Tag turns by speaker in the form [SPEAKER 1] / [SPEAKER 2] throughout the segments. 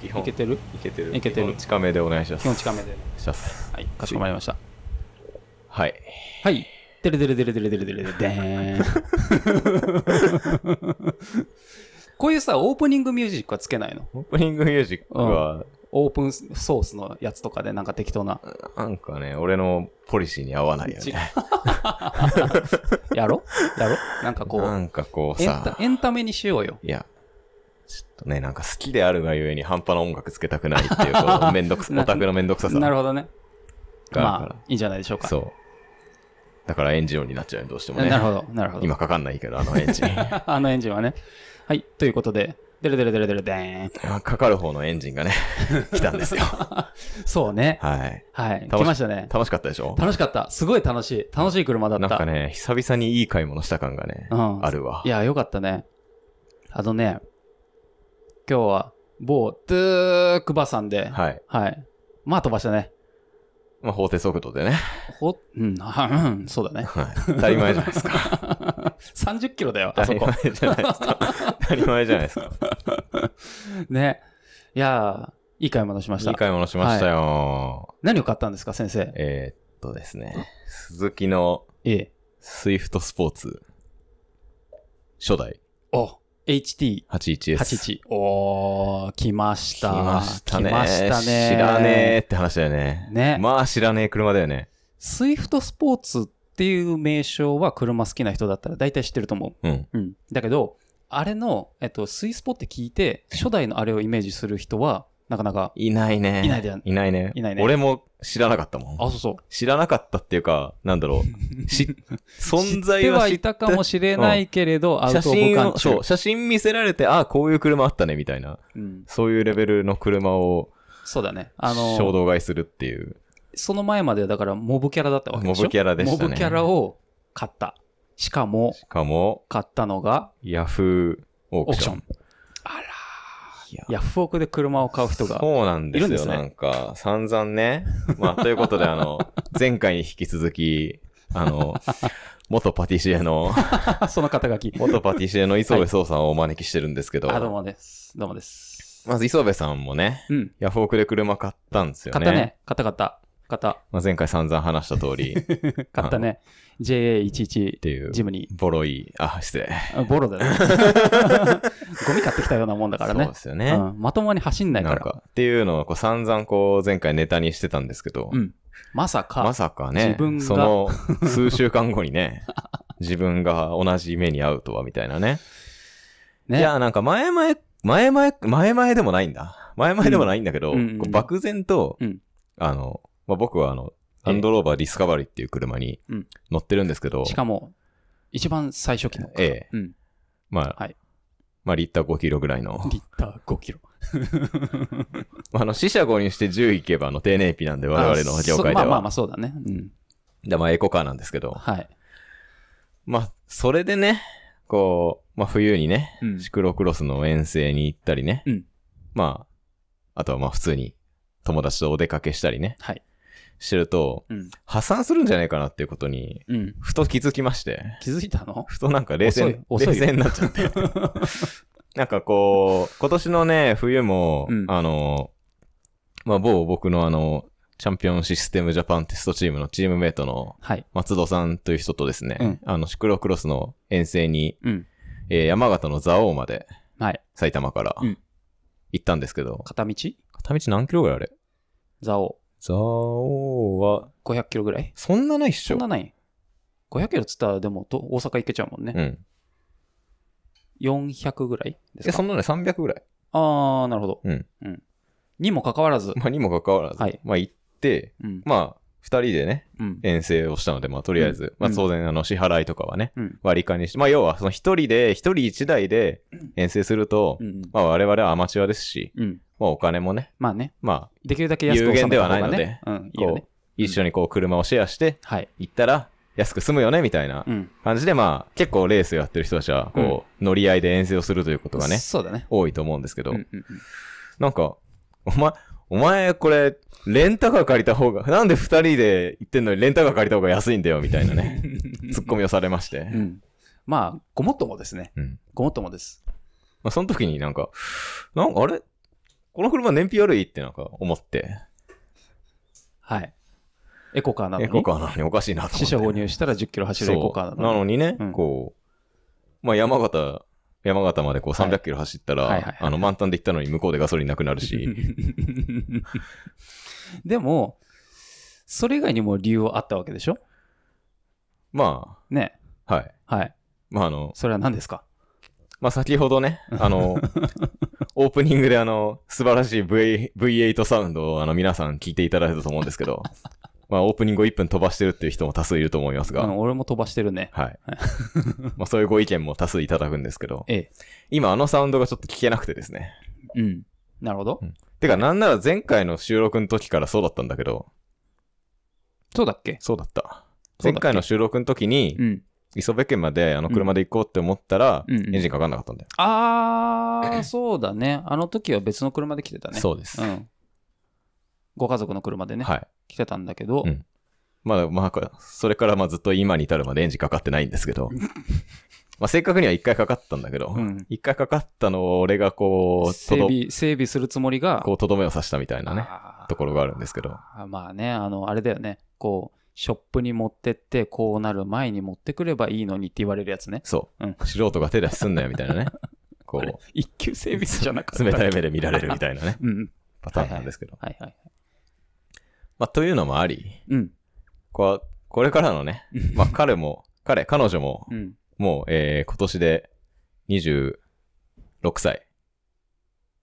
[SPEAKER 1] 基本
[SPEAKER 2] いけてる
[SPEAKER 1] いけてる
[SPEAKER 2] いけてる
[SPEAKER 1] 基本近めでお願いしま
[SPEAKER 2] 基
[SPEAKER 1] す
[SPEAKER 2] 本近めで。
[SPEAKER 1] します
[SPEAKER 2] はい、かしこまりました。
[SPEAKER 1] はい
[SPEAKER 2] はい。てれてれてれてれてれてれてれでーん。こういうさ、オープニングミュージックはつけないの
[SPEAKER 1] オープニングミュージックは、
[SPEAKER 2] オープンソースのやつとかでなんか適当な。
[SPEAKER 1] なんかね俺のポリシーに合わないよ
[SPEAKER 2] 違う
[SPEAKER 1] ね
[SPEAKER 2] やろやろなんかこ
[SPEAKER 1] な
[SPEAKER 2] う、
[SPEAKER 1] んかこう
[SPEAKER 2] エンタ
[SPEAKER 1] さ
[SPEAKER 2] エンタメにしようよ。
[SPEAKER 1] いやちょっとねなんか好きであるがゆえに半端な音楽つけたくないっていうこ うめんどくさ
[SPEAKER 2] な
[SPEAKER 1] オタクのめんどくささ
[SPEAKER 2] なるほど
[SPEAKER 1] が
[SPEAKER 2] ね。
[SPEAKER 1] あるから
[SPEAKER 2] まあ、いいんじゃないでしょうか。
[SPEAKER 1] そうだからエンジン音になっちゃうよねどうしてもね
[SPEAKER 2] なるほど、なるほど。
[SPEAKER 1] 今かかんないけどあのエン ジン
[SPEAKER 2] あのエンジンはね。はい、ということで、でるでるでるでるでーん。
[SPEAKER 1] あかかる方のエンジンがね 来たんですよ
[SPEAKER 2] そうね。
[SPEAKER 1] はい
[SPEAKER 2] はい、
[SPEAKER 1] 楽し
[SPEAKER 2] 来ましたね。
[SPEAKER 1] 楽しかったでしょ
[SPEAKER 2] 楽しかった。すごい楽しい。楽しい車だった。
[SPEAKER 1] なんかね、久々にいい買い物した感がね、
[SPEAKER 2] うん
[SPEAKER 1] あるわ。
[SPEAKER 2] いや、よかったね。あのね、今日は某トゥークバさんで、はい。
[SPEAKER 1] はい。
[SPEAKER 2] まあ飛ばしたね。
[SPEAKER 1] まあ、法定速度でね。
[SPEAKER 2] ほ、うん、 はうん、そうだね。
[SPEAKER 1] はい当たり前じゃないですか。
[SPEAKER 2] 30キロだよ、
[SPEAKER 1] 当
[SPEAKER 2] あ
[SPEAKER 1] た
[SPEAKER 2] そ
[SPEAKER 1] り
[SPEAKER 2] こ
[SPEAKER 1] 前。じゃないですか。 当たり前じゃないですか。
[SPEAKER 2] ね。いやー、いい買い物しまし
[SPEAKER 1] い
[SPEAKER 2] た
[SPEAKER 1] い。買い物しましたよ。
[SPEAKER 2] 何を買ったんですか、先生。
[SPEAKER 1] えーっとですね、鈴木の
[SPEAKER 2] ええ。
[SPEAKER 1] スイフトスポーツ、初代
[SPEAKER 2] お、HT81。
[SPEAKER 1] 81S。
[SPEAKER 2] おー、来ました。
[SPEAKER 1] 来ましたね。
[SPEAKER 2] 来ましたね
[SPEAKER 1] 知らねえって話だよね。
[SPEAKER 2] ね
[SPEAKER 1] まあ知らねえ車だよね。
[SPEAKER 2] スイフトスポーツっていう名称は車好きな人だったら大体知ってると思う。
[SPEAKER 1] うん。
[SPEAKER 2] うん、だけどあれの、えっと、スイスポって聞いて初代のあれをイメージする人はなかなか
[SPEAKER 1] いないね。
[SPEAKER 2] いないだよ
[SPEAKER 1] いないね。
[SPEAKER 2] いないね
[SPEAKER 1] 俺も知らなかったもん。
[SPEAKER 2] あそうそう
[SPEAKER 1] 知らなかったっていうか、なんだろう。 し存在は
[SPEAKER 2] 知
[SPEAKER 1] 知
[SPEAKER 2] っ
[SPEAKER 1] って
[SPEAKER 2] はいた
[SPEAKER 1] て
[SPEAKER 2] かもしれないけれど、アウ
[SPEAKER 1] 写
[SPEAKER 2] トボ
[SPEAKER 1] 真
[SPEAKER 2] カン
[SPEAKER 1] を、そう、写真見せられて、ああ、こういう車あったね、みたいな。
[SPEAKER 2] うん、
[SPEAKER 1] そういうレベルの車を
[SPEAKER 2] そうだねあ
[SPEAKER 1] 衝
[SPEAKER 2] の
[SPEAKER 1] 動買いするっていう。
[SPEAKER 2] その前まではだからモブキャラだったわけでしょ
[SPEAKER 1] モブキャラでしたね
[SPEAKER 2] モブキャラを買ったしかも
[SPEAKER 1] しかも、
[SPEAKER 2] 買ったのが
[SPEAKER 1] ヤフーオー
[SPEAKER 2] オ
[SPEAKER 1] ク
[SPEAKER 2] ーク
[SPEAKER 1] シ
[SPEAKER 2] シ
[SPEAKER 1] ョ
[SPEAKER 2] ョ
[SPEAKER 1] ン
[SPEAKER 2] ン。あら
[SPEAKER 1] いや
[SPEAKER 2] ヤフオクで車を買う人が
[SPEAKER 1] そうなんですよ。
[SPEAKER 2] いるんですね
[SPEAKER 1] なんか、散々ね。まあ、という ことで、あの、前回に引き続き、あの、元パティシエ の、
[SPEAKER 2] その肩書き
[SPEAKER 1] 元パティシエの磯部壮さんをお招きしてるんですけど、
[SPEAKER 2] あどうもですどうもです、
[SPEAKER 1] まず磯部さんもね、
[SPEAKER 2] うん
[SPEAKER 1] ヤフオクで車買ったんですよ
[SPEAKER 2] 買ったね買った買った買った
[SPEAKER 1] まあ、前回散々話した通りっ
[SPEAKER 2] 買っ たね。
[SPEAKER 1] て
[SPEAKER 2] JA11
[SPEAKER 1] いう、
[SPEAKER 2] ジムニ
[SPEAKER 1] ボロい、あ、失礼。
[SPEAKER 2] ー。あボロだね。 ゴミ買ってきたようなもんだから
[SPEAKER 1] そう
[SPEAKER 2] ね
[SPEAKER 1] で。すよね。
[SPEAKER 2] うんまともに走んない
[SPEAKER 1] な
[SPEAKER 2] か
[SPEAKER 1] ん
[SPEAKER 2] ら。
[SPEAKER 1] か、っていうのをこう散々こう前回ネタにしてたんですけど、
[SPEAKER 2] うんまさか、
[SPEAKER 1] まさかね、
[SPEAKER 2] 自分が
[SPEAKER 1] その数週間後にね、 自分が同じ目に遭うとはみたいなね。い
[SPEAKER 2] ね。
[SPEAKER 1] や、なんか前々、前々、前々でもないんだ。前々でもないんだけど、
[SPEAKER 2] うんうんうん
[SPEAKER 1] こう漠然と、
[SPEAKER 2] うん
[SPEAKER 1] あの、まあ、僕はあの、
[SPEAKER 2] え
[SPEAKER 1] ラ
[SPEAKER 2] え
[SPEAKER 1] ンドローバーディスカバリーっていう車に
[SPEAKER 2] うん
[SPEAKER 1] 乗ってるんですけど、
[SPEAKER 2] しかも、一番最初期の。
[SPEAKER 1] ええ
[SPEAKER 2] うん。
[SPEAKER 1] まあ、
[SPEAKER 2] はい
[SPEAKER 1] まあ、リッター5キロぐらい の。
[SPEAKER 2] リッター5キロ。
[SPEAKER 1] まああの、四捨五入して10いけば、あの、低燃費なんで、我々の
[SPEAKER 2] あ
[SPEAKER 1] 業
[SPEAKER 2] そ
[SPEAKER 1] 界で
[SPEAKER 2] まあま
[SPEAKER 1] は。
[SPEAKER 2] あまあ、そうだね。うん。
[SPEAKER 1] で、まあ、エコカーなんですけど。
[SPEAKER 2] はい。
[SPEAKER 1] まあ、それでね、こう、まあ、冬にね、
[SPEAKER 2] うん
[SPEAKER 1] シクロクロスの遠征に行ったりね。
[SPEAKER 2] うん
[SPEAKER 1] まあ、あとはまあ、普通に友達とお出かけしたりね、
[SPEAKER 2] はい。
[SPEAKER 1] してると、
[SPEAKER 2] うん。
[SPEAKER 1] 破産するんじゃないかなっていうことに、
[SPEAKER 2] うん。
[SPEAKER 1] ふと気づきまして、
[SPEAKER 2] 気づいたの
[SPEAKER 1] ふとなんか冷静、
[SPEAKER 2] 遅い遅
[SPEAKER 1] 冷
[SPEAKER 2] いよ
[SPEAKER 1] 静になっちゃ って。なんかこう、今年のね、冬も、
[SPEAKER 2] うん
[SPEAKER 1] あの、まあ、某僕のあの、チャンピオンシステムジャパンテストチームのチームメイトの
[SPEAKER 2] はい。
[SPEAKER 1] 松戸さんという人とですね、
[SPEAKER 2] うん
[SPEAKER 1] あの、シクロクロスの遠征に、
[SPEAKER 2] うん。
[SPEAKER 1] えー山形の蔵王まで、
[SPEAKER 2] はい。
[SPEAKER 1] 埼玉から
[SPEAKER 2] うん、
[SPEAKER 1] 行ったんですけど、
[SPEAKER 2] 片道
[SPEAKER 1] 片道何キロぐらいあれ
[SPEAKER 2] ザオ
[SPEAKER 1] 蔵王は、
[SPEAKER 2] 500キロぐらい
[SPEAKER 1] そんなないっし
[SPEAKER 2] そ
[SPEAKER 1] ょ
[SPEAKER 2] んなない ?500 キロっつったら、でも、ど大阪行けちゃうもん
[SPEAKER 1] う
[SPEAKER 2] ね。
[SPEAKER 1] ん。
[SPEAKER 2] 400ぐらいです
[SPEAKER 1] え、
[SPEAKER 2] か
[SPEAKER 1] そんなね、300ぐらい。
[SPEAKER 2] ああ、なるほど。
[SPEAKER 1] うん。
[SPEAKER 2] にもかかわらず、
[SPEAKER 1] まあ、にもかかわらず、
[SPEAKER 2] はい
[SPEAKER 1] まあ、行って、
[SPEAKER 2] うん。
[SPEAKER 1] まあ、二人でね、
[SPEAKER 2] うん。
[SPEAKER 1] 遠征をしたので、まあ、とりあえず、
[SPEAKER 2] うん
[SPEAKER 1] まあ、
[SPEAKER 2] うん
[SPEAKER 1] 当然、あの、支払いとかはね、
[SPEAKER 2] うん。
[SPEAKER 1] 割り勘にして、まあ、要は、その一人で、一人一台で遠征すると、
[SPEAKER 2] うん。
[SPEAKER 1] まあ、我々はアマチュアですし、
[SPEAKER 2] うん。
[SPEAKER 1] まあ、お金もね、
[SPEAKER 2] まあね、
[SPEAKER 1] まあ、
[SPEAKER 2] できるだけ安く収めた
[SPEAKER 1] 有限ではない
[SPEAKER 2] 方
[SPEAKER 1] の
[SPEAKER 2] が
[SPEAKER 1] で
[SPEAKER 2] ね。うん。い
[SPEAKER 1] こ
[SPEAKER 2] い
[SPEAKER 1] う
[SPEAKER 2] よね。うん
[SPEAKER 1] 一緒にこう、車をシェアして、
[SPEAKER 2] はい。
[SPEAKER 1] 行ったら、安く済むよね、みたいな
[SPEAKER 2] うん。
[SPEAKER 1] 感じで、まあ、結構レースをやってる人たちは、こう、乗り合いで遠征をするということがね、
[SPEAKER 2] そうだね。
[SPEAKER 1] 多いと思うんですけど、
[SPEAKER 2] うんうんうん
[SPEAKER 1] なんか、お前、お前これ、レンタカー借りた方が、なんで二人で行ってんのにレンタカー借りた方が安いんだよ、みたいなね、ツッコミをされまして。
[SPEAKER 2] うん。まあ、ごもっともですね。
[SPEAKER 1] うん。
[SPEAKER 2] ごもっともです。
[SPEAKER 1] まあ、その時になんか、なんかあれこの車燃費悪いってなんか思って、
[SPEAKER 2] はい。エコカーなの
[SPEAKER 1] エ
[SPEAKER 2] に。
[SPEAKER 1] コカーなのにおかしいなと思って。
[SPEAKER 2] 死者購入したら10キロ走るエコカーなの
[SPEAKER 1] そう
[SPEAKER 2] に。
[SPEAKER 1] なのにね、
[SPEAKER 2] うん
[SPEAKER 1] こう、まあ山形、山形までこう
[SPEAKER 2] はい
[SPEAKER 1] 300キロ走ったら、
[SPEAKER 2] はいはいはい
[SPEAKER 1] あの満タンで行ったのに向こうでガソリンなくなるし、
[SPEAKER 2] でも、それ以外にも理由はあったわけでしょ
[SPEAKER 1] ま
[SPEAKER 2] ね。
[SPEAKER 1] あ、はい。
[SPEAKER 2] はい。
[SPEAKER 1] まああの、
[SPEAKER 2] それは何ですか
[SPEAKER 1] まあ先ほどね、あ の、オープニングであの、素晴らしい V- V8 サウンドをあの皆さん聞いていただいたと思うんですけ ど、まあオープニングを1分飛ばしてるっていう人も多数いると思いますが、
[SPEAKER 2] うん、俺も飛ばしてるね。
[SPEAKER 1] はい。まあそういうご意見も多数いただくんですけど、
[SPEAKER 2] ええ。
[SPEAKER 1] 今あのサウンドがちょっと聞けなくてですね。
[SPEAKER 2] うん。なるほど。
[SPEAKER 1] うんてかなんなら前回の収録の時からそうだったんだけど、
[SPEAKER 2] そうだっけ
[SPEAKER 1] そうだった。
[SPEAKER 2] そうだっけ
[SPEAKER 1] 前回の収録の時に
[SPEAKER 2] う、ん。
[SPEAKER 1] 磯部県まであの車で行こうって思ったら、
[SPEAKER 2] うんうん
[SPEAKER 1] エンジンかかんなかったんだよ。
[SPEAKER 2] あ ー、そうだね。あの時は別の車で来てたね。
[SPEAKER 1] そうです。
[SPEAKER 2] うん。ご家族の車でね、
[SPEAKER 1] はい。
[SPEAKER 2] 来てたんだけど、
[SPEAKER 1] うんまだ、まあ、それからまあずっと今に至るまでエンジンかかってないんですけど、 まあ正確には一回かかったんだけど、
[SPEAKER 2] うん
[SPEAKER 1] 一回かかったのを俺がこう、と
[SPEAKER 2] 整
[SPEAKER 1] ど、
[SPEAKER 2] 備、整備するつもりが、
[SPEAKER 1] こうとどめを刺したみたいなね、
[SPEAKER 2] あー
[SPEAKER 1] ところがあるんですけど。
[SPEAKER 2] あまあね、あの、あれだよね。こう、ショップに持ってって、こうなる前に持ってくればいいのにって言われるやつね。
[SPEAKER 1] そう。
[SPEAKER 2] うん
[SPEAKER 1] 素人が手出しすんなよみたいなね。こ
[SPEAKER 2] あれ
[SPEAKER 1] う、
[SPEAKER 2] 一級整備じゃなかった。
[SPEAKER 1] 冷たい目で見られるみたいなね、
[SPEAKER 2] うんうん。
[SPEAKER 1] パターンなんですけど。
[SPEAKER 2] はいはい。
[SPEAKER 1] まあというのもあり、
[SPEAKER 2] うん。
[SPEAKER 1] こうこれからのね、まあ彼も、彼、彼女も
[SPEAKER 2] う、ん。
[SPEAKER 1] もう、えー今年で26歳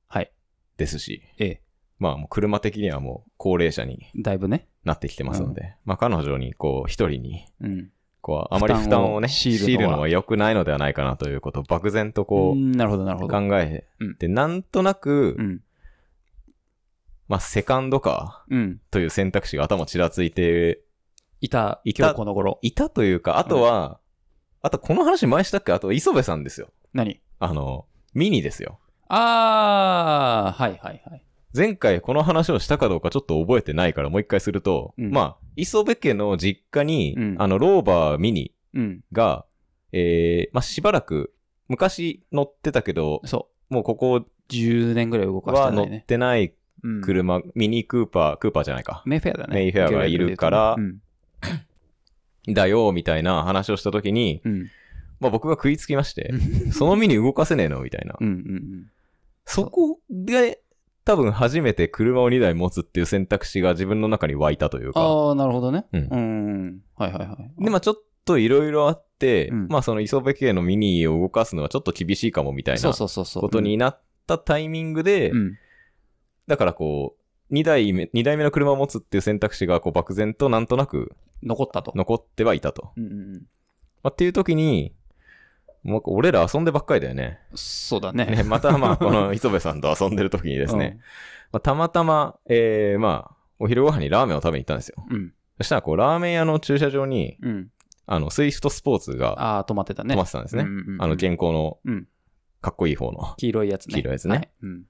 [SPEAKER 2] はい。
[SPEAKER 1] ですし、
[SPEAKER 2] ええ。
[SPEAKER 1] まあもう車的にはもう高齢者に
[SPEAKER 2] だいぶね。
[SPEAKER 1] なってきてますので、まあ彼女にこう一人に、
[SPEAKER 2] うん。
[SPEAKER 1] こうあまり負担をね、
[SPEAKER 2] 負担を強
[SPEAKER 1] 強い
[SPEAKER 2] いるのは
[SPEAKER 1] るのは良くないのではないかなということを漠然とこ
[SPEAKER 2] う
[SPEAKER 1] う、
[SPEAKER 2] んなるほどなるほど。
[SPEAKER 1] 考え
[SPEAKER 2] うん
[SPEAKER 1] て、なんとなく、
[SPEAKER 2] うん。
[SPEAKER 1] まあセカンドか
[SPEAKER 2] うん。
[SPEAKER 1] という選択肢が頭ちらついて
[SPEAKER 2] いた、
[SPEAKER 1] いた
[SPEAKER 2] 今日この頃。
[SPEAKER 1] いたというか、あとは、あとこの話前したっけあと磯部さんですよ。
[SPEAKER 2] 何
[SPEAKER 1] あの、ミニですよ。
[SPEAKER 2] あー、はいはいはい。
[SPEAKER 1] 前回この話をしたかどうかちょっと覚えてないからもう一回すると、
[SPEAKER 2] うん
[SPEAKER 1] まあ、磯部家の実家に、
[SPEAKER 2] うん
[SPEAKER 1] あの、ローバーミニ
[SPEAKER 2] うん。
[SPEAKER 1] が、えー、まあしばらく、昔乗ってたけど、
[SPEAKER 2] そ
[SPEAKER 1] もうここ
[SPEAKER 2] う。10年ぐらい動かし
[SPEAKER 1] は
[SPEAKER 2] てな
[SPEAKER 1] 乗
[SPEAKER 2] い
[SPEAKER 1] っ
[SPEAKER 2] ね。
[SPEAKER 1] てない
[SPEAKER 2] うん。
[SPEAKER 1] 車、ミニクーパー、クーパーじゃないか。
[SPEAKER 2] メイフェアだね。
[SPEAKER 1] メイフェアがいるから
[SPEAKER 2] うん。
[SPEAKER 1] だよ、みたいな話をした時に、
[SPEAKER 2] うん。
[SPEAKER 1] まあ僕が食いつきま して
[SPEAKER 2] う、
[SPEAKER 1] そのミニ動かせねえのみたいな
[SPEAKER 2] う。んうん
[SPEAKER 1] そこで、多分初めて車を2台持つっていう選択肢が自分の中に湧いたという
[SPEAKER 2] あ
[SPEAKER 1] か。
[SPEAKER 2] ー、なるほどね。
[SPEAKER 1] う
[SPEAKER 2] うんん。はいはいはい。
[SPEAKER 1] で、まあちょっといろいろあって、
[SPEAKER 2] うん
[SPEAKER 1] まあその磯部家のミニを動かすのはちょっと厳しいかもみたい
[SPEAKER 2] そ
[SPEAKER 1] な
[SPEAKER 2] うそうそうそう。
[SPEAKER 1] ことになったタイミングで、
[SPEAKER 2] うん。
[SPEAKER 1] だからこう、2台目、二台目の車を持つっていう選択肢がこう漠然となんとなく
[SPEAKER 2] 残ったと。
[SPEAKER 1] 残ってはいたと。
[SPEAKER 2] うんうんうん。
[SPEAKER 1] まあ、っていう時に、もう俺ら遊んでばっかりだよね。
[SPEAKER 2] そうだね。
[SPEAKER 1] ねまたまあこの磯部さんと遊んでる時にですね、まあ、たまたま、えー、まあ、お昼ご飯にラーメンを食べに行ったんですよ。
[SPEAKER 2] うん。
[SPEAKER 1] そしたら、こう、ラーメン屋の駐車場に、
[SPEAKER 2] うん。うん。
[SPEAKER 1] あの、スイフトスポーツが
[SPEAKER 2] ああ、止まってたね。
[SPEAKER 1] 止まってたんですね。
[SPEAKER 2] うんうんうん
[SPEAKER 1] あの、健康の
[SPEAKER 2] うん、
[SPEAKER 1] かっこいい方の。
[SPEAKER 2] 黄色いやつね。
[SPEAKER 1] 黄色いやつね
[SPEAKER 2] はい。うん。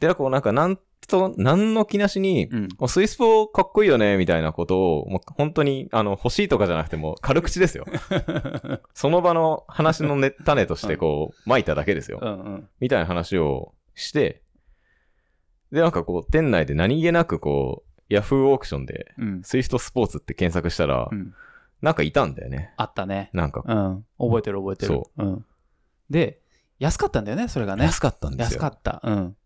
[SPEAKER 1] で、こう、なんか、なんと、なんの気なしに、
[SPEAKER 2] うん。
[SPEAKER 1] もうスイスポかっこいいよね、みたいなことを、もう本当に、あの、欲しいとかじゃなくて、もう軽口 ですよ。その場の話の、ね、種として、こう、撒いただけですよ。
[SPEAKER 2] うんうん。
[SPEAKER 1] みたいな話をして、で、なんかこう、店内で何気なく、こう、ヤフーオークションで、
[SPEAKER 2] うん。
[SPEAKER 1] スイフトスポーツって検索したら、
[SPEAKER 2] うん。
[SPEAKER 1] なんかいたんだよね。
[SPEAKER 2] あったね。
[SPEAKER 1] なんか、
[SPEAKER 2] うん。覚えてる覚えてる。。
[SPEAKER 1] そう
[SPEAKER 2] ん。で、安かったんだよね、それがね。
[SPEAKER 1] 安かったんですよ。
[SPEAKER 2] 安かった。うん。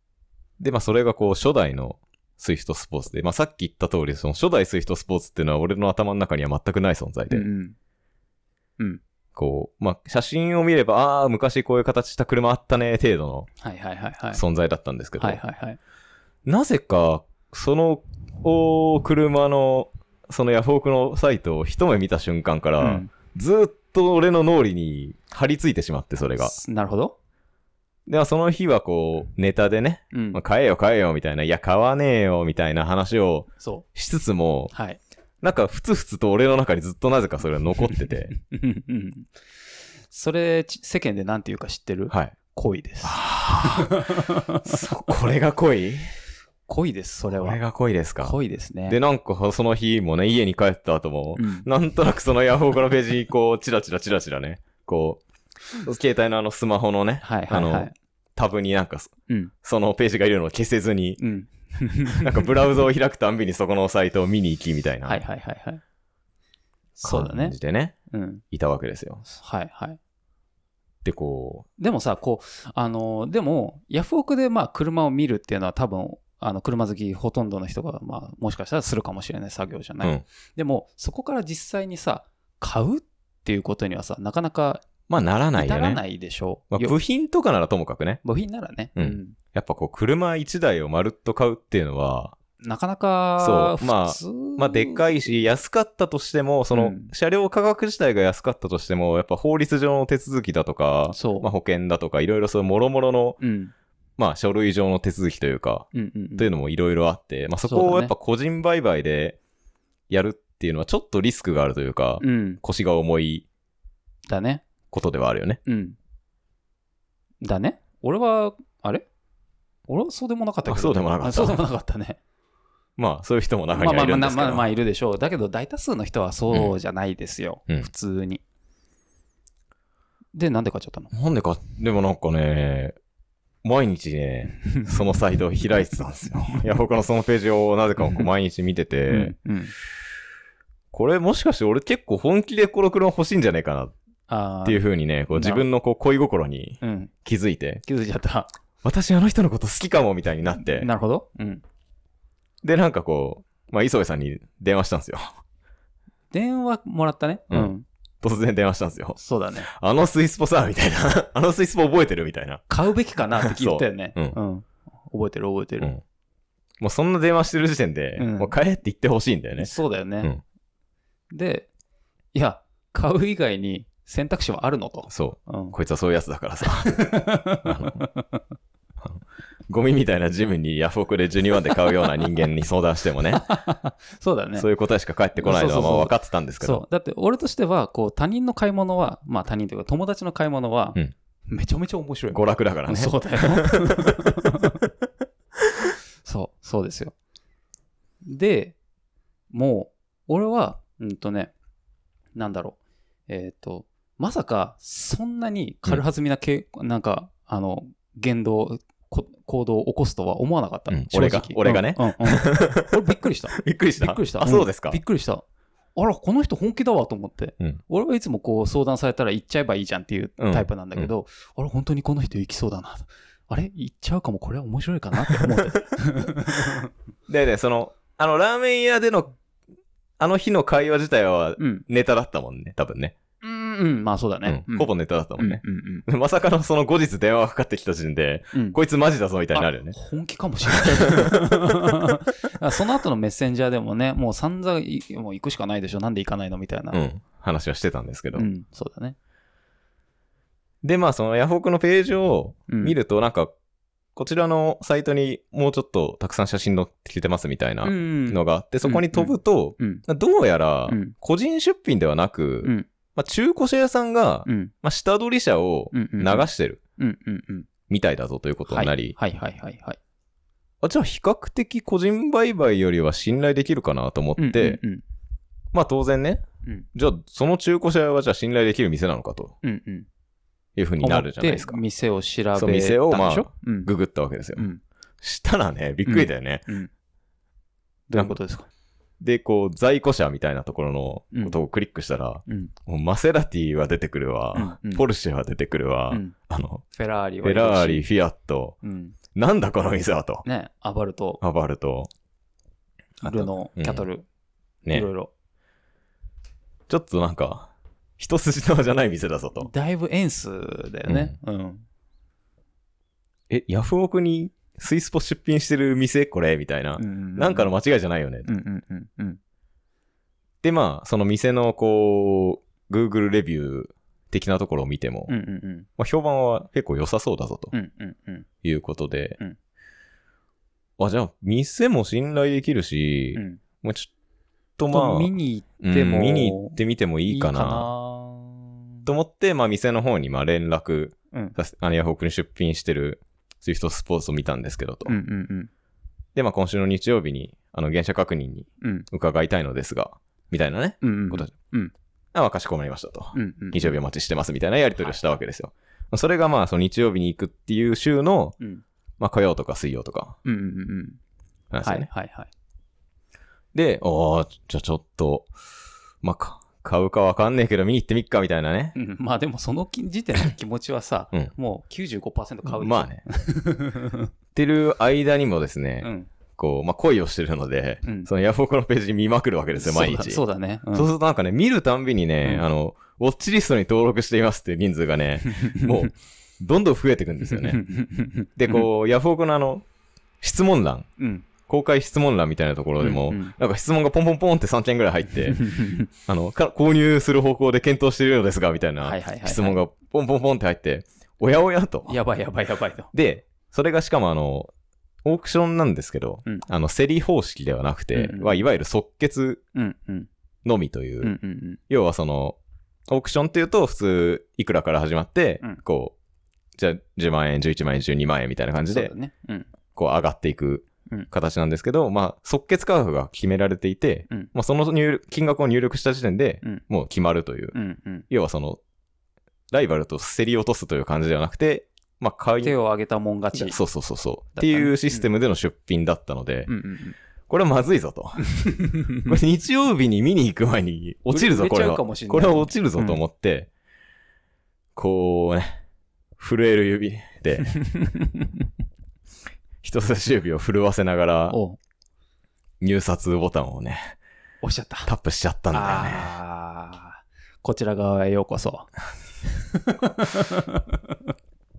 [SPEAKER 1] で、まあそれがこう、初代のスイフトスポーツで、まあさっき言った通り、その初代スイフトスポーツっていうのは俺の頭の中には全くない存在
[SPEAKER 2] う
[SPEAKER 1] で、
[SPEAKER 2] ん。
[SPEAKER 1] こう、まあ写真を見れば、ああ、昔こういう形した車あったね、程度
[SPEAKER 2] はいはいはいは
[SPEAKER 1] の
[SPEAKER 2] い。
[SPEAKER 1] 存在だったんですけど、
[SPEAKER 2] はいはいはい。
[SPEAKER 1] なぜか、その、おー車の、そのヤフオクのサイトを一目見た瞬間から、
[SPEAKER 2] うん
[SPEAKER 1] ずーっと俺の脳裏に張り付いてしまって、それが。
[SPEAKER 2] なるほど。
[SPEAKER 1] で、まあその日はこう、ネタでね、
[SPEAKER 2] うん
[SPEAKER 1] まあ、。買えよ買えよみたいな、いや、買わねえよみたいな話を
[SPEAKER 2] そ
[SPEAKER 1] しつつも
[SPEAKER 2] う。、はい。
[SPEAKER 1] なんかふつふつと俺の中にずっとなぜかそれは残って て、
[SPEAKER 2] うんうん。それ、ち世間でなんていうか知ってる
[SPEAKER 1] はい。
[SPEAKER 2] 恋です。
[SPEAKER 1] そこれが恋
[SPEAKER 2] 恋です、それ
[SPEAKER 1] こ
[SPEAKER 2] は
[SPEAKER 1] れ。が恋ですか。
[SPEAKER 2] 恋ですね。
[SPEAKER 1] で、なんかその日もね、家に帰った後も、
[SPEAKER 2] うん
[SPEAKER 1] なんとなくそのヤフオクのページにこう、チラチラチラチラね、こう、携帯のあのスマホのね、
[SPEAKER 2] はいはいは
[SPEAKER 1] あの
[SPEAKER 2] い。
[SPEAKER 1] タブになんかそ、
[SPEAKER 2] うん。
[SPEAKER 1] そのページがいるのを消せずに、
[SPEAKER 2] うん。
[SPEAKER 1] なんかブラウザを開くたんびにそこのサイトを見に行きみたいな。
[SPEAKER 2] はいはいはいはい。そうだね
[SPEAKER 1] 感じ。でね、
[SPEAKER 2] うん。
[SPEAKER 1] いたわけですよ。
[SPEAKER 2] はいはい。
[SPEAKER 1] で、こ
[SPEAKER 2] でもさ、こう、あのーでも、ヤフオクでまあ車を見るっていうのは多分、あの車好きほとんどの人が、まあ、もしかしたらするかもしれない作業じゃ
[SPEAKER 1] う、
[SPEAKER 2] な
[SPEAKER 1] う
[SPEAKER 2] い、
[SPEAKER 1] ん。
[SPEAKER 2] でも、そこから実際にさ、買うっていうことにはさ、なかなか
[SPEAKER 1] まあ、ならない
[SPEAKER 2] 至
[SPEAKER 1] よ
[SPEAKER 2] ら
[SPEAKER 1] ね。
[SPEAKER 2] ないでしょう。
[SPEAKER 1] まあ、
[SPEAKER 2] よ
[SPEAKER 1] 部品とかならともかくね。
[SPEAKER 2] 部品ならね、
[SPEAKER 1] うんやっぱこう、車1台をまるっと買うっていうのは、
[SPEAKER 2] なかなか
[SPEAKER 1] そ
[SPEAKER 2] 普
[SPEAKER 1] う
[SPEAKER 2] 通、
[SPEAKER 1] まあまあ、でっか
[SPEAKER 2] い。
[SPEAKER 1] いし、安かったとしても、そうの
[SPEAKER 2] ん、
[SPEAKER 1] 車両価格自体が安かったとしても、やっぱ法律上の手続きだとか、
[SPEAKER 2] そう
[SPEAKER 1] まあ、保険だとか、いろいろそういう諸々の、
[SPEAKER 2] うん。
[SPEAKER 1] まあ、書類上の手続きというか、
[SPEAKER 2] うんうん、うん。
[SPEAKER 1] というのもいろいろあって、まあ、そ
[SPEAKER 2] そう
[SPEAKER 1] こ
[SPEAKER 2] だ
[SPEAKER 1] を
[SPEAKER 2] ね
[SPEAKER 1] やっぱ個人売買でやるっていうのはちょっとリスクがあるというか、
[SPEAKER 2] うん。
[SPEAKER 1] 腰が重い
[SPEAKER 2] だね。
[SPEAKER 1] ことではあるよね。
[SPEAKER 2] うん。だね。俺は、あれ俺はそうでもなかったけど。
[SPEAKER 1] あそうでもなかった
[SPEAKER 2] あそうでもなかったね。
[SPEAKER 1] まあ、そういう人も
[SPEAKER 2] まあ
[SPEAKER 1] 中に
[SPEAKER 2] ま
[SPEAKER 1] はい
[SPEAKER 2] あ
[SPEAKER 1] る
[SPEAKER 2] まあ
[SPEAKER 1] ん
[SPEAKER 2] ま
[SPEAKER 1] で
[SPEAKER 2] あ
[SPEAKER 1] すけ
[SPEAKER 2] まあま
[SPEAKER 1] ど
[SPEAKER 2] あ、いるでしょう。だけど大多数の人はそうじゃないですよ。
[SPEAKER 1] うん
[SPEAKER 2] 普通に。で、なんで買っちゃ ったの
[SPEAKER 1] なんでか、でもなんかね、毎日 ね、そのサイトを開いてたんですよ。いや、僕のそのページをなぜかこう毎日見てて、
[SPEAKER 2] うんうん
[SPEAKER 1] これもしかして俺結構本気でこの車欲しいんじゃねえかなっ
[SPEAKER 2] ああ。
[SPEAKER 1] ていう風にね、こう自分のこう恋心に
[SPEAKER 2] うん。
[SPEAKER 1] 気づいて、
[SPEAKER 2] 気づいちゃった。
[SPEAKER 1] 私あの人のこと好きかもみたいになって、
[SPEAKER 2] なるほど。うん。
[SPEAKER 1] で、なんかこう、まあ、磯部さんに電話したんです よ。
[SPEAKER 2] 電話もらったね。
[SPEAKER 1] うん突然電話したんですよ。
[SPEAKER 2] そうだね。
[SPEAKER 1] あのスイスポさ、みたいな。 あのスイスポ覚えてるみたいな。
[SPEAKER 2] 買うべきかなって聞いたよね。。
[SPEAKER 1] そううん
[SPEAKER 2] 覚えてる覚えて
[SPEAKER 1] う
[SPEAKER 2] る。
[SPEAKER 1] ん。もうそんな電話してる時点で、
[SPEAKER 2] うん
[SPEAKER 1] もう帰って言ってほしいんだよね。
[SPEAKER 2] そうだよね。で、いや、買う以外に選択肢はあるのと。
[SPEAKER 1] そうう。
[SPEAKER 2] ん。
[SPEAKER 1] こいつはそういうやつだからさ。あのあのゴミみたいなジムにヤフオクで12万で買うような人間に相談してもね、
[SPEAKER 2] そうだよ ね。
[SPEAKER 1] そういう答えしか返ってこないの
[SPEAKER 2] そ
[SPEAKER 1] は
[SPEAKER 2] うそうそう
[SPEAKER 1] まあ分かってたんですけど、
[SPEAKER 2] そう。だって俺としては、こう、他人の買い物は、まあ他人というか友達の買い物は
[SPEAKER 1] うん、
[SPEAKER 2] めちゃめちゃ面白い。
[SPEAKER 1] 娯楽だからね。
[SPEAKER 2] そうだよ。そう、そうですよ。で、もう、俺は、うんとね、なんだろう。えっ、と、まさか、そんなに軽はずみなけ、なんか、あの、言動、こ行動を起こすとは思わなかった。
[SPEAKER 1] うん
[SPEAKER 2] 正直
[SPEAKER 1] 俺が俺がね
[SPEAKER 2] うんうんうん俺びっくりした。
[SPEAKER 1] びっくりした。
[SPEAKER 2] びっくりした。
[SPEAKER 1] あ、そうですか
[SPEAKER 2] んび。っくりした。あら、この人本気だわと思って。
[SPEAKER 1] うん
[SPEAKER 2] 俺はいつもこう相談されたら行っちゃえばいいじゃんっていうタイプなんだけど、あれ、本当にこの人行きそうだな。あれ行っちゃうかも、これは面白いかなって思 って。
[SPEAKER 1] で、で、その、あの、ラーメン屋での、あの日の会話自体は
[SPEAKER 2] うん。
[SPEAKER 1] ネタだったもんね、多分ね。
[SPEAKER 2] うん、うん、まあそうだね。
[SPEAKER 1] う
[SPEAKER 2] うんん
[SPEAKER 1] ほぼネタだったも
[SPEAKER 2] うんん、
[SPEAKER 1] ね。
[SPEAKER 2] うん、うん
[SPEAKER 1] まさかのその後日電話がかかってきた時点で、
[SPEAKER 2] うん。
[SPEAKER 1] こいつマジだぞみたいになるよね。
[SPEAKER 2] あ本気かもしれない その後のメッセンジャーでもねもう散々いもう行くしかないでしょなんで行かないのみたいな、
[SPEAKER 1] うん。話はしてたんですけど。
[SPEAKER 2] うんそうだね、
[SPEAKER 1] で、まあ、そのヤフオクのページを
[SPEAKER 2] うん、
[SPEAKER 1] 見ると、なんか、こちらのサイトにもうちょっとたくさん写真載っててますみたいな
[SPEAKER 2] うんうん
[SPEAKER 1] のがあって、そこに飛ぶと、
[SPEAKER 2] うん
[SPEAKER 1] どうやら
[SPEAKER 2] うん、
[SPEAKER 1] 個人出品ではなく、
[SPEAKER 2] うん
[SPEAKER 1] まあ、中古車屋さんが、
[SPEAKER 2] うん
[SPEAKER 1] まあ、下取り車を
[SPEAKER 2] うんうん
[SPEAKER 1] 流してる
[SPEAKER 2] うんうんうん
[SPEAKER 1] みたいだぞということになり、
[SPEAKER 2] はいはいはいはいはい
[SPEAKER 1] あじゃあ比較的個人売買よりは信頼できるかなと思って、
[SPEAKER 2] うんうん
[SPEAKER 1] まあ当然ね、
[SPEAKER 2] うん
[SPEAKER 1] じゃあその中古車屋はじゃあ信頼できる店なのかと
[SPEAKER 2] うんうん
[SPEAKER 1] いうふうになるじゃないですか
[SPEAKER 2] 思っ。て店を調べた
[SPEAKER 1] そ
[SPEAKER 2] んでしょ
[SPEAKER 1] う店をまあ
[SPEAKER 2] うん
[SPEAKER 1] ググったわけですよ。
[SPEAKER 2] うん
[SPEAKER 1] したらね、びっくりだよね。
[SPEAKER 2] うんどういうことですか
[SPEAKER 1] で、こう、在庫車みたいなところのことをクリックしたら、
[SPEAKER 2] うん
[SPEAKER 1] もうマセラティは出てくるわ、
[SPEAKER 2] うんうん
[SPEAKER 1] ポルシェは出てくるわ、
[SPEAKER 2] うん
[SPEAKER 1] あの、
[SPEAKER 2] フェラーリ
[SPEAKER 1] フ
[SPEAKER 2] は
[SPEAKER 1] ェラーリ、
[SPEAKER 2] いるし
[SPEAKER 1] フィアット、
[SPEAKER 2] うん
[SPEAKER 1] なんだこの店はと、
[SPEAKER 2] ねアバルト
[SPEAKER 1] アバルト。あと
[SPEAKER 2] ルノーキャトルい
[SPEAKER 1] ね
[SPEAKER 2] ろ、いろ
[SPEAKER 1] ちょっとなんか、一筋縄じゃない店だぞと。
[SPEAKER 2] だいぶエンスだよねうん
[SPEAKER 1] え、ヤフオクにスイスポ出品してる店これみたいな。なんかの間違いじゃないよね。
[SPEAKER 2] うんうんうんうん
[SPEAKER 1] で、まあ、その店のこう、Google レビュー的なところを見ても、
[SPEAKER 2] うんうんうん
[SPEAKER 1] まあ、評判は結構良さそうだぞと
[SPEAKER 2] うんうんうん
[SPEAKER 1] いうことで、
[SPEAKER 2] うん
[SPEAKER 1] あ、じゃあ、店も信頼できるし、
[SPEAKER 2] うん
[SPEAKER 1] もうちょっと
[SPEAKER 2] ちょっ
[SPEAKER 1] まあ、
[SPEAKER 2] と見に行って
[SPEAKER 1] う
[SPEAKER 2] も
[SPEAKER 1] ん見に行ってみてもいいかな。
[SPEAKER 2] いいか
[SPEAKER 1] と思って、まあ、店の方にまあ連絡
[SPEAKER 2] うん
[SPEAKER 1] させ、あのヤフオクに出品してるスイフトスポーツを見たんですけどと。
[SPEAKER 2] うんうんうん
[SPEAKER 1] で、まあ、今週の日曜日に、あの、原車確認に
[SPEAKER 2] うん
[SPEAKER 1] 伺いたいのですが、みたいなね。
[SPEAKER 2] うんうん
[SPEAKER 1] ことで
[SPEAKER 2] うん
[SPEAKER 1] あ、まあ、かしこまりましたと。
[SPEAKER 2] うんうん
[SPEAKER 1] 日曜日お待ちしてますみたいなやり取りをしたわけですよ。それがまあ、その日曜日に行くっていう週の、
[SPEAKER 2] うん。
[SPEAKER 1] まあ、火曜とか水曜とか
[SPEAKER 2] うんうんうんうん。
[SPEAKER 1] なんです
[SPEAKER 2] は
[SPEAKER 1] よ
[SPEAKER 2] い
[SPEAKER 1] ね。
[SPEAKER 2] はいはい。
[SPEAKER 1] で、おー、じゃあちょっと、まあ、か買うかわかんねえけど見に行ってみっかみたいなね
[SPEAKER 2] う。ん、まあでもその時点の気持ちはさ、
[SPEAKER 1] うん
[SPEAKER 2] もう95%買う。
[SPEAKER 1] まあ。ね。ってる間にもですね、
[SPEAKER 2] うん。
[SPEAKER 1] こう、まあ、恋をしてるので、
[SPEAKER 2] うん
[SPEAKER 1] そのヤフオクのページ見まくるわけですよ、毎日。
[SPEAKER 2] そうだそうだね。うん
[SPEAKER 1] そうするとなんかね、見るたんびにね、
[SPEAKER 2] うん
[SPEAKER 1] あの、ウォッチリストに登録していますっていう人数が ね、もう、どんどん増えていくんですよね。で、こう、ヤフオクのあの、質問欄、
[SPEAKER 2] うん、うん。
[SPEAKER 1] 公開質問欄みたいなところでも、
[SPEAKER 2] うんうん
[SPEAKER 1] なんか質問がポンポンポンって3件ぐらい入って、あの、か購入する方向で検討しているのですが、みたい
[SPEAKER 2] はいは
[SPEAKER 1] な
[SPEAKER 2] いはいはい
[SPEAKER 1] 質問がポンポンポンって入って、おやおやと。
[SPEAKER 2] やばいやばいやばいと。
[SPEAKER 1] で、それがしかもあの、オークションなんですけど、
[SPEAKER 2] うん
[SPEAKER 1] あの、競り方式ではなくて、
[SPEAKER 2] うんうん
[SPEAKER 1] まあいわゆる即決
[SPEAKER 2] うんうん。
[SPEAKER 1] のみという、
[SPEAKER 2] うんうんうん。
[SPEAKER 1] 要はその、オークションっていうと、普通、いくらから始まって、
[SPEAKER 2] うん
[SPEAKER 1] こう、じゃあ10万円、11万円、12万円みたいな感じ
[SPEAKER 2] そう
[SPEAKER 1] で
[SPEAKER 2] だ、ね。うん。
[SPEAKER 1] こう上がっていく
[SPEAKER 2] うん
[SPEAKER 1] 形なんですけど、まあ、即決価格が決められていて、
[SPEAKER 2] うん
[SPEAKER 1] まあ、その入力金額を入力した時点で
[SPEAKER 2] うん、
[SPEAKER 1] もう決まるという、
[SPEAKER 2] うんうん。
[SPEAKER 1] 要はその、ライバルと競り落とすという感じではなくて、まあ、買い、
[SPEAKER 2] 手を挙げたもん勝ち。
[SPEAKER 1] そうそうそうそう、
[SPEAKER 2] だっ
[SPEAKER 1] っ
[SPEAKER 2] た
[SPEAKER 1] て
[SPEAKER 2] ね
[SPEAKER 1] いうシステムでの出品だったので、
[SPEAKER 2] うんうん
[SPEAKER 1] これはまずい ぞと。こ
[SPEAKER 2] うん。
[SPEAKER 1] れ日曜日に見に行く前に落ちるぞ、
[SPEAKER 2] 売れ
[SPEAKER 1] これ
[SPEAKER 2] 売れちゃう
[SPEAKER 1] は。
[SPEAKER 2] かもしんない
[SPEAKER 1] これは落ちるぞと思って、こうね、震える指 で、人差し指を震わせながら、
[SPEAKER 2] おう
[SPEAKER 1] 入札ボタンをね、
[SPEAKER 2] おっしゃった。
[SPEAKER 1] タップしちゃったんだよね。
[SPEAKER 2] あーこちら側へようこそ。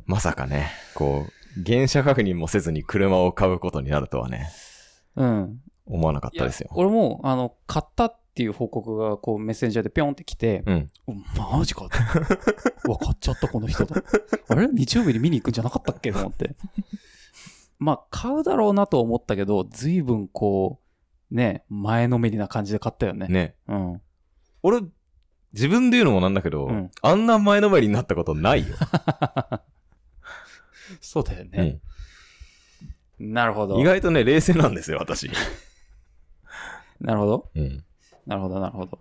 [SPEAKER 1] まさかね、こう、原車確認もせずに車を買うことになるとはね、
[SPEAKER 2] うん。
[SPEAKER 1] 思わなかっ
[SPEAKER 2] い
[SPEAKER 1] た
[SPEAKER 2] や
[SPEAKER 1] ですよ。
[SPEAKER 2] 俺も、あの、買ったっていう報告が、こう、メッセンジャーでピョンってきて、
[SPEAKER 1] うん。
[SPEAKER 2] おマジかと。 うわ、買っちゃった、この人だ。あれ日曜日に見に行くんじゃなかったっけと思って。まあ、買うだろうなと思ったけど、随分こう、ね、前のめりな感じで買ったよね。
[SPEAKER 1] ね。
[SPEAKER 2] うん。
[SPEAKER 1] 俺、自分で言うのもなんだけど、
[SPEAKER 2] うん
[SPEAKER 1] あんな前のめりになったことないよ。
[SPEAKER 2] そうだよ
[SPEAKER 1] う
[SPEAKER 2] ね。
[SPEAKER 1] ん、
[SPEAKER 2] なるほど
[SPEAKER 1] 意。外とね、冷静なんですよ、私。
[SPEAKER 2] なるほど。
[SPEAKER 1] うん。
[SPEAKER 2] なるほど、なるほど。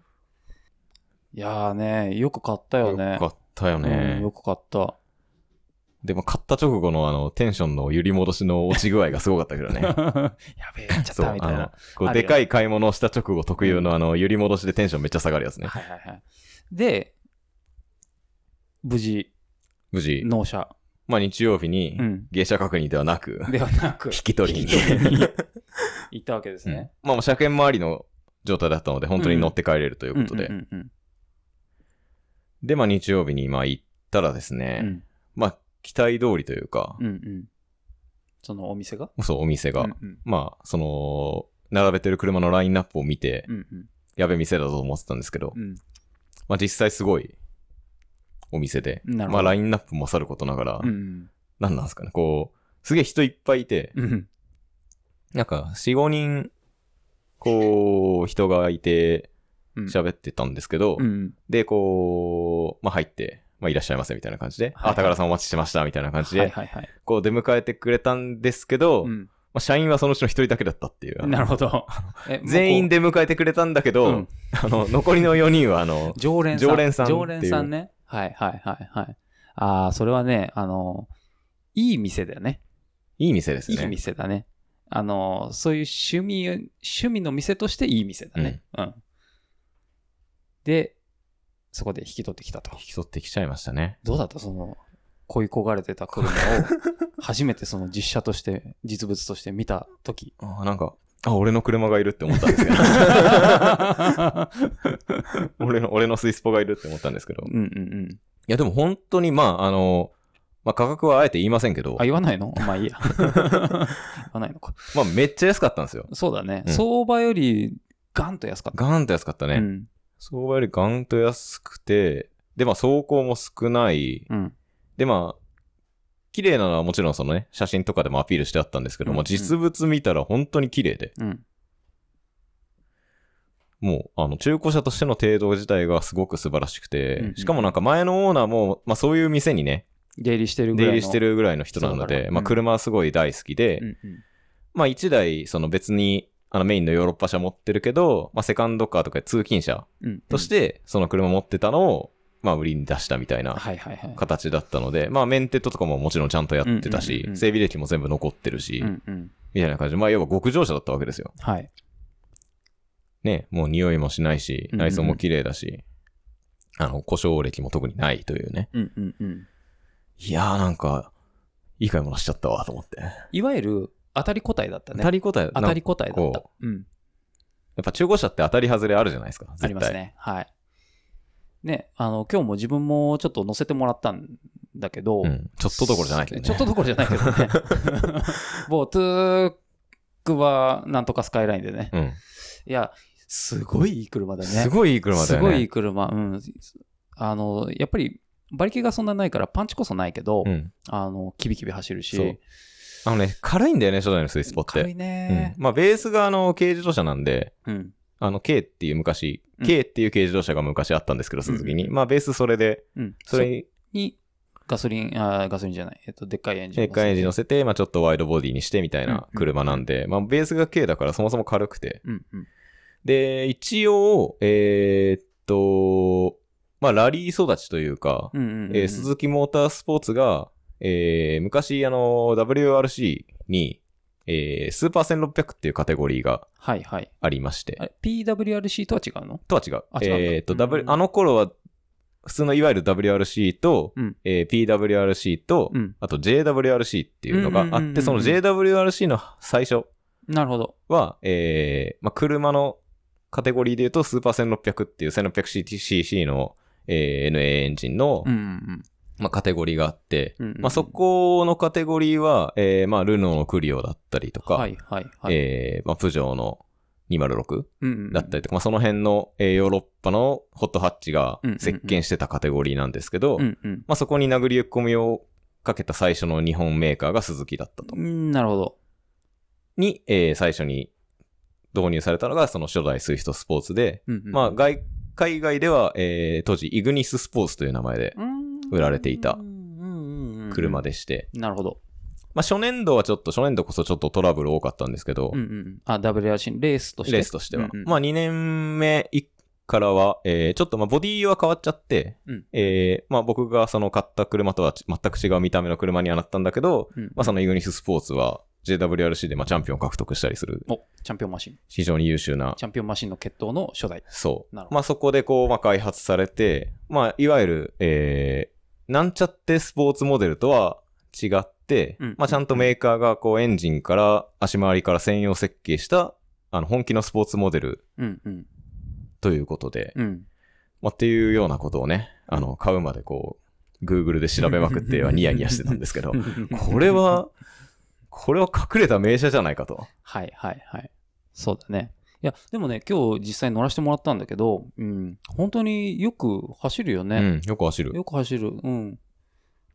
[SPEAKER 2] いやーね、よく買ったよ
[SPEAKER 1] よ
[SPEAKER 2] ね。
[SPEAKER 1] かったよ
[SPEAKER 2] う
[SPEAKER 1] ね
[SPEAKER 2] ん。よく買った。
[SPEAKER 1] でも買った直後のあの、テンションの揺り戻しの落ち具合がすごかったけど ね。
[SPEAKER 2] やべえ、やっちゃっ
[SPEAKER 1] そう、
[SPEAKER 2] た
[SPEAKER 1] あ
[SPEAKER 2] みたいな
[SPEAKER 1] の。、こ
[SPEAKER 2] あ
[SPEAKER 1] う、
[SPEAKER 2] る
[SPEAKER 1] で
[SPEAKER 2] よ
[SPEAKER 1] かい買い物をした直後特有のあの、揺り戻しでテンションめっちゃ下がるやつね。
[SPEAKER 2] はいはいはい。で、無事、
[SPEAKER 1] 無事、
[SPEAKER 2] 納車。
[SPEAKER 1] まあ日曜日に
[SPEAKER 2] うん、
[SPEAKER 1] 芸者確認ではなく、
[SPEAKER 2] ではなく
[SPEAKER 1] 引、き取りに行って
[SPEAKER 2] 行ったわけですね。
[SPEAKER 1] まあもう車検周りの状態だったので、本当に乗って帰れるということ
[SPEAKER 2] う
[SPEAKER 1] で。
[SPEAKER 2] んうん
[SPEAKER 1] で、まあ日曜日にまあ行ったらです
[SPEAKER 2] う
[SPEAKER 1] ね、
[SPEAKER 2] ん。
[SPEAKER 1] まあ期待通りというか
[SPEAKER 2] うんう、んうん。そのお店が
[SPEAKER 1] そう、お店が、
[SPEAKER 2] うんうん
[SPEAKER 1] まあその、並べてる車のラインナップを見て、
[SPEAKER 2] うんうん
[SPEAKER 1] やべえ店だと思ってたんですけど、
[SPEAKER 2] うん
[SPEAKER 1] まあ実際すごいお店で、
[SPEAKER 2] なるほ
[SPEAKER 1] ま
[SPEAKER 2] ど
[SPEAKER 1] あラインナップもさることながら、
[SPEAKER 2] うんうん
[SPEAKER 1] なんなんですかね、こう、すげえ人いっぱいいて、
[SPEAKER 2] うんうん
[SPEAKER 1] なんか4、5人、こう、人がいて、
[SPEAKER 2] うん
[SPEAKER 1] 喋ってたんですけど、
[SPEAKER 2] うんうん
[SPEAKER 1] で、こう、まあ入って、まあいらっしゃいませみたいな感じで、
[SPEAKER 2] はい
[SPEAKER 1] あ、高田さんお待ちしてましたみたいな感じで、
[SPEAKER 2] はいはいはい。
[SPEAKER 1] こう出迎えてくれたんですけど、
[SPEAKER 2] う
[SPEAKER 1] ま
[SPEAKER 2] ん
[SPEAKER 1] あ社員はそのうちの一人だけだったっていう。
[SPEAKER 2] な るほど。え
[SPEAKER 1] 全員
[SPEAKER 2] で、
[SPEAKER 1] 出迎えてくれたんだけど、
[SPEAKER 2] うん、
[SPEAKER 1] あの、残りの4人はあの
[SPEAKER 2] 常連さん。
[SPEAKER 1] 常連さんっていう
[SPEAKER 2] 常連さんね。はいはいはいはい。ああ、それはね、あの、いい店だよね。
[SPEAKER 1] いい店です
[SPEAKER 2] い
[SPEAKER 1] ね。
[SPEAKER 2] い店だね。あの、そういう趣味、趣味の店としていい店だね。うん。で、そこで引き取ってきたと
[SPEAKER 1] 引。き取ってきちゃいましたね。
[SPEAKER 2] どうだったその、恋焦がれてた 車を、初めてその実写として、実物として見た とき。
[SPEAKER 1] あなんか、あ、俺の車がいるって思ったんですけど、 俺の、俺のスイスポがいるって思ったんですけど。
[SPEAKER 2] う
[SPEAKER 1] い
[SPEAKER 2] んうんうん。
[SPEAKER 1] や、でも本当に、まあ、あの、まあ価格はあえて言いませんけど
[SPEAKER 2] あ、、言わないのま あいいや。言わないのか。
[SPEAKER 1] まあめっちゃ安かったんですよ。
[SPEAKER 2] そうだね。
[SPEAKER 1] うん
[SPEAKER 2] 相場よりガンと安かった。
[SPEAKER 1] ガーンと安かったね。
[SPEAKER 2] うん。
[SPEAKER 1] 相場よりガンと安くて、で、まあ、走行も少ない。
[SPEAKER 2] うん。
[SPEAKER 1] で、まあ、綺麗なのはもちろんそのね、写真とかでもアピールしてあったんですけど、
[SPEAKER 2] うん
[SPEAKER 1] まあ、実物見たら本当に綺麗で、
[SPEAKER 2] うん。
[SPEAKER 1] もう、あの、中古車としての程度自体がすごく素晴らしくて、
[SPEAKER 2] うん
[SPEAKER 1] しかもなんか前のオーナーも、まあ、そういう店にね、
[SPEAKER 2] 出入りしてるぐ
[SPEAKER 1] 出
[SPEAKER 2] ら
[SPEAKER 1] 入
[SPEAKER 2] いの。
[SPEAKER 1] りしてるぐらいの人なの
[SPEAKER 2] そうだ
[SPEAKER 1] で、
[SPEAKER 2] ろう
[SPEAKER 1] まあ、
[SPEAKER 2] うん
[SPEAKER 1] 車はすごい大好きで、
[SPEAKER 2] うん
[SPEAKER 1] まあ、一台、その別に、あの、メインのヨーロッパ車持ってるけど、まあ、セカンドカーとか通勤車
[SPEAKER 2] うん。うん。
[SPEAKER 1] として、その車持ってたのを、まあ、売りに出したみたいな
[SPEAKER 2] はいはいはい。
[SPEAKER 1] 形だったので、まあ、メンテットとかももちろんちゃんとやってた
[SPEAKER 2] うんうん
[SPEAKER 1] し
[SPEAKER 2] うんう、ん
[SPEAKER 1] 整備歴も全部残ってるし
[SPEAKER 2] う、んうん。
[SPEAKER 1] みたいな感じで、まあ、要は極上車だったわけですよ。
[SPEAKER 2] はい。
[SPEAKER 1] ね、もう匂いもしないし、
[SPEAKER 2] うんうんうん
[SPEAKER 1] 内装も綺麗だし、あの、故障歴も特にないというね。
[SPEAKER 2] うんうんうん。
[SPEAKER 1] いやーなんか、いい買い物しちゃったわ、と思って。
[SPEAKER 2] いわゆる当たり個体だった
[SPEAKER 1] 当
[SPEAKER 2] ね
[SPEAKER 1] た。り答え、
[SPEAKER 2] 当たり個体だ
[SPEAKER 1] なん
[SPEAKER 2] っ
[SPEAKER 1] か
[SPEAKER 2] た
[SPEAKER 1] こ。
[SPEAKER 2] うん。
[SPEAKER 1] やっぱ中古車って当たり外れあるじゃないですか。絶対
[SPEAKER 2] あります。ね。はい。ね、あの、今日も自分もちょっと乗せてもらったんだけど、
[SPEAKER 1] うん。ちょっとどころじゃないけどね。
[SPEAKER 2] ちょっとどころじゃない けどね。もう、トゥークはなんとかスカイラインでね。
[SPEAKER 1] うん。
[SPEAKER 2] いや、すごいいい車だね。
[SPEAKER 1] すごいいい車だよね。
[SPEAKER 2] すごいいい車。うん。あの、やっぱり、馬力がそんなないから、パンチこそないけど、
[SPEAKER 1] うん。
[SPEAKER 2] あの、キビキビ走る
[SPEAKER 1] そう
[SPEAKER 2] し、
[SPEAKER 1] あのね、軽いんだよね、初代のスイスポっ
[SPEAKER 2] 軽
[SPEAKER 1] て。
[SPEAKER 2] い
[SPEAKER 1] うん
[SPEAKER 2] ね、
[SPEAKER 1] まあ、ベースがあの、軽自動車なんで、
[SPEAKER 2] うん。
[SPEAKER 1] あの、K っていう昔
[SPEAKER 2] う、ん
[SPEAKER 1] K っていう軽自動車が昔あったんですけど、鈴木に。まあ、ベースそれで、
[SPEAKER 2] うん
[SPEAKER 1] それに、
[SPEAKER 2] に、ガソリン、あガソリンじゃない、えっと、でっかいエンジン。
[SPEAKER 1] でっかいエンジン乗せて、まあちょっとワイドボディにしてみたいな車なんで、まあベースが K だからそもそも軽くて。
[SPEAKER 2] うんうん。
[SPEAKER 1] で、一応、えーっと、まあラリー育ちというか、
[SPEAKER 2] うんうんうんうん
[SPEAKER 1] えー鈴木モータースポーツが、えー昔あの、WRC に、えースーパー1600っていうカテゴリーが
[SPEAKER 2] はいはい。
[SPEAKER 1] ありまして
[SPEAKER 2] あ、れ PWRC とは違うの
[SPEAKER 1] とは違う。
[SPEAKER 2] あ違うんだ
[SPEAKER 1] えーっと、
[SPEAKER 2] うん
[SPEAKER 1] W、あの頃は、普通のいわゆる WRC と、
[SPEAKER 2] うん
[SPEAKER 1] えー PWRC と、
[SPEAKER 2] うん。
[SPEAKER 1] あと JWRC っていうのが
[SPEAKER 2] うんうん
[SPEAKER 1] あ
[SPEAKER 2] う
[SPEAKER 1] っ
[SPEAKER 2] んうん
[SPEAKER 1] て、その JWRC の最初
[SPEAKER 2] なるほど。
[SPEAKER 1] は、えーまあ、車のカテゴリーで言うと、スーパー1600っていう 1600cc の、えー NA エンジンの、
[SPEAKER 2] うんうん
[SPEAKER 1] まあ、カテゴリーがあって、
[SPEAKER 2] うん。うんうん
[SPEAKER 1] まあ、そこのカテゴリーは、えーまあ、ルノーのクリオだったりとか、
[SPEAKER 2] はいはいはい。
[SPEAKER 1] えーまあ、プジョーの206
[SPEAKER 2] うんうんうん
[SPEAKER 1] だったりとか、まあ、その辺の、えーヨーロッパのホットハッチが
[SPEAKER 2] うんうんうん
[SPEAKER 1] 席巻してたカテゴリーなんですけど、
[SPEAKER 2] うんうん
[SPEAKER 1] まあ、そこに殴り込みをかけた最初の日本メーカーが鈴木だったと。
[SPEAKER 2] うん。なるほど。
[SPEAKER 1] に、えー最初に導入されたのが、その初代スイフトスポーツで、
[SPEAKER 2] うんうん
[SPEAKER 1] まあ、外、海外では、えー当時、イグニススポーツという名前で売られていた車
[SPEAKER 2] で。
[SPEAKER 1] でして、
[SPEAKER 2] なるほど。
[SPEAKER 1] まあ、初年度はちょっと、初年度こそちょっとトラブル多かったんですけど、
[SPEAKER 2] うんうんうん。あ、WRC、レースとして。
[SPEAKER 1] レースとしては。
[SPEAKER 2] うんうん
[SPEAKER 1] まあ、2年目いからは、えーちょっと、まあ、ボディは変わっちゃって、
[SPEAKER 2] うん
[SPEAKER 1] えーまあ、僕がその買った車とはち全く違う見た目の車にはなったんだけど、
[SPEAKER 2] うん
[SPEAKER 1] まあ、そのイグニススポーツは、JWRC でまあチャンピオンを獲得したりする、
[SPEAKER 2] お、チャンピオンマシン。
[SPEAKER 1] 非常に優秀な
[SPEAKER 2] チャンピオンマシンの決闘の初代。
[SPEAKER 1] そう
[SPEAKER 2] なるほ。ど
[SPEAKER 1] まあそこでこう、まあ開発されて、まあいわゆる、えー、なんちゃってスポーツモデルとは違って、
[SPEAKER 2] うん
[SPEAKER 1] まあちゃんとメーカーがこうエンジンから足回りから専用設計した、あの本気のスポーツモデル
[SPEAKER 2] うんうん。
[SPEAKER 1] ということで、
[SPEAKER 2] うん。、
[SPEAKER 1] まあっていうようなことをね、あの買うまでこう、Google で調べまくってはニヤニヤしてたんですけど これ。は、これは隠れた名車じゃないかと。
[SPEAKER 2] はいはいはい。そうだね。いや、でもね、今日実際乗らせてもらったんだけど、うん、本当によく走るよ
[SPEAKER 1] う
[SPEAKER 2] ね。
[SPEAKER 1] ん、よく走る。
[SPEAKER 2] よく走る。うん。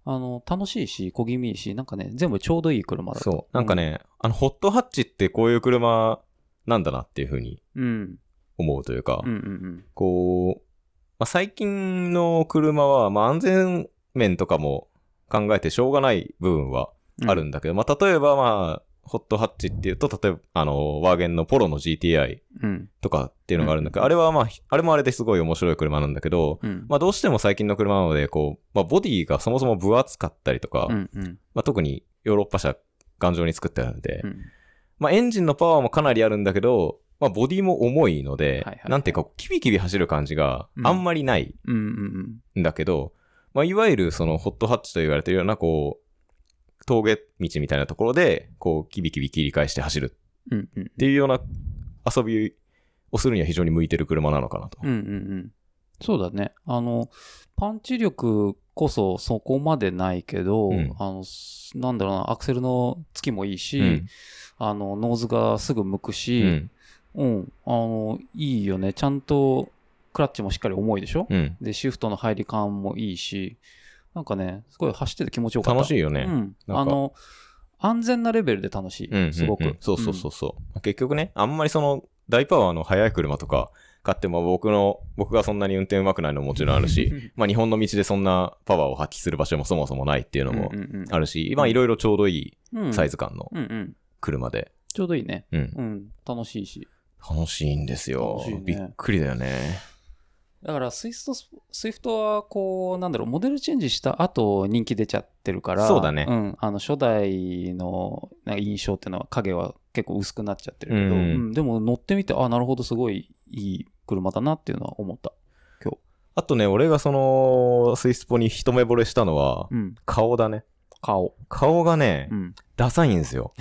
[SPEAKER 2] あの、楽しいし、小気味いいし、なんかね、全部ちょうどいい車だと
[SPEAKER 1] そう。なんか。ね、あの、ホットハッチってこういう車なんだなっていうふうに
[SPEAKER 2] うん。
[SPEAKER 1] 思うというか、
[SPEAKER 2] うんうんうん
[SPEAKER 1] こう、まあ、最近の車は、まあ、安全面とかも考えてしょうがない部分は
[SPEAKER 2] うん。
[SPEAKER 1] あるんだけど、まあ、例えば、まあ、ホットハッチっていうと、例えば、あの、ワーゲンのポロの GTI
[SPEAKER 2] うん。
[SPEAKER 1] とかっていうのがあるんだけど、
[SPEAKER 2] うん
[SPEAKER 1] あれはまあ、あれもあれですごい面白い車なんだけど、
[SPEAKER 2] うん。
[SPEAKER 1] まあ、どうしても最近の車なので、こう、まあ、ボディがそもそも分厚かったりとか、
[SPEAKER 2] うんうん
[SPEAKER 1] まあ、特にヨーロッパ車頑丈に作ってあるので、
[SPEAKER 2] うん。
[SPEAKER 1] まあ、エンジンのパワーもかなりあるんだけど、まあ、ボディも重いので、
[SPEAKER 2] はいはいはい
[SPEAKER 1] なんていうか、キビキビ走る感じが
[SPEAKER 2] うん
[SPEAKER 1] あんまりない
[SPEAKER 2] うんうん
[SPEAKER 1] んだけど、まあ、いわゆるそのホットハッチと言われてるような、こう、峠道みたいなところで、こう、キビキビ切り返して走る
[SPEAKER 2] うん。うんうん。
[SPEAKER 1] っていうような遊びをするには非常に向いてる車なのかなと。
[SPEAKER 2] うんうんうん。そうだね。あの、パンチ力こそそこまでないけど、
[SPEAKER 1] うん
[SPEAKER 2] あの、すなんだろうな、アクセルのつきもいいし、
[SPEAKER 1] うん
[SPEAKER 2] あの、ノーズがすぐ向く
[SPEAKER 1] う
[SPEAKER 2] し、
[SPEAKER 1] ん。
[SPEAKER 2] うん、あの、いいよね。ちゃんと、クラッチもしっかり重いでしょ、
[SPEAKER 1] うん。
[SPEAKER 2] で、シフトの入り感もいいし、なんかね、すごい走ってて気持ちよかった。
[SPEAKER 1] 楽し
[SPEAKER 2] い
[SPEAKER 1] いよね。
[SPEAKER 2] うん。
[SPEAKER 1] なんか
[SPEAKER 2] あの、安全なレベルで楽しい。
[SPEAKER 1] うんうんうん
[SPEAKER 2] すごく。
[SPEAKER 1] そうそうそうそう。結局ね、あんまりその、大パワーの速い車とか買っても僕の、僕がそんなに運転上手くないのももちろんあるし、まあ、日本の道でそんなパワーを発揮する場所もそもそもないっていう
[SPEAKER 2] う
[SPEAKER 1] の
[SPEAKER 2] ん。
[SPEAKER 1] も
[SPEAKER 2] うんうん
[SPEAKER 1] あるし、まあ、いろいろちょうどい
[SPEAKER 2] うん、
[SPEAKER 1] いサイズ感の
[SPEAKER 2] うんうん。
[SPEAKER 1] 車で、
[SPEAKER 2] ちょうどいいね。
[SPEAKER 1] うん、
[SPEAKER 2] うん。楽しいし。
[SPEAKER 1] 楽しいんですよ
[SPEAKER 2] 楽しいね。
[SPEAKER 1] びっくりだよね。
[SPEAKER 2] だからスイストス、スイフトはこう、なんだろう、モデルチェンジした後人気出ちゃってるから、
[SPEAKER 1] そうだね
[SPEAKER 2] ん、あの初代のなんか印象っていうのは影は結構薄くなっちゃってるけど、
[SPEAKER 1] うん
[SPEAKER 2] うんでも乗ってみて、あ、なるほど、すごいいい車だなっていうのは思った。
[SPEAKER 1] あとね、俺がその、スイスポに一目惚れしたのは、
[SPEAKER 2] うん、
[SPEAKER 1] 顔だね。
[SPEAKER 2] 顔。
[SPEAKER 1] 顔がね、
[SPEAKER 2] うん。
[SPEAKER 1] ダサいんですよ。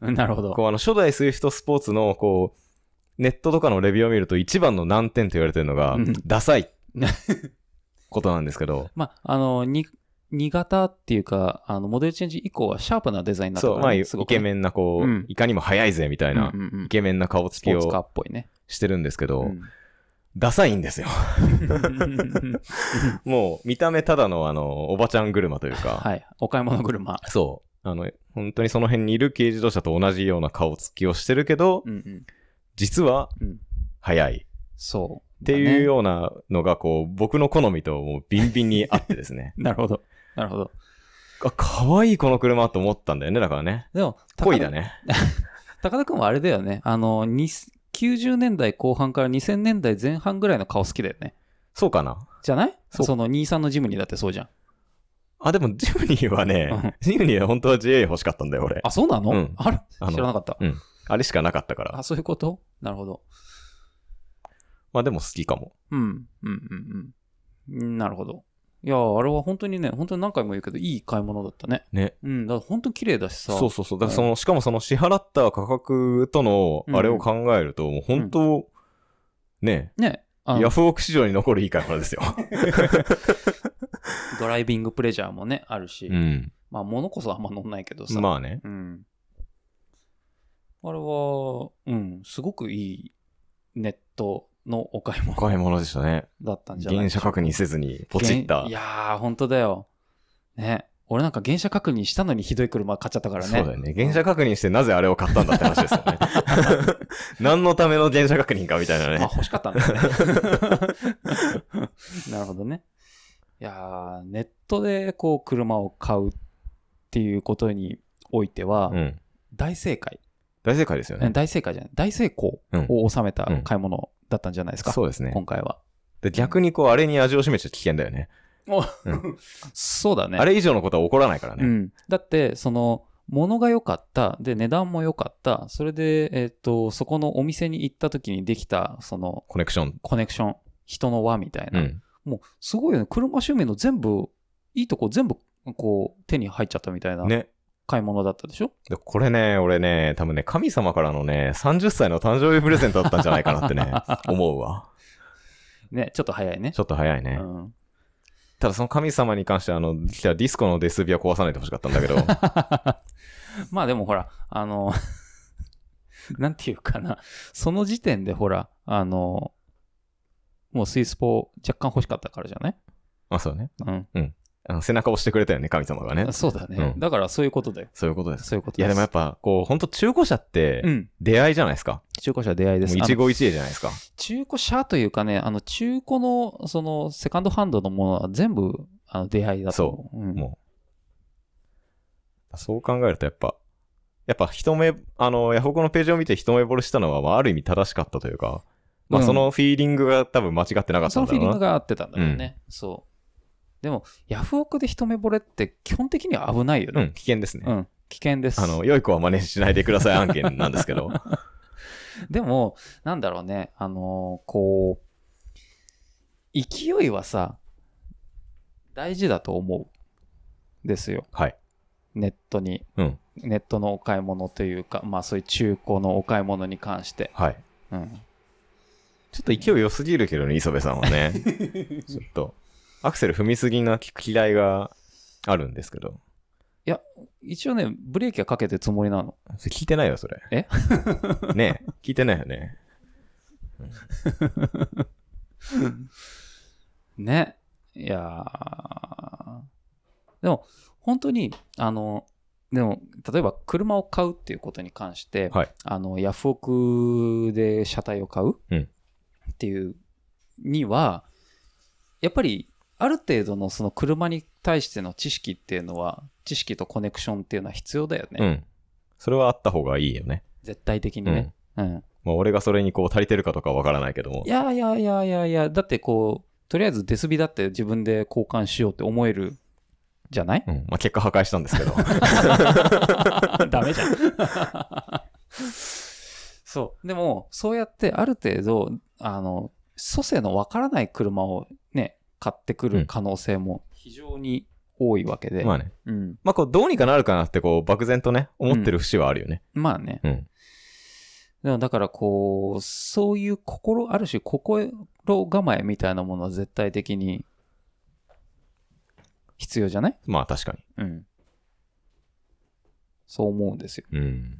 [SPEAKER 2] なるほど。
[SPEAKER 1] こう、あの、初代スイフトスポーツの、こう、ネットとかのレビューを見ると一番の難点と言われてるのが
[SPEAKER 2] うん、
[SPEAKER 1] ダサ い。ことなんですけど、
[SPEAKER 2] まあ、あの、に、2型っていうか、あの、モデルチェンジ以降はシャープなデザインになった
[SPEAKER 1] そ
[SPEAKER 2] か
[SPEAKER 1] う、
[SPEAKER 2] ら
[SPEAKER 1] まあ、
[SPEAKER 2] ね、
[SPEAKER 1] イ
[SPEAKER 2] すごくね
[SPEAKER 1] ケメンな、こう、
[SPEAKER 2] うん
[SPEAKER 1] いかにも速いぜ、みたいな、
[SPEAKER 2] うんうんうん
[SPEAKER 1] イケメンな顔つ
[SPEAKER 2] スポ
[SPEAKER 1] き
[SPEAKER 2] ーツカー
[SPEAKER 1] を
[SPEAKER 2] っぽいね。
[SPEAKER 1] してるんですけど、
[SPEAKER 2] うん
[SPEAKER 1] ダサいんですよ。 もう、見た目ただの、あの、おばちゃん車というか、
[SPEAKER 2] はい。お買い物車。
[SPEAKER 1] そう。あの、本当にその辺にいる軽自動車と同じような顔つきをしてるけど、
[SPEAKER 2] うんうん。
[SPEAKER 1] 実は
[SPEAKER 2] うん、
[SPEAKER 1] 速い。
[SPEAKER 2] そう。
[SPEAKER 1] って
[SPEAKER 2] だ
[SPEAKER 1] いう
[SPEAKER 2] ね。。
[SPEAKER 1] ようなのが、こう、僕の好みともうビンビンにあってですね
[SPEAKER 2] なるほど。なるほど。
[SPEAKER 1] あ、可愛いこの車と思ったんだよね、だからね。
[SPEAKER 2] でも、
[SPEAKER 1] 恋だ。ね。
[SPEAKER 2] 高田くんはあれだよね。あの、に90年代後半から2000年代前半ぐらいの顔好きだよね。
[SPEAKER 1] そうかな。
[SPEAKER 2] じゃない
[SPEAKER 1] そ
[SPEAKER 2] そうの兄さんのジムにだってそうじゃん。
[SPEAKER 1] あ、でも、ジムニーはね、ジムニーは本当は JA 欲しかったんだよ、俺。
[SPEAKER 2] あ、そうなの、
[SPEAKER 1] うん
[SPEAKER 2] あれ
[SPEAKER 1] あの
[SPEAKER 2] 知らなかった。
[SPEAKER 1] あれしかなかったから
[SPEAKER 2] あ、。そういうことなるほど。
[SPEAKER 1] まあでも好きかも。
[SPEAKER 2] うん、うん、うん、うん。なるほど。いやー、あれは本当にね、本当に何回も言うけど、いい買い物だったね。
[SPEAKER 1] ね。
[SPEAKER 2] うん、だから本当綺麗だしさ。
[SPEAKER 1] そうそうそう。だからその、しかもその支払った価格との、あれを考えると、もう本当、ね、
[SPEAKER 2] ね。あの
[SPEAKER 1] ヤフオク市場に残るいい買い物です よ。
[SPEAKER 2] ドライビングプレジャーもね、あるし。
[SPEAKER 1] うん。
[SPEAKER 2] まあ、物こそあんま乗んないけどさ。
[SPEAKER 1] まあね。
[SPEAKER 2] うん。あれは、うん、すごくいいネットのお買い
[SPEAKER 1] お
[SPEAKER 2] 物
[SPEAKER 1] 買い物でしたね。
[SPEAKER 2] だったんじゃない
[SPEAKER 1] 原車確認せずに、ポチった
[SPEAKER 2] い。やー、本当だよ。ね。俺なんか原車確認したのにひどい車買っちゃったからね。
[SPEAKER 1] そうだよね。原車確認してなぜあれを買ったんだって話ですよね。 何のための原車確認かみたいな
[SPEAKER 2] あ、
[SPEAKER 1] ね。
[SPEAKER 2] 欲しかった んだね。なるほどね。いやーネットでこう車を買うっていうことにおいては、
[SPEAKER 1] うん。
[SPEAKER 2] 大正解、
[SPEAKER 1] 大正解ですよね。
[SPEAKER 2] 大正解じゃない、大成功を収めた買い物だったんじゃないですか、
[SPEAKER 1] そうですね。
[SPEAKER 2] 今回は。
[SPEAKER 1] で逆にこう、あれに味を占めちゃ危険だよね。う
[SPEAKER 2] そうだね。
[SPEAKER 1] あれ以上のことは起こらないから
[SPEAKER 2] う
[SPEAKER 1] ね。
[SPEAKER 2] ん、だって、その、物が良かった、で、値段も良かった、それで、えっ、と、そこのお店に行った時にできた、その、
[SPEAKER 1] コネクション。
[SPEAKER 2] コネクション、人の輪みたいうな、
[SPEAKER 1] ん。
[SPEAKER 2] もうすごいよね。車趣味の全部、いいとこ全部、こう、手に入っちゃったみたいな
[SPEAKER 1] ね。
[SPEAKER 2] 買い物だったでしょ、
[SPEAKER 1] でこれね、俺ね、多分ね、神様からのね、30歳の誕生日プレゼントだったんじゃないかなって ね、思うわ。
[SPEAKER 2] ね、ちょっと早いね。
[SPEAKER 1] ちょっと早いうね。
[SPEAKER 2] ん、
[SPEAKER 1] ただその神様に関して、あの、実はディスコのデスビは壊さないでほしかったんだけ ど、
[SPEAKER 2] まあでもほら、あの、 なんていうかな、その時点でほら、あの、もうスイスポ若干欲しかったからじゃない
[SPEAKER 1] まあそうね。
[SPEAKER 2] うん。
[SPEAKER 1] あの背中を押してくれたよね、神様がね。
[SPEAKER 2] そうだね、
[SPEAKER 1] うん
[SPEAKER 2] だからそういうことだよ。
[SPEAKER 1] そういうことです。
[SPEAKER 2] そういうこと
[SPEAKER 1] いやでもやっぱ、こう、本当中古車って
[SPEAKER 2] う、ん。
[SPEAKER 1] 出会いじゃないですか。
[SPEAKER 2] 中古車出会いで
[SPEAKER 1] も
[SPEAKER 2] す。
[SPEAKER 1] う一
[SPEAKER 2] あの
[SPEAKER 1] 期一会じゃないですか。
[SPEAKER 2] 中古車というかね、あの、中古の、その、セカンドハンドのものは全部、あの、出会いだと思う。うん
[SPEAKER 1] もそう考えるとやっぱ、やっぱ一目、あの、ヤフオクのページを見て一目惚れしたのは、まあある意味正しかったというか、まあ
[SPEAKER 2] うん
[SPEAKER 1] そのフィーリングが多分間違ってなかったん
[SPEAKER 2] そ
[SPEAKER 1] だ
[SPEAKER 2] のフィー
[SPEAKER 1] ろう
[SPEAKER 2] リン
[SPEAKER 1] な。
[SPEAKER 2] グが合ってたんだろうね。そう。でも、ヤフオクで一目惚れって基本的には危ないよ
[SPEAKER 1] う
[SPEAKER 2] ね。
[SPEAKER 1] ん、危険ですね。
[SPEAKER 2] うん。危険です。
[SPEAKER 1] あの、良い子は真似しないでください案件なんですけど。
[SPEAKER 2] でも、なんだろうね、あのーこう、勢いはさ、大事だと思う。ですよ。
[SPEAKER 1] はい。
[SPEAKER 2] ネットに、
[SPEAKER 1] うん
[SPEAKER 2] ネットのお買い物というか、まあそういう中古のお買い物に関して。
[SPEAKER 1] はい。
[SPEAKER 2] うん。
[SPEAKER 1] ちょっと勢い良すぎるけどね、磯部さんはね。ちょっと、アクセル踏みすぎな嫌いがあるんですけど。
[SPEAKER 2] 一応ね、ブレーキはかけてるつもりなの。
[SPEAKER 1] それ聞いてないよ、それ。
[SPEAKER 2] え
[SPEAKER 1] ねえ聞いてないよね。
[SPEAKER 2] ね。いやーでも、本当に、あの、でも、例えば車を買うっていうことに関して、
[SPEAKER 1] はい
[SPEAKER 2] あの、ヤフオクで車体を買う、
[SPEAKER 1] うん
[SPEAKER 2] っていうには、やっぱり、ある程度のその車に対しての知識っていうのは、知識とコネクションっていうのは必要だよね。
[SPEAKER 1] うん。それはあった方がいいよね。
[SPEAKER 2] 絶対的にね。うん。
[SPEAKER 1] まあ、俺がそれにこう足りてるかとかわからないけども
[SPEAKER 2] い。やいやいやいやいや、だってこう、とりあえずデスビだって自分で交換しようって思えるじゃない
[SPEAKER 1] うん。まあ、結果破壊したんですけ ど。
[SPEAKER 2] ダメじゃん。そう。でも、そうやってある程度、あの、蘇生のわからない車をね、買ってくる可能性も非常に多いわけで。
[SPEAKER 1] まあね。
[SPEAKER 2] うん。
[SPEAKER 1] まあ、こう、どうにかなるかなって、こう、漠然とね、思ってる節はあるよね。
[SPEAKER 2] まあね。
[SPEAKER 1] うん。
[SPEAKER 2] でもだからこう、そういう心、ある種心構えみたいなものは絶対的に必要じゃない
[SPEAKER 1] まあ、確か
[SPEAKER 2] うん。そう思うんですよ。
[SPEAKER 1] に。うん。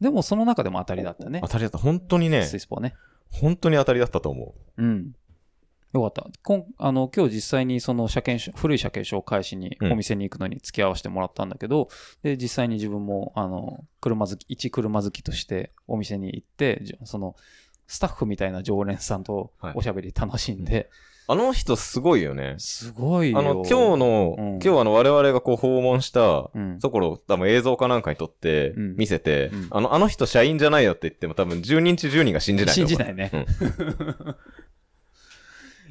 [SPEAKER 2] でもその中でも当たりだったね
[SPEAKER 1] 当。たりだった。本当にね
[SPEAKER 2] ス、イスポね。
[SPEAKER 1] 本当に当たりだったと思
[SPEAKER 2] うん。よかった。今あの今日実際にその車検証、古い車検証を返しに
[SPEAKER 1] うん
[SPEAKER 2] お店に行くのに付き合わせてもらったんだけど、で、実際に自分も、あの、車好き、一車好きとしてお店に行って、じその、スタッフみたいな常連さんと
[SPEAKER 1] はい
[SPEAKER 2] おしゃべり楽しん
[SPEAKER 1] う。
[SPEAKER 2] で、
[SPEAKER 1] あの人すごいよね。
[SPEAKER 2] すごいよ。
[SPEAKER 1] あの、今日の、
[SPEAKER 2] うん
[SPEAKER 1] 今日あの、我々がこう訪問した、
[SPEAKER 2] うん、
[SPEAKER 1] ところ、多分映像かなんかに撮って、
[SPEAKER 2] うん
[SPEAKER 1] 見せて、
[SPEAKER 2] うん
[SPEAKER 1] あの、あの人社員じゃないよって言っても多分10人中10人が信じないと
[SPEAKER 2] 信
[SPEAKER 1] 思う。
[SPEAKER 2] じないね。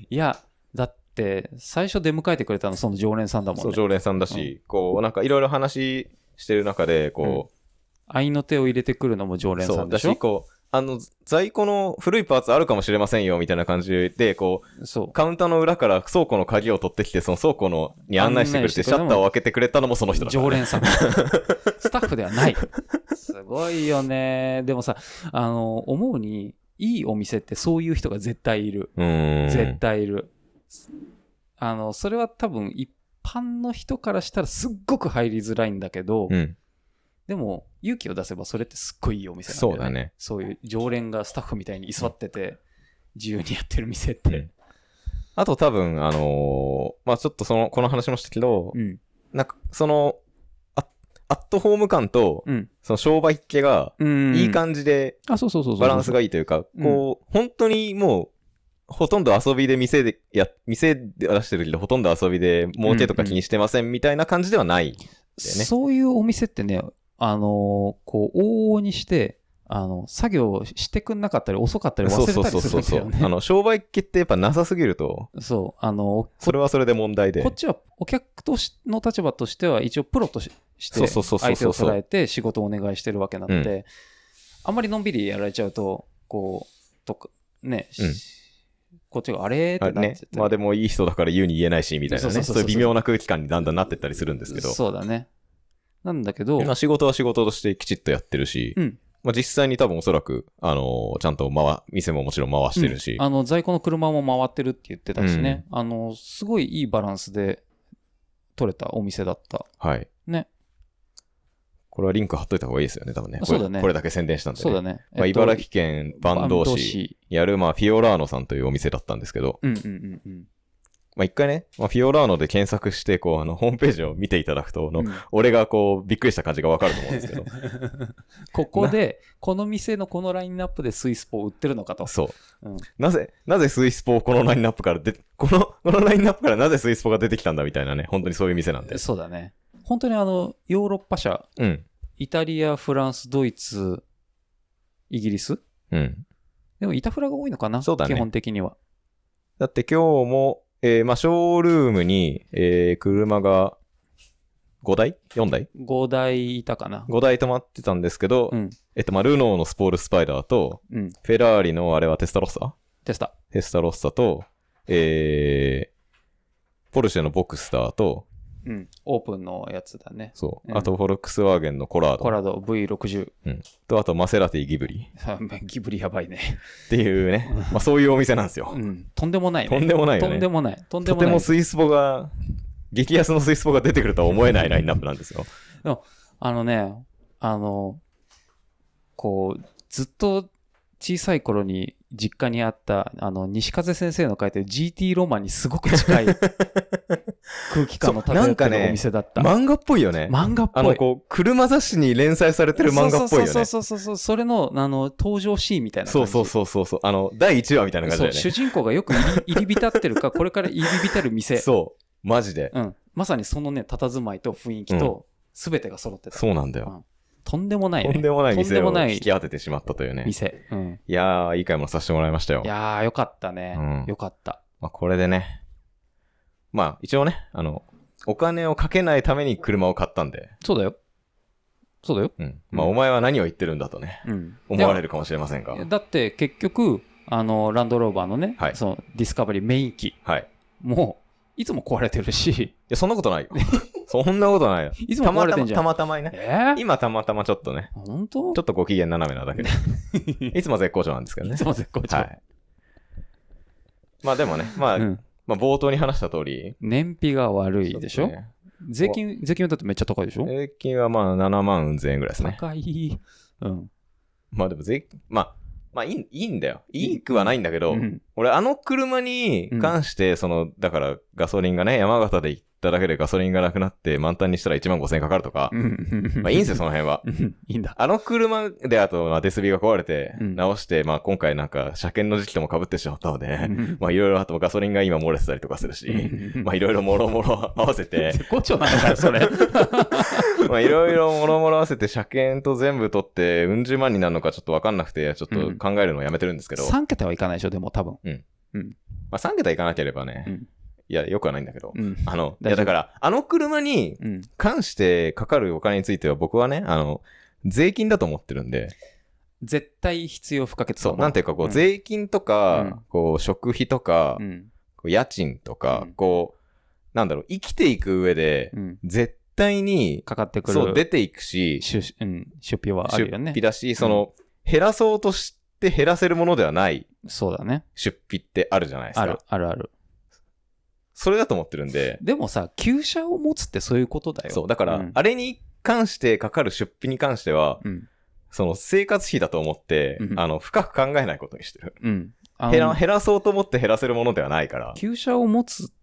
[SPEAKER 2] いや、だって、最初出迎えてくれたのその常連さんだも
[SPEAKER 1] そう、
[SPEAKER 2] んね。
[SPEAKER 1] 常連さんだし、こう、なんかいろいろ話してる中で、こ
[SPEAKER 2] 愛の手を入れてくるのも常
[SPEAKER 1] う、
[SPEAKER 2] 連
[SPEAKER 1] そ
[SPEAKER 2] さ
[SPEAKER 1] うんだ
[SPEAKER 2] でしょ
[SPEAKER 1] し、こう、あの、在庫の古いパーツあるかもしれませんよ、みたいな感じで、こう、
[SPEAKER 2] そう。
[SPEAKER 1] カウンターの裏から倉庫の鍵を取ってきて、その倉庫のに案内してくれて、
[SPEAKER 2] 案内してく
[SPEAKER 1] シ
[SPEAKER 2] れ
[SPEAKER 1] ャ
[SPEAKER 2] た
[SPEAKER 1] ッ
[SPEAKER 2] のも
[SPEAKER 1] ターを開けてくれたのもその人だから、
[SPEAKER 2] 常連さん。 スタッフではない。すごいよね。でもさ、あの、思うに、いいお店ってそういう人が絶対いる。
[SPEAKER 1] うーん。
[SPEAKER 2] 絶対いる。あの、それは多分一般の人からしたらすっごく入りづらいんだけど、
[SPEAKER 1] うん。
[SPEAKER 2] でも勇気を出せばそれってすっごいいいお店なんだよ
[SPEAKER 1] そ
[SPEAKER 2] ね。
[SPEAKER 1] うだ。ね。
[SPEAKER 2] そういう常連がスタッフみたいに居座ってて、自由にやってる店っ
[SPEAKER 1] う
[SPEAKER 2] て
[SPEAKER 1] ん。あと多分、あのーまあちょっとその、この話もしたけど、
[SPEAKER 2] うん。
[SPEAKER 1] なんか、その、アアットホーム感と、
[SPEAKER 2] うん。
[SPEAKER 1] その商売っ気が、
[SPEAKER 2] うん。
[SPEAKER 1] いい感じで、
[SPEAKER 2] あ、そうそうそうそう。
[SPEAKER 1] バランス
[SPEAKER 2] が。
[SPEAKER 1] がいいというか、
[SPEAKER 2] うん
[SPEAKER 1] こう、本当にもう、ほとんど遊びで店で、や、店で出してるけど、ほとんど遊びで儲けとか気にしてませんみたいな感じではない。だよね
[SPEAKER 2] そういうお店ってね、あのーこう、往々にして、あの、作業してくんなかったり遅かったり忘
[SPEAKER 1] そう
[SPEAKER 2] れ
[SPEAKER 1] そ
[SPEAKER 2] た
[SPEAKER 1] うそ
[SPEAKER 2] り
[SPEAKER 1] う
[SPEAKER 2] す
[SPEAKER 1] そ
[SPEAKER 2] る
[SPEAKER 1] うん
[SPEAKER 2] だ
[SPEAKER 1] そう。
[SPEAKER 2] よね。
[SPEAKER 1] あの、商売っ気ってやっぱなさすぎると、
[SPEAKER 2] そう、あの、
[SPEAKER 1] それはそれで問題で
[SPEAKER 2] こっ。ちはお客としの立場としては一応プロとしして
[SPEAKER 1] そうそうそうそう
[SPEAKER 2] 相手
[SPEAKER 1] そ
[SPEAKER 2] を
[SPEAKER 1] うそう
[SPEAKER 2] 捉えて仕事をお願いしてるわけなので、あんまりのんびりやられちゃうと、こう、とか、ね、し
[SPEAKER 1] うん
[SPEAKER 2] こっちがあれーってな
[SPEAKER 1] あ
[SPEAKER 2] っちゃって、
[SPEAKER 1] ね。まあでもいい人だから言うに言えないし、みたいな
[SPEAKER 2] そう
[SPEAKER 1] ね。
[SPEAKER 2] そうそう
[SPEAKER 1] そう
[SPEAKER 2] そう
[SPEAKER 1] いう微妙な空気感にだんだんなってったりするんですけど。
[SPEAKER 2] そうだね。なんだけど、
[SPEAKER 1] まあ仕事は仕事としてきちっとやってるし、
[SPEAKER 2] うん
[SPEAKER 1] まあ、実際に多分おそらく、あのーちゃんと回、店ももちろん回してるし、
[SPEAKER 2] うんあの在庫の車も回ってるって言ってたしね、あのすごいいいバランスで取れたお店だった
[SPEAKER 1] はい。
[SPEAKER 2] ね
[SPEAKER 1] これはリンク貼っといた方がいいですよね、多分ね。
[SPEAKER 2] そうだ
[SPEAKER 1] こ
[SPEAKER 2] ね
[SPEAKER 1] れこれだけ宣伝したんで、ね。
[SPEAKER 2] そうだね、
[SPEAKER 1] まあ、
[SPEAKER 2] えっと
[SPEAKER 1] 茨城県坂東市にある、まあ、フィオラーノさんというお店だったんですけど、
[SPEAKER 2] 坂東市うんうんうんうん
[SPEAKER 1] まあ、一回ね、まあ、フィオラーノで検索して、こう、あの、ホームページを見ていただくと、あの、
[SPEAKER 2] うん
[SPEAKER 1] 俺がこう、びっくりした感じがわかると思うんですけど、
[SPEAKER 2] ここでこの店のこのラインナップでスイスポを売ってるのかと、
[SPEAKER 1] そう。
[SPEAKER 2] うん
[SPEAKER 1] なぜ、なぜスイスポをこのラインナップからで、この、このラインナップからなぜスイスポが出てきたんだみたいなね、本当にそういう店なんで。
[SPEAKER 2] そうだね本当にあのヨーロッパ車
[SPEAKER 1] うん。
[SPEAKER 2] イタリアフランスドイツイギリス
[SPEAKER 1] うん。
[SPEAKER 2] でもイタフラが多いのかな
[SPEAKER 1] そうだね
[SPEAKER 2] 基本的には
[SPEAKER 1] だって今日も、えーまあ、ショールームに、えー車が5台 ?4 台
[SPEAKER 2] 5台いたかな
[SPEAKER 1] ?5 台止まってたんですけど、
[SPEAKER 2] うん
[SPEAKER 1] えっと、まあ、ルノーのスポールスパイダーと、
[SPEAKER 2] うん
[SPEAKER 1] フェラーリのあれはテスタロッサ
[SPEAKER 2] テスタ
[SPEAKER 1] テスタロッサと、えーポルシェのボクスターと、
[SPEAKER 2] うんオープンのやつだね
[SPEAKER 1] そう、
[SPEAKER 2] うん
[SPEAKER 1] あとフォルクスワーゲンのコラード
[SPEAKER 2] コラド V60
[SPEAKER 1] と、あとマセラティギブリ
[SPEAKER 2] あ ギブリやばいね。
[SPEAKER 1] っていうね、まあ、そういうお店なんですよ
[SPEAKER 2] う。ん。とんでもないね。
[SPEAKER 1] とんでもないよ
[SPEAKER 2] と
[SPEAKER 1] ね。
[SPEAKER 2] んでもない。とんで
[SPEAKER 1] と
[SPEAKER 2] もな
[SPEAKER 1] て
[SPEAKER 2] い。
[SPEAKER 1] もスイスポが、激安のスイスポが出てくるとは思えないラインナップなんですよ。
[SPEAKER 2] あのね、あの、こう、ずっと小さい頃に実家にあった、あの、西風先生の書いてる GT ロマンにすごく 近い空気感の漂ってるお店だった。
[SPEAKER 1] 漫画っぽいよね。
[SPEAKER 2] 漫画っぽ
[SPEAKER 1] あ
[SPEAKER 2] い。
[SPEAKER 1] の、こう、車雑誌に連載されてる漫画っぽいよね。
[SPEAKER 2] そうそうそうそうそう。それの、あの、登場シーンみたいな
[SPEAKER 1] そ
[SPEAKER 2] 感
[SPEAKER 1] う
[SPEAKER 2] じ。
[SPEAKER 1] そうそうそうそう。あの、第1話みたいな感じ
[SPEAKER 2] そ
[SPEAKER 1] だ
[SPEAKER 2] う
[SPEAKER 1] よ
[SPEAKER 2] 主
[SPEAKER 1] ね。
[SPEAKER 2] 人公がよく入り入り浸ってるか、これから入り浸る店。
[SPEAKER 1] そう。マジで。
[SPEAKER 2] うん、まさにそのね、佇まいと雰囲気と、すべてが揃ってた。
[SPEAKER 1] そうなんだ
[SPEAKER 2] うん
[SPEAKER 1] よ。
[SPEAKER 2] とんでもない、ね。
[SPEAKER 1] とんでもない
[SPEAKER 2] とんで
[SPEAKER 1] 店
[SPEAKER 2] も
[SPEAKER 1] を
[SPEAKER 2] ない
[SPEAKER 1] 引き当ててしまったというね。
[SPEAKER 2] 店。うん。
[SPEAKER 1] いやー、いい買い物させてもらいましたよ。
[SPEAKER 2] いやー、よかったね。
[SPEAKER 1] うん
[SPEAKER 2] よかった。
[SPEAKER 1] まあ、これでね。まあ、一応ね、あの、お金をかけないために車を買ったんで。
[SPEAKER 2] そうだよ。そうだよ。
[SPEAKER 1] うん。まあ、
[SPEAKER 2] うん
[SPEAKER 1] お前は何を言ってるんだとね、
[SPEAKER 2] うん。
[SPEAKER 1] 思われるかもしれませんが
[SPEAKER 2] いや。だって結局、あの、ランドローバーのね、
[SPEAKER 1] はい
[SPEAKER 2] そのディスカバリーメイン機
[SPEAKER 1] はい。い
[SPEAKER 2] も、いつも壊れて るし、
[SPEAKER 1] や、そんなこと ないよ。そんなことないよ。
[SPEAKER 2] いつも
[SPEAKER 1] た
[SPEAKER 2] 壊
[SPEAKER 1] ま
[SPEAKER 2] れ
[SPEAKER 1] た
[SPEAKER 2] てん
[SPEAKER 1] ま、
[SPEAKER 2] じゃ
[SPEAKER 1] た
[SPEAKER 2] ん。
[SPEAKER 1] またまにね。
[SPEAKER 2] えー、
[SPEAKER 1] 今たまたまちょっとね、
[SPEAKER 2] 本当
[SPEAKER 1] ちょっとご機嫌斜めなだ けで。いつも絶好調なんですけどね
[SPEAKER 2] いつ。も絶好調。
[SPEAKER 1] はい。まあでもね、まあ、
[SPEAKER 2] うん、
[SPEAKER 1] まあ冒頭に話した通り。
[SPEAKER 2] 燃費が悪いでしょ、
[SPEAKER 1] そうすね
[SPEAKER 2] 税金、税金はだってめっちゃ高いでしょ、
[SPEAKER 1] 税金はまあ7万運千円ぐらいですね。
[SPEAKER 2] 高い。うん。
[SPEAKER 1] まあでも税金、まあ、まあいいいいんだよ。いいくはないんだけど、
[SPEAKER 2] うん
[SPEAKER 1] 俺あの車に関して、その、だからガソリンがね、山形で行っただけでガソリンがなくなって満タンにしたら1万5千円かかるとか
[SPEAKER 2] う、ん
[SPEAKER 1] まあいいんですよ、その 辺は。
[SPEAKER 2] うんいいんだ。
[SPEAKER 1] あの車で、あと、まあ、デスビが壊れて、
[SPEAKER 2] うん
[SPEAKER 1] 直して、まあ今回なんか車検の時期とも被ってしまったので、
[SPEAKER 2] うん
[SPEAKER 1] まあいろいろあとガソリンが今漏れてたりとかするし、まあいろいろもろもろ合わ せて、
[SPEAKER 2] 絶好調なのかよ、それ。
[SPEAKER 1] まあいろいろもろもろ合わせて車検と全部取って、うん十万になるのかちょっとわかんなくて、ちょっと考えるのをやめてるんですけど、ま
[SPEAKER 2] 3桁はいかないでしょ、でも多分。
[SPEAKER 1] あ3桁いかなければね、
[SPEAKER 2] うん
[SPEAKER 1] いや、よくはないんだけど、
[SPEAKER 2] うん。
[SPEAKER 1] あの、い
[SPEAKER 2] 大丈夫
[SPEAKER 1] やだから、あの車に
[SPEAKER 2] うん。
[SPEAKER 1] 関してかかるお金については僕はね、あの、税金だと思ってるんで、
[SPEAKER 2] 絶対必要不可欠だ
[SPEAKER 1] そ
[SPEAKER 2] も
[SPEAKER 1] う、なんていうかこう、税金と
[SPEAKER 2] う
[SPEAKER 1] か
[SPEAKER 2] ん、
[SPEAKER 1] こう、食費とか
[SPEAKER 2] う、ん。
[SPEAKER 1] こう家賃とか
[SPEAKER 2] うん、
[SPEAKER 1] こう、なんだろう、生きていく上で、
[SPEAKER 2] うん。
[SPEAKER 1] 絶対に、
[SPEAKER 2] かかってくる。
[SPEAKER 1] そう、出ていくし、
[SPEAKER 2] 出、うん、出費はあ
[SPEAKER 1] 出
[SPEAKER 2] るよね
[SPEAKER 1] 費。だし、その、減らそうとして減らせるものではない
[SPEAKER 2] そうだね。
[SPEAKER 1] 出費ってあるじゃないです
[SPEAKER 2] ある
[SPEAKER 1] か。、
[SPEAKER 2] あるある。
[SPEAKER 1] それだと思ってるんで、
[SPEAKER 2] でもさ、旧車を持つってそういうことだよ。
[SPEAKER 1] そう、だから、
[SPEAKER 2] ん
[SPEAKER 1] あれに関してかかる出費に関しては、
[SPEAKER 2] うん。
[SPEAKER 1] その生活費だと思って、
[SPEAKER 2] うん
[SPEAKER 1] あの、深く考えないことにしてる。
[SPEAKER 2] うん。あの
[SPEAKER 1] 減ら、減らそうと思って減らせるものではないから。
[SPEAKER 2] 旧車を持つ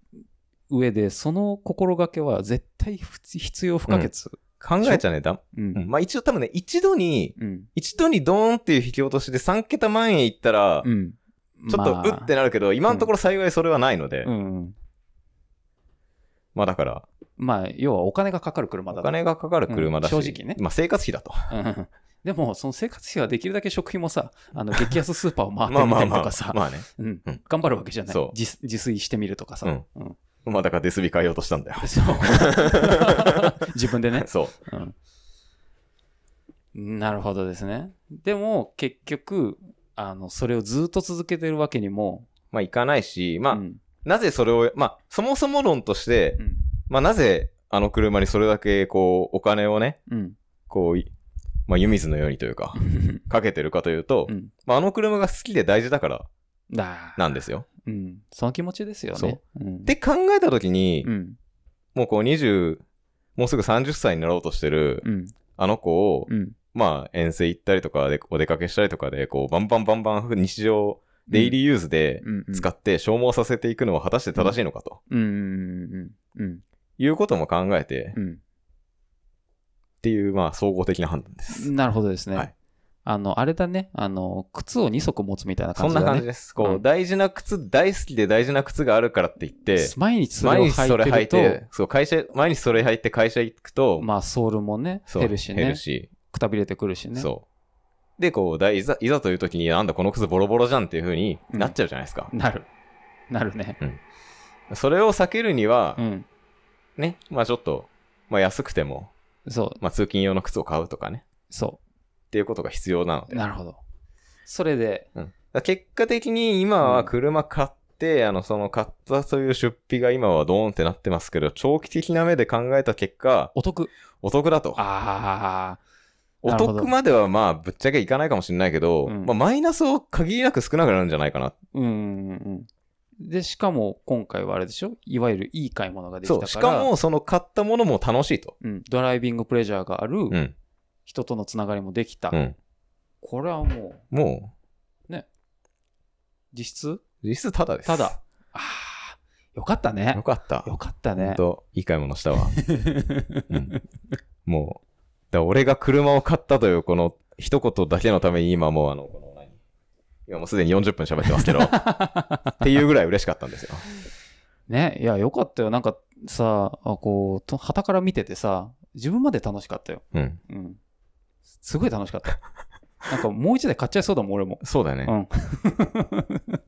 [SPEAKER 2] 上で、その心がけは絶対ふつ必要不可欠。
[SPEAKER 1] 考えちゃねだ、
[SPEAKER 2] うん。
[SPEAKER 1] うんまあ一応多分ね、一度に、
[SPEAKER 2] うん。
[SPEAKER 1] 一度にドーンっていう引き落としで3桁万円いったら、
[SPEAKER 2] うん。
[SPEAKER 1] ちょっとうってなるけど、今のところ幸いそれはないので、
[SPEAKER 2] まあうん。
[SPEAKER 1] まあだから、
[SPEAKER 2] まあ、要はお金がかかる車だ
[SPEAKER 1] お金がかかる車だし、
[SPEAKER 2] うん正直ね
[SPEAKER 1] まあ生活費だと。
[SPEAKER 2] うんでも、その生活費はできるだけ食費も さ、あの、激安スーパーを回って
[SPEAKER 1] まあ
[SPEAKER 2] み
[SPEAKER 1] ま
[SPEAKER 2] た
[SPEAKER 1] あ
[SPEAKER 2] り
[SPEAKER 1] ま
[SPEAKER 2] と
[SPEAKER 1] あ
[SPEAKER 2] かさ、、
[SPEAKER 1] まあね。
[SPEAKER 2] うん
[SPEAKER 1] うん
[SPEAKER 2] 頑張るわけじゃない
[SPEAKER 1] そう
[SPEAKER 2] 自。自炊してみるとかさ。
[SPEAKER 1] うん
[SPEAKER 2] うん
[SPEAKER 1] まあだからデスビ変えようとしたんだよ。、
[SPEAKER 2] そう 自分でね
[SPEAKER 1] そう。
[SPEAKER 2] うんなるほどですね。でも、結局、あの、それをずっと続けてるわけにも、
[SPEAKER 1] まあ行かないし、まあ、
[SPEAKER 2] うん
[SPEAKER 1] なぜそれを、まあそもそも論として、
[SPEAKER 2] うん
[SPEAKER 1] まあなぜあの車にそれだけこうお金をね、
[SPEAKER 2] うん。
[SPEAKER 1] こうい、まあ湯水のようにというか、 かけてるかというと、
[SPEAKER 2] うん
[SPEAKER 1] まああの車が好きで大事だから
[SPEAKER 2] だ
[SPEAKER 1] なんですよ。
[SPEAKER 2] うん。その気持ちですよね。
[SPEAKER 1] そう
[SPEAKER 2] うん。
[SPEAKER 1] って考えたときに、
[SPEAKER 2] うん。
[SPEAKER 1] もうこう20、もうすぐ30歳になろうとしてる
[SPEAKER 2] うん。
[SPEAKER 1] あの子を、
[SPEAKER 2] うん。
[SPEAKER 1] まあ遠征行ったりとかで、お出かけしたりとかで、こうバンバンバンバン日常、デイリーユーズで
[SPEAKER 2] うん
[SPEAKER 1] 使って消耗させていくのは果たして正しいのかと
[SPEAKER 2] うんうんうんうん
[SPEAKER 1] いうことも考えて、
[SPEAKER 2] うん
[SPEAKER 1] っていう、まあ、総合的な判断です。
[SPEAKER 2] うんなるほどですね。
[SPEAKER 1] はい
[SPEAKER 2] あの、あれだね。あの、靴を2足持つみたいな
[SPEAKER 1] そん
[SPEAKER 2] 感じ
[SPEAKER 1] な
[SPEAKER 2] だ
[SPEAKER 1] 感じ
[SPEAKER 2] ね。
[SPEAKER 1] です。こう、
[SPEAKER 2] うん
[SPEAKER 1] 大事な靴、大好きで大事な靴があるからって言って、
[SPEAKER 2] 毎日それを
[SPEAKER 1] 毎日それ
[SPEAKER 2] 履
[SPEAKER 1] 履
[SPEAKER 2] い
[SPEAKER 1] い
[SPEAKER 2] てる
[SPEAKER 1] て、そう、会社、毎日それ履いて会社行くと
[SPEAKER 2] と、、まあ、ソールもね、
[SPEAKER 1] そう
[SPEAKER 2] 減るしね。
[SPEAKER 1] し
[SPEAKER 2] くたびれてくるしね。
[SPEAKER 1] そう。で、こう、だいざ、いざという時に、なんだこの靴ボロボロじゃんっていう風になっちゃうじゃないですか。
[SPEAKER 2] なる。なるね。
[SPEAKER 1] それを避けるには
[SPEAKER 2] う、ん。
[SPEAKER 1] ね、まあちょっと、まあ安くても、
[SPEAKER 2] そう。
[SPEAKER 1] まあ通勤用の靴を買うとかね、
[SPEAKER 2] そ
[SPEAKER 1] っていうことが必要なので。
[SPEAKER 2] う。なるほど。それで、
[SPEAKER 1] うん、だから結果的に今は車買って、あの、その買ったという出費が今はドーンってなってますけど、長期的な目で考えた結果、
[SPEAKER 2] お得。
[SPEAKER 1] お得だと。
[SPEAKER 2] あ
[SPEAKER 1] お
[SPEAKER 2] なるほど
[SPEAKER 1] 得まではまあ、ぶっちゃけいかないかもしれないけど、
[SPEAKER 2] うん
[SPEAKER 1] まあ、マイナスを限りなく少なくなるんじゃないかな。
[SPEAKER 2] あ。うんうんうん。で、しかも、今回はあれでしょいわゆるいい買い物ができた
[SPEAKER 1] そ
[SPEAKER 2] から。
[SPEAKER 1] う。しかも、その買ったものも楽しいと。
[SPEAKER 2] うん、ドライビングプレジャーがある、
[SPEAKER 1] うん。
[SPEAKER 2] 人とのつながりもできた、
[SPEAKER 1] うん。
[SPEAKER 2] これはもう
[SPEAKER 1] も
[SPEAKER 2] 実質
[SPEAKER 1] う、実質ただです。
[SPEAKER 2] ただ。あーよかった
[SPEAKER 1] よ
[SPEAKER 2] ね
[SPEAKER 1] かった。
[SPEAKER 2] よかった
[SPEAKER 1] ほ
[SPEAKER 2] ね
[SPEAKER 1] んと、いい買い物 したわ。 うんもう、だから俺が車を買ったという、この一言だけのために今もうあの、この何今もうすでに40分喋って ますけど、っていうぐらい嬉しかったんですよ。
[SPEAKER 2] ねいやよかったよなんかさあこうはたから見ててさ自分まで楽しかったよ、
[SPEAKER 1] うん。
[SPEAKER 2] うん、すごい楽し かった。なんかもう一台買っちゃいそうだもん、俺も。
[SPEAKER 1] そうだよね。
[SPEAKER 2] うん。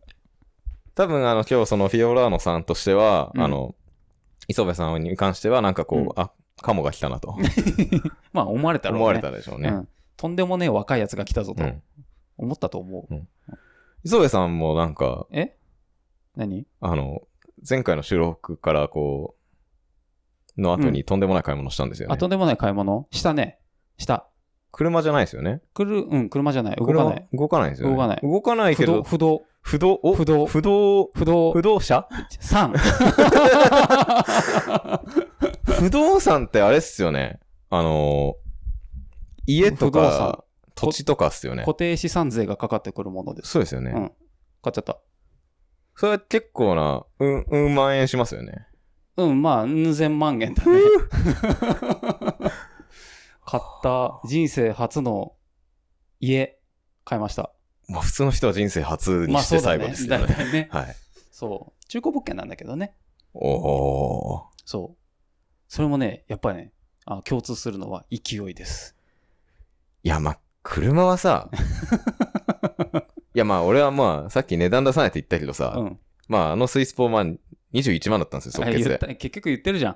[SPEAKER 1] 多分、あの、今日そのフィオラーノさんとしては、
[SPEAKER 2] うん
[SPEAKER 1] あの、磯部さんに関しては、なんかこう、
[SPEAKER 2] うん
[SPEAKER 1] あ、カモが来たなと
[SPEAKER 2] まあ、思われたろうね。
[SPEAKER 1] 思われたでしょうね。
[SPEAKER 2] うん。とんでもねえ若いやつが来たぞと
[SPEAKER 1] うん
[SPEAKER 2] 思ったと思う。
[SPEAKER 1] 磯部さんもなんか、
[SPEAKER 2] え何
[SPEAKER 1] あの、前回の収録からこう、の後にとんでもない買い物したんですよね。
[SPEAKER 2] あ、とんでもない買い物したね。した。
[SPEAKER 1] 車じゃないですよね。
[SPEAKER 2] くる、うん、車じゃない。動かない。
[SPEAKER 1] 車。動かないですよね。
[SPEAKER 2] 動かない
[SPEAKER 1] 動かない
[SPEAKER 2] 不
[SPEAKER 1] け
[SPEAKER 2] 動、
[SPEAKER 1] ど、
[SPEAKER 2] 不動、
[SPEAKER 1] 不動、お
[SPEAKER 2] 不動
[SPEAKER 1] 不動、
[SPEAKER 2] 不動
[SPEAKER 1] 不、動車
[SPEAKER 2] 3。
[SPEAKER 1] 不動産ってあれっすよね。あの、家と
[SPEAKER 2] 不動産
[SPEAKER 1] か、土地とかっすよね。
[SPEAKER 2] 固定資産税がかかってくるものです。
[SPEAKER 1] そうですよね。
[SPEAKER 2] うん。買っちゃった。
[SPEAKER 1] それは結構な、うん、うん、万円しますよね。
[SPEAKER 2] うん、まあ、うん、千万円だね。買った人生初の家、買いました。
[SPEAKER 1] まあ、普通の人は人生初に
[SPEAKER 2] まあ、
[SPEAKER 1] して
[SPEAKER 2] そうだ
[SPEAKER 1] 最
[SPEAKER 2] ね。
[SPEAKER 1] 後ですよ
[SPEAKER 2] 大
[SPEAKER 1] ね。
[SPEAKER 2] 体ね。
[SPEAKER 1] はい。
[SPEAKER 2] そう。中古物件なんだけどね。
[SPEAKER 1] おお
[SPEAKER 2] そう。それもね、やっぱりね、あ共通するのは勢いです。
[SPEAKER 1] ー。いや、まあ、車は さ、いや、まあ、俺はまあ、さっき値段出さないって言ったけどさ、
[SPEAKER 2] うん。
[SPEAKER 1] まあ、あのスイスポーまあ、21万だったんですよ、
[SPEAKER 2] あ
[SPEAKER 1] 即決
[SPEAKER 2] 言っ
[SPEAKER 1] で。
[SPEAKER 2] た結局言ってるじゃ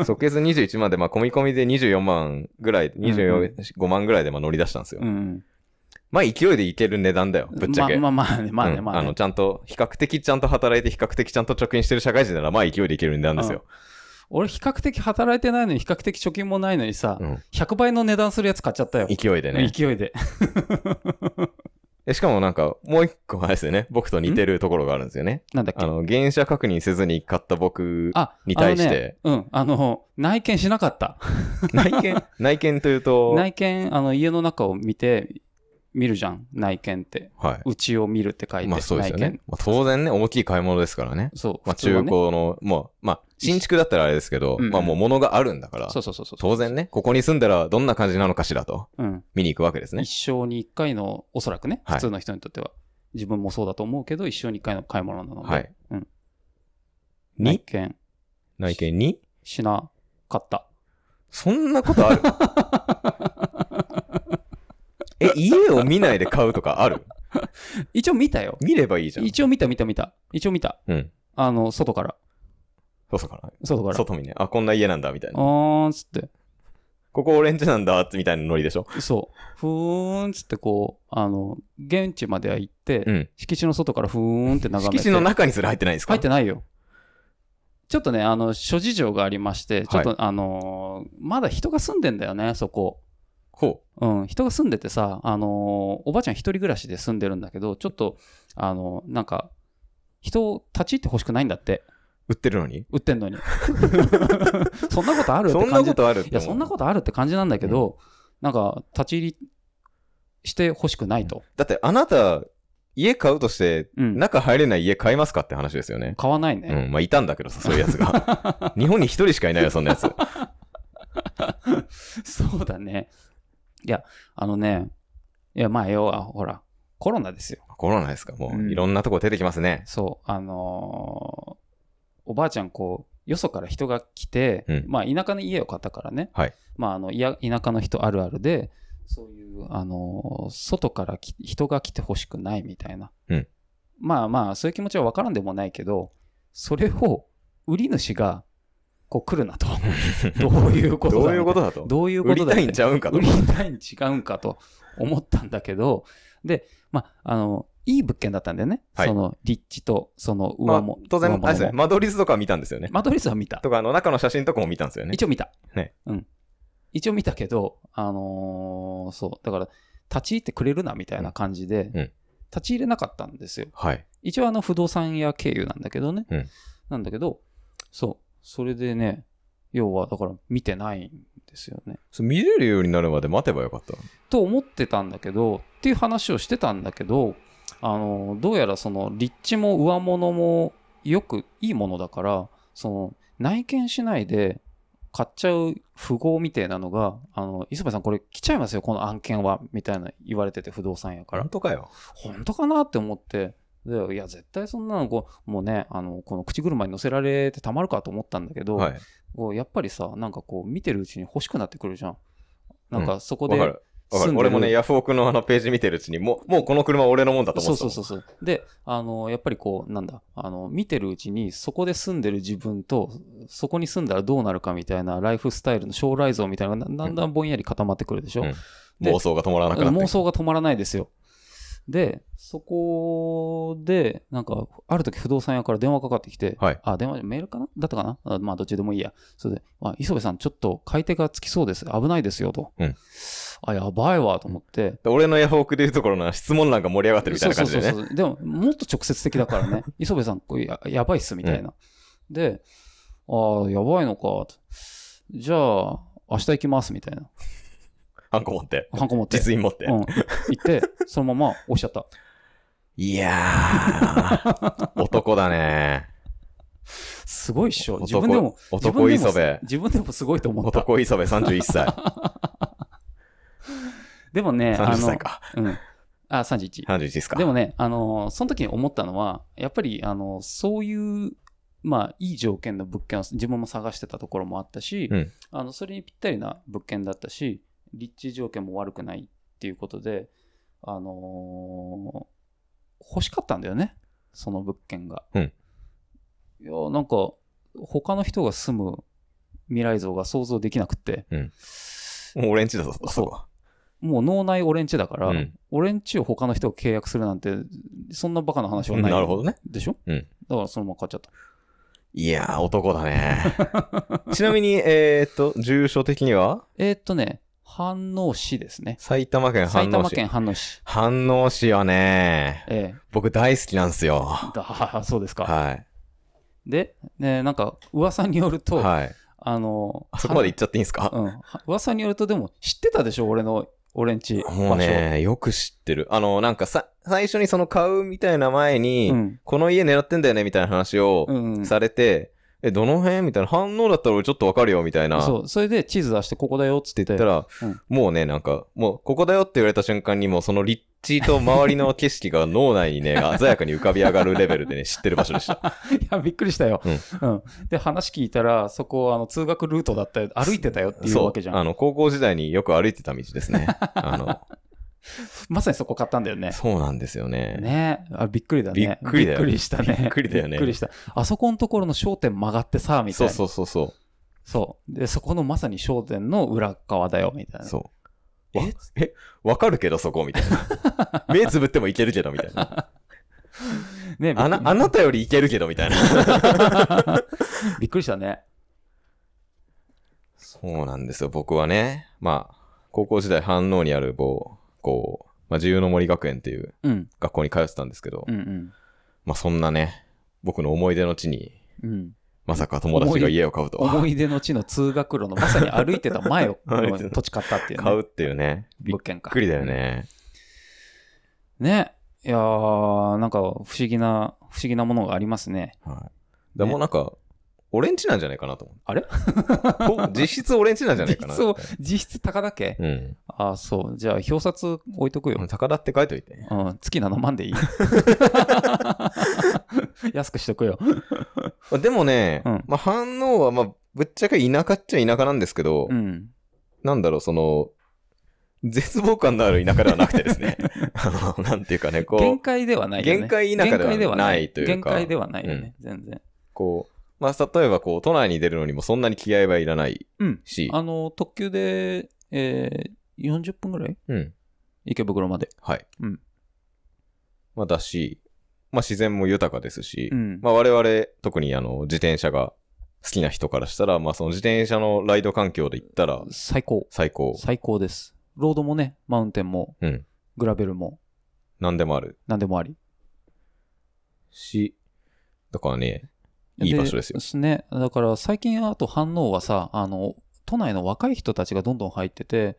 [SPEAKER 2] ん。
[SPEAKER 1] 即決21万で、まあ、込み込みで24万ぐらい、25万ぐらいでまあ乗り出したんですよ。
[SPEAKER 2] うん。
[SPEAKER 1] まあ、勢いでいける値段だよ、ぶっちゃけ。
[SPEAKER 2] まあまあまあね、まあね、
[SPEAKER 1] うん
[SPEAKER 2] まあ
[SPEAKER 1] あ
[SPEAKER 2] ね
[SPEAKER 1] の、。ちゃんと、比較的ちゃんと働いて、比較的ちゃんと貯金してる社会人なら、まあ、勢いでいける値段ですよ。
[SPEAKER 2] 俺、比較的働いてないのに、比較的貯金もないのにさ、
[SPEAKER 1] うん
[SPEAKER 2] 100倍の値段するやつ買っちゃったよ。
[SPEAKER 1] 勢いでね。
[SPEAKER 2] 勢いで。
[SPEAKER 1] えしかもなんか、もう一個あれですよね。僕と似てるところがあるんですよね。
[SPEAKER 2] なんだっけ
[SPEAKER 1] あの、原車確認せずに買った僕、
[SPEAKER 2] あ、
[SPEAKER 1] に対して
[SPEAKER 2] あのねうん、あの、内見しなかった。
[SPEAKER 1] 内見、 内見というと、
[SPEAKER 2] 内見、あの、家の中を見て、見るじゃん、内見って。
[SPEAKER 1] は
[SPEAKER 2] うちを見るって書
[SPEAKER 1] い。
[SPEAKER 2] いて、
[SPEAKER 1] まあそうですよ
[SPEAKER 2] 内
[SPEAKER 1] ね
[SPEAKER 2] 見。。
[SPEAKER 1] まあ、当然ね、大きい買い物ですからね。
[SPEAKER 2] そう、
[SPEAKER 1] まあ
[SPEAKER 2] 普通
[SPEAKER 1] 中
[SPEAKER 2] はね
[SPEAKER 1] 古の、もう、まあ新築だったらあれですけど、
[SPEAKER 2] うんうん
[SPEAKER 1] まあもう物があるんだから
[SPEAKER 2] そ、うそうそうそう。
[SPEAKER 1] 当然ね、ここに住んだらどんな感じなのかしらと、
[SPEAKER 2] うん。
[SPEAKER 1] 見に行くわけですね。
[SPEAKER 2] 一生に一回の、おそらくね、
[SPEAKER 1] はい
[SPEAKER 2] 普通の人にとっては。自分もそうだと思うけど、一生に一回の買い物なので、
[SPEAKER 1] はい。
[SPEAKER 2] うん内
[SPEAKER 1] に
[SPEAKER 2] 見
[SPEAKER 1] 内見に
[SPEAKER 2] しなかった。
[SPEAKER 1] そんなことある え、家を見ないで買うとかある
[SPEAKER 2] 一応見たよ。
[SPEAKER 1] 見ればいいじゃん。
[SPEAKER 2] 一応見た見た見た。一応見た。
[SPEAKER 1] うん。
[SPEAKER 2] あの、外から。
[SPEAKER 1] 外から。
[SPEAKER 2] 外から。
[SPEAKER 1] 外見ね。あ、こんな家なんだ、みたい
[SPEAKER 2] あ
[SPEAKER 1] な。
[SPEAKER 2] ーんつって。
[SPEAKER 1] ここオレンジなんだ、みたいなノリでしょ。
[SPEAKER 2] そう。ふーんつってこう、あの、現地までは行って、
[SPEAKER 1] うん。
[SPEAKER 2] 敷地の外からふーんって眺めて。
[SPEAKER 1] 敷地の中にすら入ってないですか
[SPEAKER 2] 入ってないよ。ちょっとね、あの、諸事情がありまして、ちょっと、あのーまだ人が住んでんだよね、そこ。
[SPEAKER 1] ほ
[SPEAKER 2] うん、人が住んでてさ、あのーおばあちゃん一人暮らしで住んでるんだけど、ちょっと、あのなんか、人を立ち入ってほしくないんだって、
[SPEAKER 1] う。売ってるのに
[SPEAKER 2] 売っ てんのに。そんなことあるって
[SPEAKER 1] そ
[SPEAKER 2] 感
[SPEAKER 1] ん
[SPEAKER 2] じ
[SPEAKER 1] なことあるって
[SPEAKER 2] いや、そんなことあるって感じなんだけど、なんか、立ち入りしてほしくないと。
[SPEAKER 1] だってあなた、家買うとして、
[SPEAKER 2] うん。
[SPEAKER 1] 中入れない家買いますかって話ですよね。
[SPEAKER 2] 買わないね。
[SPEAKER 1] うん。まあ、いたんだけどさ、そういうやつが。 日本に一人しかいないよ、そんなやつ。
[SPEAKER 2] そうだね。いや、あのね、いや、まあ、要は、ほら、コロナですよ。
[SPEAKER 1] コロナですかも
[SPEAKER 2] うん
[SPEAKER 1] う、いろんなとこ出てきますね。
[SPEAKER 2] そう、あのーおばあちゃん、こう、よそから人が来て、
[SPEAKER 1] うん
[SPEAKER 2] まあ、田舎の家を買ったからね、
[SPEAKER 1] はい
[SPEAKER 2] まあ、あのいや田舎の人あるあるで、そういう、あのー外からき人が来てほしくないみたいな。
[SPEAKER 1] うん
[SPEAKER 2] まあまあ、そういう気持ちは分からんでもないけど、それを売り主が、こう来 るなと。どういうことだ
[SPEAKER 1] どういうこと
[SPEAKER 2] だ
[SPEAKER 1] だと
[SPEAKER 2] どういうことだ
[SPEAKER 1] 売りたいんちゃうんかと
[SPEAKER 2] 売りたいに違うんかと思ったんだけど、で、まあ、あの、いい物件だったんだよね。
[SPEAKER 1] はい
[SPEAKER 2] その、立地と、その、
[SPEAKER 1] ま
[SPEAKER 2] 上
[SPEAKER 1] あ
[SPEAKER 2] も。、
[SPEAKER 1] 当
[SPEAKER 2] 上
[SPEAKER 1] 然、
[SPEAKER 2] 物
[SPEAKER 1] あ
[SPEAKER 2] も
[SPEAKER 1] れですね。間取り図とか見たんですよね。
[SPEAKER 2] 間取り図は見た。
[SPEAKER 1] とか、あの、中の写真とかも見たんですよね。
[SPEAKER 2] 一応見た。
[SPEAKER 1] ね
[SPEAKER 2] うん。一応見たけど、あのーそう、だから、立ち入ってくれるなみたいな感じで、
[SPEAKER 1] うん
[SPEAKER 2] 立ち入れなかったんですよ。
[SPEAKER 1] はい。
[SPEAKER 2] 一応あの不動産屋経由なんだけどね、
[SPEAKER 1] うん
[SPEAKER 2] なんだけどそうそれでね要はだから見てないんですよね
[SPEAKER 1] そう見れるようになるまで待てばよかった。
[SPEAKER 2] と思ってたんだけどっていう話をしてたんだけどあのどうやらその立地も上物もよくいいものだからその内見しないで買っちゃう富豪みたいなのが「あの磯部さんこれ来ちゃいますよこの案件は」みたいな言われてて不動産やから
[SPEAKER 1] 本当かよ。
[SPEAKER 2] 本当かなって思って、でいや、絶対そんなのこう、もうね、あの、この口車に乗せられてたまるかと思ったんだけど、
[SPEAKER 1] はい。
[SPEAKER 2] こうやっぱりさ、なんかこう、見てるうちに欲しくなってくるじゃん。なんかそこ
[SPEAKER 1] わ
[SPEAKER 2] で、
[SPEAKER 1] かる。わか
[SPEAKER 2] 住んで
[SPEAKER 1] る
[SPEAKER 2] る
[SPEAKER 1] 俺もね、ヤフオクのあのページ見てるうちに、もう、もうこの車俺のもんだと思
[SPEAKER 2] そ
[SPEAKER 1] っ
[SPEAKER 2] う
[SPEAKER 1] てた
[SPEAKER 2] そ
[SPEAKER 1] も。
[SPEAKER 2] うんそうそう。で、あの、やっぱりこう、なんだ、あの、見てるうちに、そこで住んでる自分と、そこに住んだらどうなるかみたいな、ライフスタイルの将来像みたいなのが、だんだんぼんやり固まってくるでしょ。
[SPEAKER 1] うん
[SPEAKER 2] で
[SPEAKER 1] 妄想が止まらなくなって
[SPEAKER 2] 妄
[SPEAKER 1] る。
[SPEAKER 2] 想が止まらないですよ。で、そこで、なんか、ある時不動産屋から電話かかってきて、
[SPEAKER 1] はい
[SPEAKER 2] あ、電話、メールかなだったかなあまあ、どっちでもいいや。それで、あ、磯部さん、ちょっと買い手がつきそうです。危ないですよ、と。
[SPEAKER 1] うん
[SPEAKER 2] あ、やばいわ、と思って、
[SPEAKER 1] 俺のヤフオクでいうところの質問欄が盛り上がってるみたいな感じでね。
[SPEAKER 2] そうそうそうそうでも、もっと直接的だか らね。磯部さん、これややばいっす、みたいな。で、ああ、やばいのかと。じゃあ、明日行きます、みたいな。
[SPEAKER 1] ハンコ持って。
[SPEAKER 2] ハンコ持って。
[SPEAKER 1] 実印持って。
[SPEAKER 2] うん。行って、そのまま押しちゃった。
[SPEAKER 1] いや ー、男だね。
[SPEAKER 2] すごいっしょ。
[SPEAKER 1] 男
[SPEAKER 2] 自分でも、
[SPEAKER 1] 男
[SPEAKER 2] 自
[SPEAKER 1] 磯
[SPEAKER 2] 分で
[SPEAKER 1] 部
[SPEAKER 2] も。自分でもすごいと思った。
[SPEAKER 1] 男磯 部31歳。
[SPEAKER 2] でもね、あ
[SPEAKER 1] 30
[SPEAKER 2] の
[SPEAKER 1] 歳、か。
[SPEAKER 2] うん。あ、31。
[SPEAKER 1] 31ですか。
[SPEAKER 2] でもね、あの、その時に思ったのは、やっぱり、あの、そういう、まあ、いい条件の物件を自分も探してたところもあったし、
[SPEAKER 1] うん
[SPEAKER 2] あのそれにぴったりな物件だったし、立地条件も悪くないっていうことで、あのー欲しかったんだよね、その物件が。
[SPEAKER 1] うん
[SPEAKER 2] いや、なんか、他の人が住む未来像が想像できなくて、
[SPEAKER 1] もう俺んちだぞ、そこは。
[SPEAKER 2] もう脳内俺んちだから、
[SPEAKER 1] うん
[SPEAKER 2] 俺んちを他の人が契約するなんて、そんなバカな話は
[SPEAKER 1] うん
[SPEAKER 2] ない。
[SPEAKER 1] なるほどね。
[SPEAKER 2] でしょ、
[SPEAKER 1] うん
[SPEAKER 2] だからそのまま買っちゃった。
[SPEAKER 1] いやー、男だ ね。ちなみに、えーっと、住所的には
[SPEAKER 2] えーっとね、飯能市ですね。
[SPEAKER 1] 埼玉県飯
[SPEAKER 2] 埼
[SPEAKER 1] 能
[SPEAKER 2] 玉
[SPEAKER 1] 市。
[SPEAKER 2] 県飯能市。
[SPEAKER 1] 飯能市はね、
[SPEAKER 2] え
[SPEAKER 1] 僕大好きなんですよ。
[SPEAKER 2] えだそうですか。
[SPEAKER 1] はい。
[SPEAKER 2] で、ね、なんか、噂によると、
[SPEAKER 1] はい。
[SPEAKER 2] あの、
[SPEAKER 1] あそこまで行っちゃっていいんですか
[SPEAKER 2] はうん。は噂によると、でも、知ってたでしょ、俺の、俺んち。
[SPEAKER 1] もうね、よく知ってる。あの、なんかさ、最初にその買うみたいな前
[SPEAKER 2] 場
[SPEAKER 1] に、
[SPEAKER 2] 所。うん。
[SPEAKER 1] この家狙ってんだよねみたいな話を
[SPEAKER 2] うん、うん。
[SPEAKER 1] されて、え、どの辺みたいな、反応だったら俺ちょっとわかるよみたいな。
[SPEAKER 2] そ
[SPEAKER 1] っ
[SPEAKER 2] う、それで地図出して、ここだよ、つって
[SPEAKER 1] 言
[SPEAKER 2] て。
[SPEAKER 1] ったら、
[SPEAKER 2] うん
[SPEAKER 1] もうね、なんか、もう、ここだよって言われた瞬間に、もうその立地と周りの景色が脳内にね、鮮やかに浮かび上がるレベルで ね、知ってる場所でした。
[SPEAKER 2] いや、びっくりしたよ。
[SPEAKER 1] う
[SPEAKER 2] うん。で、話聞いたら、そこ、あの、通学ルートだったよ、歩いてたよっていう
[SPEAKER 1] そ
[SPEAKER 2] わ
[SPEAKER 1] う
[SPEAKER 2] けじ、ゃ
[SPEAKER 1] あ
[SPEAKER 2] ん。
[SPEAKER 1] の、高校時代によく歩いてた道ですね。あの、
[SPEAKER 2] まさにそこ買ったんだよ ね。
[SPEAKER 1] そうなんですよね。
[SPEAKER 2] ねあびっくりだね。
[SPEAKER 1] びっくりだよね
[SPEAKER 2] びっくりしたね。
[SPEAKER 1] びっくりだよね
[SPEAKER 2] びっくりした。あそこのところの商店曲がってさ、みた
[SPEAKER 1] そ
[SPEAKER 2] いうな。そう
[SPEAKER 1] そうそうそう。
[SPEAKER 2] で、そこのまさに商店の裏側だよ、みたいな。
[SPEAKER 1] そう。
[SPEAKER 2] え
[SPEAKER 1] わえ、わかるけどそこみたい な。目つぶってもいけるけどみたいな。
[SPEAKER 2] ね
[SPEAKER 1] あな、あなたよりいけるけどみたいな。
[SPEAKER 2] びっくりしたね。
[SPEAKER 1] そうなんですよ。僕はね、まあ、高校時代反応にある某、こう、まあ、自由の森学園っていう
[SPEAKER 2] うん。
[SPEAKER 1] 学校に通ってたんですけど、
[SPEAKER 2] うんうん。
[SPEAKER 1] まあそんなね、僕の思い出の地に、
[SPEAKER 2] うん、
[SPEAKER 1] まさか友達が家を買うとは。
[SPEAKER 2] 思い出の地の通学路のまさに歩いてた前を
[SPEAKER 1] 歩いてた
[SPEAKER 2] 土地買ったっていう、ね、
[SPEAKER 1] 買うっていうね。びっ
[SPEAKER 2] 物件か。
[SPEAKER 1] くりだよ。ね。
[SPEAKER 2] ね。いやー、なんか不思議な、不思議なものがありますね。
[SPEAKER 1] はい。でもうなんか、俺んちなんじゃないかなと思う。
[SPEAKER 2] あれ
[SPEAKER 1] ほ実質俺んちなんじゃない かな。
[SPEAKER 2] 実を実質高だけ、
[SPEAKER 1] うん。
[SPEAKER 2] ああ、そう。じゃあ表札置いとくよ。
[SPEAKER 1] 高田って書いといて。
[SPEAKER 2] うん、月7万でいい。安くしとくよ。
[SPEAKER 1] まあでもね、
[SPEAKER 2] うん
[SPEAKER 1] まあ反応は、まあ、ぶっちゃけ田舎っちゃ田舎なんですけど、
[SPEAKER 2] うん。
[SPEAKER 1] なんだろう、その、絶望感のある田舎ではなくてです ね。あの、なんていうかね、
[SPEAKER 2] 限
[SPEAKER 1] こう、
[SPEAKER 2] 界ではないよね。
[SPEAKER 1] 限界田舎では
[SPEAKER 2] 限界
[SPEAKER 1] ないというか
[SPEAKER 2] 限界ではないよね、全然。
[SPEAKER 1] こう、まあ、例えばこう、都内に出るのにもそんなに気合はいらない
[SPEAKER 2] うん。
[SPEAKER 1] し、
[SPEAKER 2] あの、特急で、えー、40分ぐらい
[SPEAKER 1] うん。
[SPEAKER 2] 池袋まで。
[SPEAKER 1] はい。
[SPEAKER 2] うん
[SPEAKER 1] まあ、だし、まあ、自然も豊かですし、
[SPEAKER 2] うん。
[SPEAKER 1] まあ、我々、特にあの、自転車が好きな人からしたら、まあ、その自転車のライド環境で行ったら、
[SPEAKER 2] 最高。
[SPEAKER 1] 最高。
[SPEAKER 2] 最高です。ロードもね、マウンテンも、
[SPEAKER 1] うん
[SPEAKER 2] グラベルも、
[SPEAKER 1] 何でもある
[SPEAKER 2] 何でもあり。
[SPEAKER 1] し、だからね、いい場所ですよ。
[SPEAKER 2] ね。だから最近あと反応はさ、あの、都内の若い人たちがどんどん入ってて、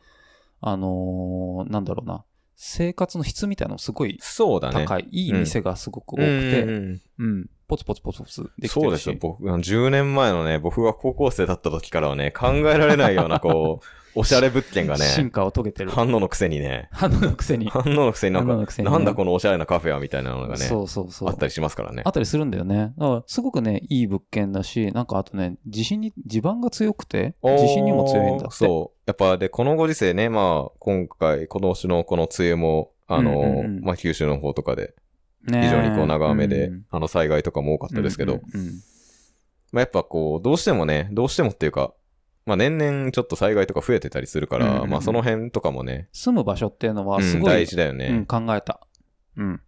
[SPEAKER 2] あのーなんだろうな、生活の質みたいなのすごい
[SPEAKER 1] そうだね。
[SPEAKER 2] 高い、いい店がすごく多くて、
[SPEAKER 1] うんうんうん
[SPEAKER 2] うんポツポツポツポツできて
[SPEAKER 1] そう
[SPEAKER 2] る
[SPEAKER 1] です
[SPEAKER 2] し
[SPEAKER 1] よ。。僕、10年前のね、僕が高校生だった時からはね、考えられないような、こ う、おしゃれ物件が
[SPEAKER 2] 進
[SPEAKER 1] ね、
[SPEAKER 2] 化を遂げてる。
[SPEAKER 1] 反応のくせにね、
[SPEAKER 2] 反応のくせに。
[SPEAKER 1] 反応のくせになん
[SPEAKER 2] 反応の
[SPEAKER 1] か
[SPEAKER 2] く、せにね
[SPEAKER 1] なんだこのおしゃれなカフェはみたいなのがね、
[SPEAKER 2] そうそうそう。
[SPEAKER 1] あったりしますからね
[SPEAKER 2] あ。ったりするんだよね。だから、すごくね、いい物件だし、なんかあとね、地震に、地盤が強くて、地震にも強いんだって。
[SPEAKER 1] そう。やっぱ、で、このご時世ね、まあ、今回、今年のこの梅雨も、あの、
[SPEAKER 2] うんうんうん
[SPEAKER 1] まあ、九州の方とかで、
[SPEAKER 2] う。ね
[SPEAKER 1] 非常にこう、長雨で、
[SPEAKER 2] うんうん
[SPEAKER 1] あの、災害とかも多かったですけど、
[SPEAKER 2] うんうんうん
[SPEAKER 1] まあ、やっぱこう、どうしてもね、どうしてもっていうか、まあ、年々ちょっと災害とか増えてたりするから、
[SPEAKER 2] うんうんうん
[SPEAKER 1] まあ、その辺とかもね、
[SPEAKER 2] 住む場所っていうの
[SPEAKER 1] う
[SPEAKER 2] は、
[SPEAKER 1] ん
[SPEAKER 2] すごい、
[SPEAKER 1] 大事だよね。
[SPEAKER 2] うん
[SPEAKER 1] っ
[SPEAKER 2] 考えた。うん。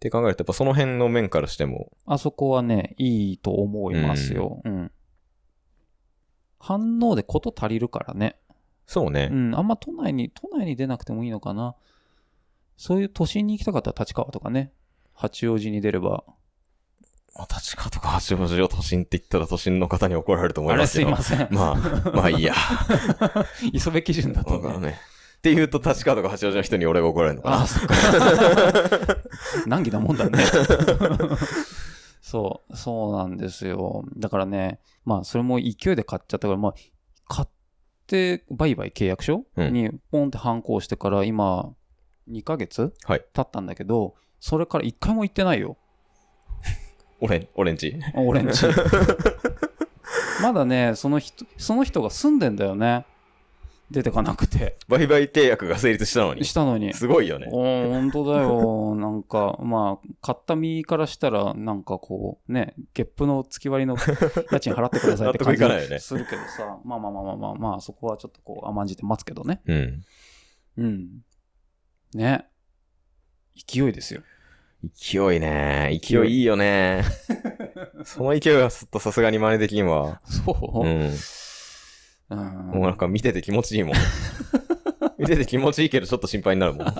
[SPEAKER 1] て考えると、やっぱその辺の面からしても、
[SPEAKER 2] あそこはね、いいと思いますよ。うん。反応でこと足りるからね。
[SPEAKER 1] そうね。
[SPEAKER 2] うん。あんま都内に、都内に出なくてもいいのかな。そういう都心に行きたかったら立川とかね。八王子に出れば。
[SPEAKER 1] まあ、立川とか八王子を都心って言ったら都心の方に怒られると思
[SPEAKER 2] あ
[SPEAKER 1] いま
[SPEAKER 2] れ
[SPEAKER 1] す
[SPEAKER 2] す
[SPEAKER 1] け
[SPEAKER 2] い
[SPEAKER 1] ど。
[SPEAKER 2] ません。
[SPEAKER 1] まあ、まあいい や。
[SPEAKER 2] 磯部基準だと
[SPEAKER 1] だから
[SPEAKER 2] ね。
[SPEAKER 1] ね。って言うと、立川とか八王子の人に俺が怒られるのかな。
[SPEAKER 2] ああ、そっか。 難儀なもんだね。 そう、そうなんですよ。だからね、まあ、それも勢いで買っちゃったから、まあ、買って、売買契約書、
[SPEAKER 1] うん
[SPEAKER 2] にポンって反抗してから、今、2ヶ月、
[SPEAKER 1] はい
[SPEAKER 2] 経ったんだけど、それから1回も行ってないよ。
[SPEAKER 1] 俺、俺んち。
[SPEAKER 2] 俺んち。 まだね、その人、その人が住んでんだよね。出てかなくて。
[SPEAKER 1] 売買契約が成立したのに。
[SPEAKER 2] したのに。
[SPEAKER 1] すごいよね。
[SPEAKER 2] おー本当 だよ。なんか、まあ、買った身からしたら、なんかこう、ね、ゲップの 月割りの家賃払ってくださいって
[SPEAKER 1] 納得
[SPEAKER 2] 感じ
[SPEAKER 1] いかないよね
[SPEAKER 2] するけどさ、まあまあまあまあまあ、まあ、そこはちょっとこう甘んじて待つけどね。
[SPEAKER 1] うん。
[SPEAKER 2] うん。ね。勢いですよ。
[SPEAKER 1] 勢いね。勢いいいよ ね。その勢いはちょっとさすがに真似できんわ。
[SPEAKER 2] そう
[SPEAKER 1] う、ん。
[SPEAKER 2] うん、
[SPEAKER 1] もうなんか見てて気持ちいいもん。見てて気持ちいいけどちょっと心配になるもん。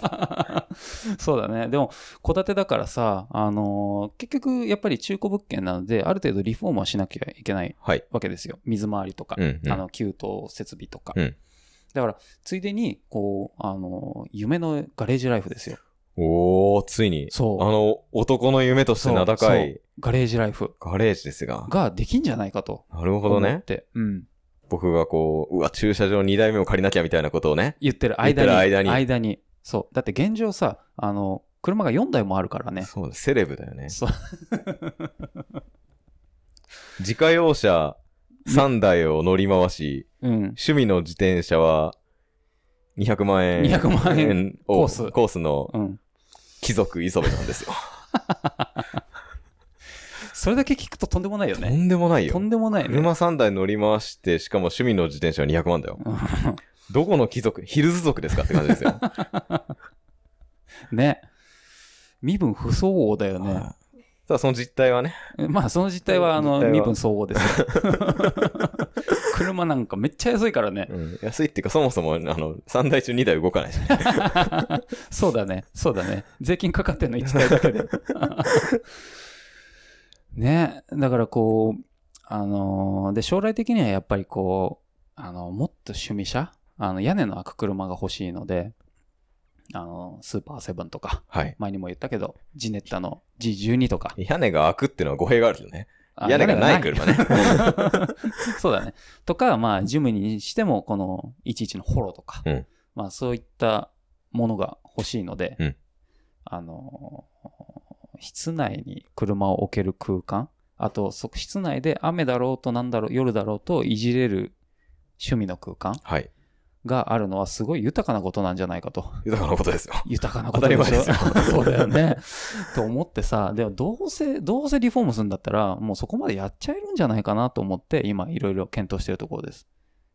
[SPEAKER 2] そうだね。でも、戸建てだからさ、あのー結局、やっぱり中古物件なので、ある程度リフォームはしなきゃいけない
[SPEAKER 1] はい。
[SPEAKER 2] わけですよ。水回りとか。
[SPEAKER 1] うん、うん。
[SPEAKER 2] あの給湯設備とか、
[SPEAKER 1] うん
[SPEAKER 2] だからついでにこうあの夢のガレージライフですよ
[SPEAKER 1] おー、ついに。あ
[SPEAKER 2] そう
[SPEAKER 1] の、男の夢として名高
[SPEAKER 2] そ
[SPEAKER 1] い
[SPEAKER 2] ガレージライフ
[SPEAKER 1] ガレージですが。
[SPEAKER 2] ができんじゃないかと
[SPEAKER 1] なるほ
[SPEAKER 2] 思
[SPEAKER 1] ど
[SPEAKER 2] っ
[SPEAKER 1] ね。
[SPEAKER 2] て、うん、
[SPEAKER 1] 僕がこう、うわ、駐車場2台目を借りなきゃみたいなことをね。
[SPEAKER 2] 言ってる間に
[SPEAKER 1] 言ってる間に
[SPEAKER 2] そうだって現状さあの車が4台もあるからね
[SPEAKER 1] そうだ、セレブだよね。
[SPEAKER 2] そう
[SPEAKER 1] 自家用車3台を乗り回し、
[SPEAKER 2] うん
[SPEAKER 1] 趣味の自転車は200万円。
[SPEAKER 2] 200万円
[SPEAKER 1] を
[SPEAKER 2] コース
[SPEAKER 1] コースの
[SPEAKER 2] うん、
[SPEAKER 1] 貴族磯部なんですよ。
[SPEAKER 2] それだけ聞くととんでもないよ
[SPEAKER 1] と
[SPEAKER 2] ね
[SPEAKER 1] んでもない
[SPEAKER 2] と
[SPEAKER 1] よ。
[SPEAKER 2] んでもないね
[SPEAKER 1] 車3台乗り回して、しかも趣味の自転車は200万だよ。どこの貴族ヒルズ族ですかって感じですよ。
[SPEAKER 2] ね身分不相応だよ ね、
[SPEAKER 1] はいただその実態はね、
[SPEAKER 2] まあその実態はあの
[SPEAKER 1] 実態は
[SPEAKER 2] 身分相応ですよ 車なんかめっちゃ安いからね
[SPEAKER 1] うん安いっていうかそもそもあの3台中2台動かない し、ね、
[SPEAKER 2] そうだね、そうだね。税金かかってんの1台だ けで。ね、だからこう、あのーで、将来的にはやっぱりこう、あのもっと趣味車あの、屋根の開く車が欲しいので、あのスーパーセブンとか、
[SPEAKER 1] はい。
[SPEAKER 2] 前にも言ったけど、ジネッタの G12 とか。
[SPEAKER 1] 屋根が開くっていうのは語弊があるけどね。
[SPEAKER 2] あ
[SPEAKER 1] 屋根がない車ね。
[SPEAKER 2] そうだね。とか、まあ、ジムにしても、この11のホロとか、
[SPEAKER 1] うん
[SPEAKER 2] まあ、そういったものが欲しいので、
[SPEAKER 1] うん
[SPEAKER 2] あのー室内に車を置ける空間、あと、そ室内で雨だろうとなんだろう、夜だろうといじれる趣味の空間
[SPEAKER 1] はい。
[SPEAKER 2] があるのはすごい豊かなことなんじゃないかと。
[SPEAKER 1] 豊かなことですよ。
[SPEAKER 2] 豊かなことでし
[SPEAKER 1] 当
[SPEAKER 2] ょ
[SPEAKER 1] たり前ですよ
[SPEAKER 2] そうだよね。と思ってさ、でもどうせ、どうせリフォームするんだったら、もうそこまでやっちゃえるんじゃないかなと思って、今いろいろ検討してるところです。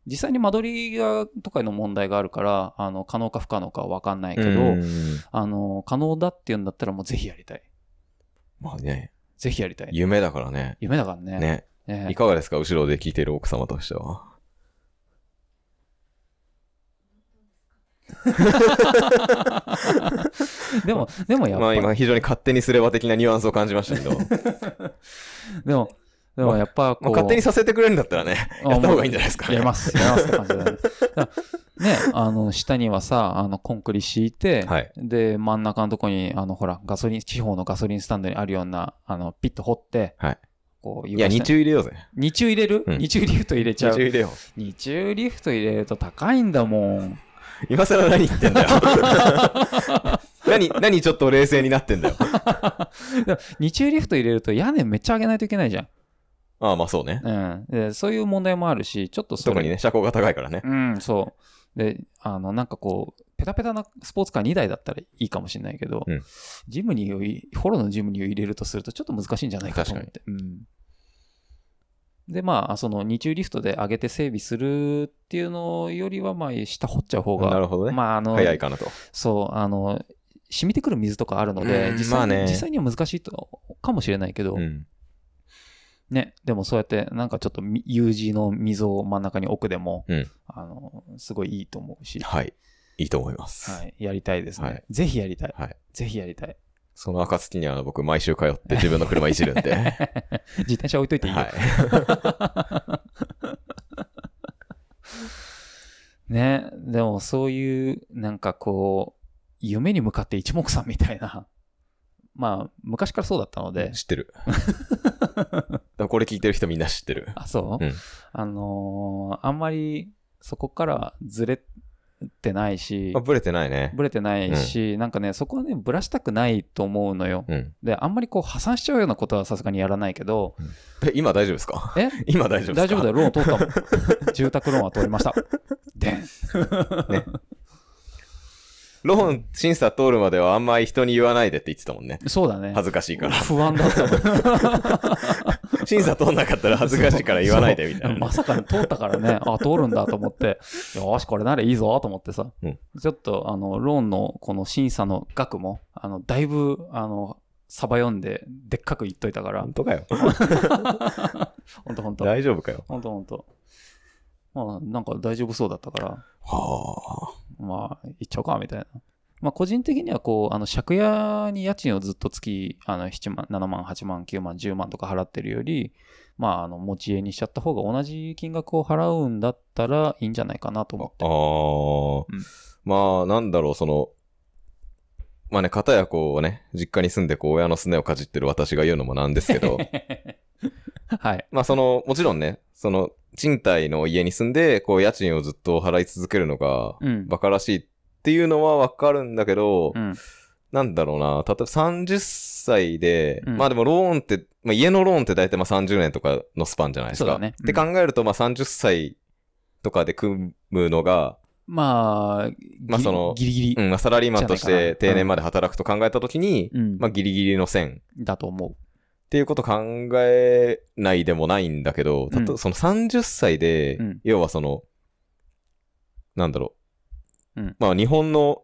[SPEAKER 2] 実際に間取りがとかの問題があるから、あの、可能か不可能かわかんないけど、
[SPEAKER 1] うん
[SPEAKER 2] あの、可能だっていうんだったらもうぜひやりたい。
[SPEAKER 1] まあね、
[SPEAKER 2] ぜひやりたい。
[SPEAKER 1] 夢だからね。
[SPEAKER 2] 夢だからね。
[SPEAKER 1] ね。
[SPEAKER 2] ね
[SPEAKER 1] いかがですか後ろで聞いてる奥様としては。
[SPEAKER 2] でも、でもやっ
[SPEAKER 1] ま
[SPEAKER 2] ぱ
[SPEAKER 1] あ
[SPEAKER 2] り、
[SPEAKER 1] 今非常に勝手にすれば的なニュアンスを感じましたけど。
[SPEAKER 2] でも、でもやっぱこう、
[SPEAKER 1] まあ、勝手にさせてくれるんだったらね、
[SPEAKER 2] あ
[SPEAKER 1] やった方がいいんじゃないですか。
[SPEAKER 2] や ります、やりますって感じだね。だからね、あの、下にはさ、あの、コンクリ敷いて、
[SPEAKER 1] はい
[SPEAKER 2] で、真ん中のとこに、あの、ほら、ガソリン、地方のガソリンスタンドにあるような、あの、ピッと掘って、
[SPEAKER 1] はい
[SPEAKER 2] こう、
[SPEAKER 1] いや、
[SPEAKER 2] 床
[SPEAKER 1] 日
[SPEAKER 2] 下
[SPEAKER 1] 中入れようぜ。
[SPEAKER 2] 二中入れる、
[SPEAKER 1] うん
[SPEAKER 2] 二中リフト入れち
[SPEAKER 1] 日
[SPEAKER 2] ゃ
[SPEAKER 1] 中入
[SPEAKER 2] う。
[SPEAKER 1] れよ
[SPEAKER 2] 二中リフト入れると高いんだもん。
[SPEAKER 1] う。今更何言ってんだよ。 何、何ちょっと冷静になってんだよ。
[SPEAKER 2] でも二中リフト入れると屋根めっちゃ上げないといけないじゃん。
[SPEAKER 1] ああ、まあそうね。
[SPEAKER 2] うん。でそういう問題もあるし、ちょっとそれ
[SPEAKER 1] 特にね、車高が高いからね。
[SPEAKER 2] うん、そう。で、あの、なんかこう、ペタペタなスポーツカー2台だったらいいかもしれないけど、
[SPEAKER 1] うん
[SPEAKER 2] ジムニーをい、ホロのジムニーを入れるとするとちょっと難しいんじゃないかと思って。うんで、まあ、その、二中リフトで上げて整備するっていうのよりは、まあ、下掘っちゃう方が、
[SPEAKER 1] なるほどね。
[SPEAKER 2] まあ、あの、
[SPEAKER 1] 早いかなと。
[SPEAKER 2] そう、あの、染みてくる水とかあるので
[SPEAKER 1] う、ん
[SPEAKER 2] 実際に,、
[SPEAKER 1] まあね
[SPEAKER 2] 実際には難しいとかもしれないけど、
[SPEAKER 1] うん。
[SPEAKER 2] ね、でもそうやって、なんかちょっとみ U 字の溝を真ん中に置くでも、
[SPEAKER 1] うん
[SPEAKER 2] あの、すごいいいと思う し、は
[SPEAKER 1] はい。いいと思います。
[SPEAKER 2] い、やりたいですね、
[SPEAKER 1] はい
[SPEAKER 2] ぜひやりたい。
[SPEAKER 1] はい
[SPEAKER 2] ぜひやりたい。
[SPEAKER 1] その暁には僕、毎週通って自分の車いじるんで。は
[SPEAKER 2] 自転車 置いといていいよ。
[SPEAKER 1] い。
[SPEAKER 2] ね、でもそういう、なんかこう、夢に向かって一目散みたいな、 まあ、昔からそうだったので、
[SPEAKER 1] 知ってる。でもこれ聞いてる人みんな知ってる。
[SPEAKER 2] あ、そう、
[SPEAKER 1] うん
[SPEAKER 2] あのーあんまりそこからずれてないし
[SPEAKER 1] あ、、ブレてないね。
[SPEAKER 2] ぶれてないし、なんかね、そこはね、ぶらしたくないと思うのよ。
[SPEAKER 1] うん。
[SPEAKER 2] で、あんまりこう破産しちゃうようなことはさすがにやらないけど、
[SPEAKER 1] え、今 大丈夫ですか
[SPEAKER 2] え
[SPEAKER 1] 今大丈夫ですか
[SPEAKER 2] 大丈夫だよ、ローン通ったも ん。住宅ローンは通りました。でん。
[SPEAKER 1] ねローン審査通るまではあんまり人に言わないでって言ってたもんね。
[SPEAKER 2] そうだね。
[SPEAKER 1] 恥ずかしいから。
[SPEAKER 2] 不安だった もん。
[SPEAKER 1] 審査通んなかったら恥ずかしいから言わないでみたいなね。
[SPEAKER 2] まさか通ったからね、あ、通るんだと思って、よし、これならいいぞと思ってさ、
[SPEAKER 1] うん
[SPEAKER 2] ちょっと、あの、ローンのこの審査の額も、あの、だいぶ、あの、サバ読んで、でっかく言っとい たから
[SPEAKER 1] 本、当かよ。
[SPEAKER 2] ほんとほん と。
[SPEAKER 1] 大丈夫かよ。
[SPEAKER 2] ほんとほんと。まあ、なんか大丈夫そうだったから、
[SPEAKER 1] は
[SPEAKER 2] まあ、行っちゃおうか、みたいな。まあ、個人的には、こう、あの、借家に家賃をずっと月、あの、7万、7万、8万、9万、10万とか払ってるより、まあ、あの、持ち家にしちゃった方が同じ金額を払うんだったらいいんじゃないかなと思って。
[SPEAKER 1] あ。あー
[SPEAKER 2] うん
[SPEAKER 1] まあ、なんだろう、その、まあね、片やこうね、実家に住んでこう親のすねをかじってる私が言うのもなんですけ ど、
[SPEAKER 2] はい。
[SPEAKER 1] まあその、もちろんね、その、賃貸の家に住んで、こう家賃をずっと払い続けるのが、
[SPEAKER 2] うん。
[SPEAKER 1] 馬鹿らしいっていうのはわかるんだけど、
[SPEAKER 2] うん。
[SPEAKER 1] なんだろうな、例えば30歳で、
[SPEAKER 2] うん
[SPEAKER 1] まあでもローンって、まあ、家のローンって大体まあ30年とかのスパンじゃないです
[SPEAKER 2] そう
[SPEAKER 1] か。
[SPEAKER 2] だねう
[SPEAKER 1] っ
[SPEAKER 2] ん
[SPEAKER 1] て考えると、まあ30歳とかで組むのが、
[SPEAKER 2] まあ、ギリ
[SPEAKER 1] まあその
[SPEAKER 2] ギリギリ
[SPEAKER 1] う。んまあ、サラリーマンとし
[SPEAKER 2] じゃない
[SPEAKER 1] て
[SPEAKER 2] かな
[SPEAKER 1] 定年まで働くと考えたときに、
[SPEAKER 2] うん。
[SPEAKER 1] まあギリギリの線っ
[SPEAKER 2] だと思
[SPEAKER 1] ていうこと考えないでもないんだけど、たと
[SPEAKER 2] うん
[SPEAKER 1] その30歳で、
[SPEAKER 2] うん
[SPEAKER 1] 要はその、なんだろう、
[SPEAKER 2] うん
[SPEAKER 1] まあ日本の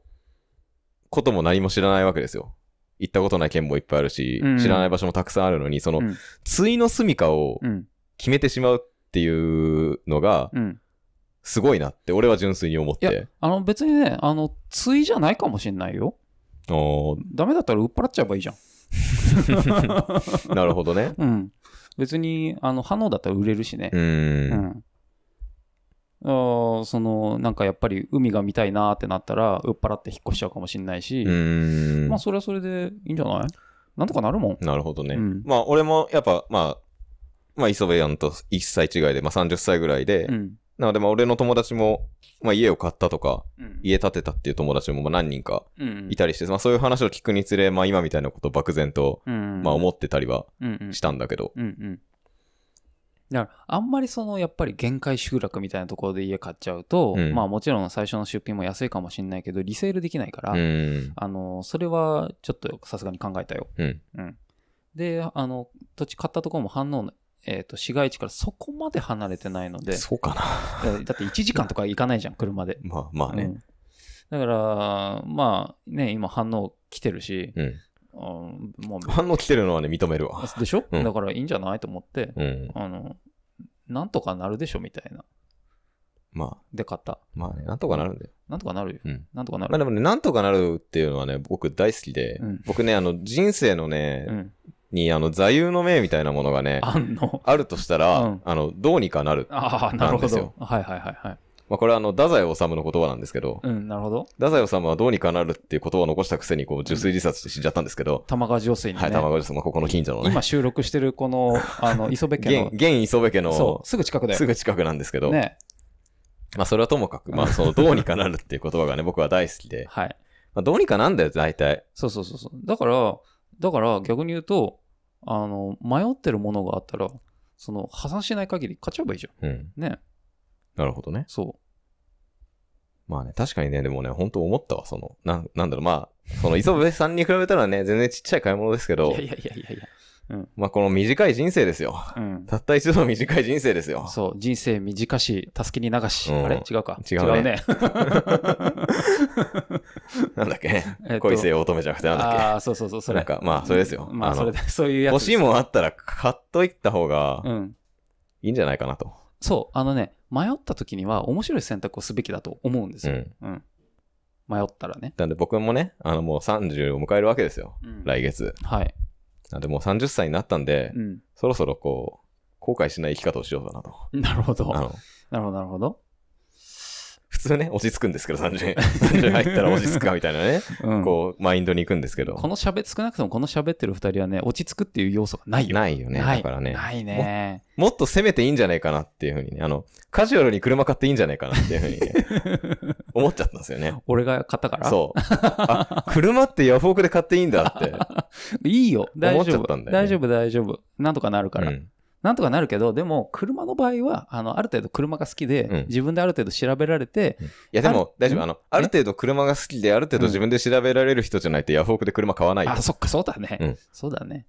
[SPEAKER 1] ことも何も知らないわけですよ。行ったことない県もいっぱいあるし、
[SPEAKER 2] うん
[SPEAKER 1] 知らない場所もたくさんあるのに、その、
[SPEAKER 2] うん
[SPEAKER 1] ついの住みかを
[SPEAKER 2] う。うん。
[SPEAKER 1] 決めてしまうっていうのが、
[SPEAKER 2] うん。
[SPEAKER 1] すごいなって、俺は純粋に思っ
[SPEAKER 2] いや
[SPEAKER 1] て。
[SPEAKER 2] あの、別にね、あの、ついじゃないかもしんないよ。
[SPEAKER 1] お
[SPEAKER 2] ダメだったら売っ払っちゃえばいいじゃん。。
[SPEAKER 1] ーなるほどね
[SPEAKER 2] うん。別に、あの、ハノだったら売れるしね
[SPEAKER 1] う。ー。
[SPEAKER 2] うんん。あーその、なんかやっぱり海が見たいなーってなったら、売っ払って引っ越しちゃうかもしんないし、
[SPEAKER 1] うーん
[SPEAKER 2] まあ、それはそれでいいんじゃないなんとかなるもん。
[SPEAKER 1] なるほどね。
[SPEAKER 2] うん
[SPEAKER 1] まあ、俺もやっぱ、まあ、まあ、磯部やんと1歳違いで、まあ30歳ぐらいで、
[SPEAKER 2] うん。
[SPEAKER 1] なので、まあ、俺の友達も、まあ、家を買ったとか、
[SPEAKER 2] うん
[SPEAKER 1] 家建てたっていう友達もまあ何人か
[SPEAKER 2] うん
[SPEAKER 1] いたりして、まあ、そういう話を聞くにつれ、まあ、今みたいなことを漠然と、
[SPEAKER 2] うん。
[SPEAKER 1] まあ、思ってたりは
[SPEAKER 2] うんうん
[SPEAKER 1] したんだけど、
[SPEAKER 2] うんうん。だから、あんまりその、やっぱり限界集落みたいなところで家買っちゃうと、
[SPEAKER 1] うん
[SPEAKER 2] まあもちろん最初の出品も安いかもしんないけど、リセールできないから、
[SPEAKER 1] うーん。
[SPEAKER 2] あの、それはちょっとさすがに考えたよ。
[SPEAKER 1] うん。
[SPEAKER 2] で、あの、土地買ったところも反応の、えっ、と、市街地からそこまで離れてないので、
[SPEAKER 1] そうかな。
[SPEAKER 2] だだって1時間とか行かないじゃん、車で。
[SPEAKER 1] まあ、まあ
[SPEAKER 2] う
[SPEAKER 1] ね。
[SPEAKER 2] んだから、まあね、今反応来てるし、
[SPEAKER 1] うん。
[SPEAKER 2] うん、 もう、
[SPEAKER 1] 反応来てるのはね、認めるわ。
[SPEAKER 2] でしょ、
[SPEAKER 1] うん
[SPEAKER 2] だからいいんじゃないと思って、
[SPEAKER 1] うん。
[SPEAKER 2] あの、なんとかなるでしょみたいな。
[SPEAKER 1] まあ、
[SPEAKER 2] で、買った。
[SPEAKER 1] まあね、なんとかなるんだよ。
[SPEAKER 2] なんとかなるよ。
[SPEAKER 1] うん。
[SPEAKER 2] なんとかな
[SPEAKER 1] まあ
[SPEAKER 2] る。
[SPEAKER 1] でもね、なんとかなるっていうのはね、僕大好きで、
[SPEAKER 2] うん
[SPEAKER 1] 僕ね、あの、人生のね、
[SPEAKER 2] うん。
[SPEAKER 1] に、あの、座右の銘みたいなものがね、
[SPEAKER 2] あんの。
[SPEAKER 1] あるとしたら、
[SPEAKER 2] うん
[SPEAKER 1] あの、どうにかなる。
[SPEAKER 2] ああ、なる
[SPEAKER 1] なん
[SPEAKER 2] ほ
[SPEAKER 1] ですよ
[SPEAKER 2] ど。はいはいはいはい。
[SPEAKER 1] まあ、これはあの、太宰治の言葉なんですけど、
[SPEAKER 2] うん、なるほど。
[SPEAKER 1] 太宰治はどうにかなるっていう言葉を残したくせに、こう、受水自殺して死んじゃったんですけど、
[SPEAKER 2] 玉川上水にね。
[SPEAKER 1] はい、玉川です。まあ、ここの近所のね
[SPEAKER 2] 今。収録してる この、あの、磯部家
[SPEAKER 1] 現、
[SPEAKER 2] の、
[SPEAKER 1] 現磯部家の
[SPEAKER 2] そ、う、すぐ近くだよ。
[SPEAKER 1] すぐ近くなんですけど、
[SPEAKER 2] ね。
[SPEAKER 1] まあ、それはともかく、まあ、その、どうにかなるっていう言葉がね、僕は大好きで、
[SPEAKER 2] はい。
[SPEAKER 1] まあ、どうにかなんだよ、大体。
[SPEAKER 2] そうそうそうそう。だから、だから逆に言うと、あの、迷ってるものがあったら、その、破産しない限り買っちゃえばいいじ
[SPEAKER 1] うん。
[SPEAKER 2] ゃん。ね。
[SPEAKER 1] なるほどね。
[SPEAKER 2] そ
[SPEAKER 1] まあね、確かにね、でもね、本当思ったわ、その、なん、なんだろう、まあ、その、磯部さんに比べたらね、全然ちっちゃい買い物ですけ
[SPEAKER 2] う。い
[SPEAKER 1] ど
[SPEAKER 2] や、いやいやいやいや。
[SPEAKER 1] まあ、この短い人生ですよ。
[SPEAKER 2] うん。
[SPEAKER 1] たった一度の短い人生ですよ。
[SPEAKER 2] そう、人生短し、助けに流し。
[SPEAKER 1] うん
[SPEAKER 2] あれ違うか。
[SPEAKER 1] 違うね なんだっけ
[SPEAKER 2] えっと
[SPEAKER 1] 恋性乙女じゃなくてなんだっけ
[SPEAKER 2] ああ、そうそうそう、それ。
[SPEAKER 1] なんかまあそれですよ
[SPEAKER 2] ま
[SPEAKER 1] あ
[SPEAKER 2] あ、
[SPEAKER 1] の
[SPEAKER 2] それで、そういうやつ。
[SPEAKER 1] 欲しいもんあったら買っといった方が
[SPEAKER 2] うん。
[SPEAKER 1] いいんじゃないかなと。
[SPEAKER 2] そう、あのね、迷った時には面白い選択をすべきだと思うんですよ。うん。迷ったらね。
[SPEAKER 1] なんで僕もね、あのもう30を迎えるわけですよ。
[SPEAKER 2] うん
[SPEAKER 1] 来月。
[SPEAKER 2] はい。
[SPEAKER 1] なんでもう30歳になったんで、
[SPEAKER 2] うん。
[SPEAKER 1] そろそろこう、後悔しない生き方をしようかなと。
[SPEAKER 2] なるほど。
[SPEAKER 1] あ
[SPEAKER 2] な
[SPEAKER 1] の、
[SPEAKER 2] るほど、なるほど。
[SPEAKER 1] 普通ね、落ち着くんですけど、30、30入ったら落ち着くかみたいなね、
[SPEAKER 2] うん、
[SPEAKER 1] こう、マインドに行くんですけど。
[SPEAKER 2] この喋、少なくともこの喋ってる二人はね、落ち着くっていう要素がないよ。
[SPEAKER 1] ないよね。だからね、
[SPEAKER 2] ないね。
[SPEAKER 1] もっと攻めていいんじゃないかなっていうふうにね、あの、カジュアルに車買っていいんじゃないかなっていうふうにね、思っちゃったんですよね。
[SPEAKER 2] 俺が買ったから。
[SPEAKER 1] そう。あ、車ってヤフオクで買っていいんだって。
[SPEAKER 2] いいよ。大
[SPEAKER 1] 思っち
[SPEAKER 2] 丈
[SPEAKER 1] ゃった
[SPEAKER 2] 夫。
[SPEAKER 1] んだよね
[SPEAKER 2] 大丈夫、大丈夫。なんとかなるから。
[SPEAKER 1] うん
[SPEAKER 2] なんとかなるけど、でも、車の場合は、あの、ある程度車が好きで、
[SPEAKER 1] うん
[SPEAKER 2] 自分である程度調べられて、
[SPEAKER 1] いやでも大丈夫。
[SPEAKER 2] うん
[SPEAKER 1] あの、ある程度車が好きで、ある程度自分で調べられる人じゃないとヤフオクで車買わないよ
[SPEAKER 2] あ、。そっか、そうだね。
[SPEAKER 1] うん
[SPEAKER 2] そうだね。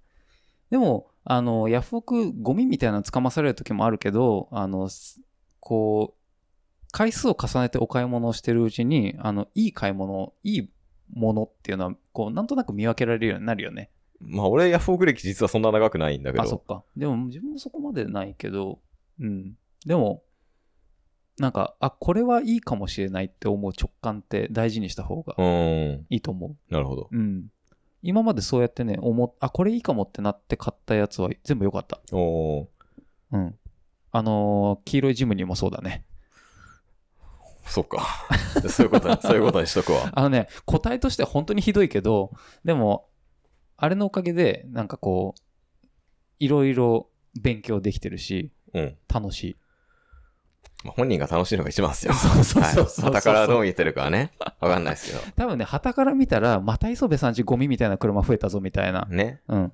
[SPEAKER 2] でも、あの、ヤフオクゴミみたいなのつかまされる時もあるけど、あの、すこう、回数を重ねてお買い物をしてるうちに、あの、いい買い物、いいものっていうのは、こう、なんとなく見分けられるようになるよね。
[SPEAKER 1] まあ俺ヤフオク歴実はそんな長くないんだけ
[SPEAKER 2] あ、そ
[SPEAKER 1] ど。
[SPEAKER 2] っか。でも、自分もそこまでないけど、うん。でも、なんか、あ、これはいいかもしれないって思う直感って大事にした方が
[SPEAKER 1] うーん。
[SPEAKER 2] いいと思う。
[SPEAKER 1] なるほど。
[SPEAKER 2] うん。今までそうやってね、思っあ、これいいかもってなって買ったやつは全部良かった。
[SPEAKER 1] おー
[SPEAKER 2] うん。あのー黄色いジムにもそうだね。
[SPEAKER 1] そっか。そういうことに、そういうことにしとくわ。
[SPEAKER 2] あのね、答えとして本当にひどいけど、でも、あれのおかげで、なんかこう、いろいろ勉強できてるし、
[SPEAKER 1] うん。
[SPEAKER 2] 楽しい。
[SPEAKER 1] まあ、本人が楽しいのが一番ですよ。
[SPEAKER 2] そうそうそうそう
[SPEAKER 1] はい。旗からどう見えてるかはね、わかんないですけど。
[SPEAKER 2] 多分ね、旗から見たら、また磯部さんちゴミみたいな車増えたぞみたいな。
[SPEAKER 1] ね。
[SPEAKER 2] うん。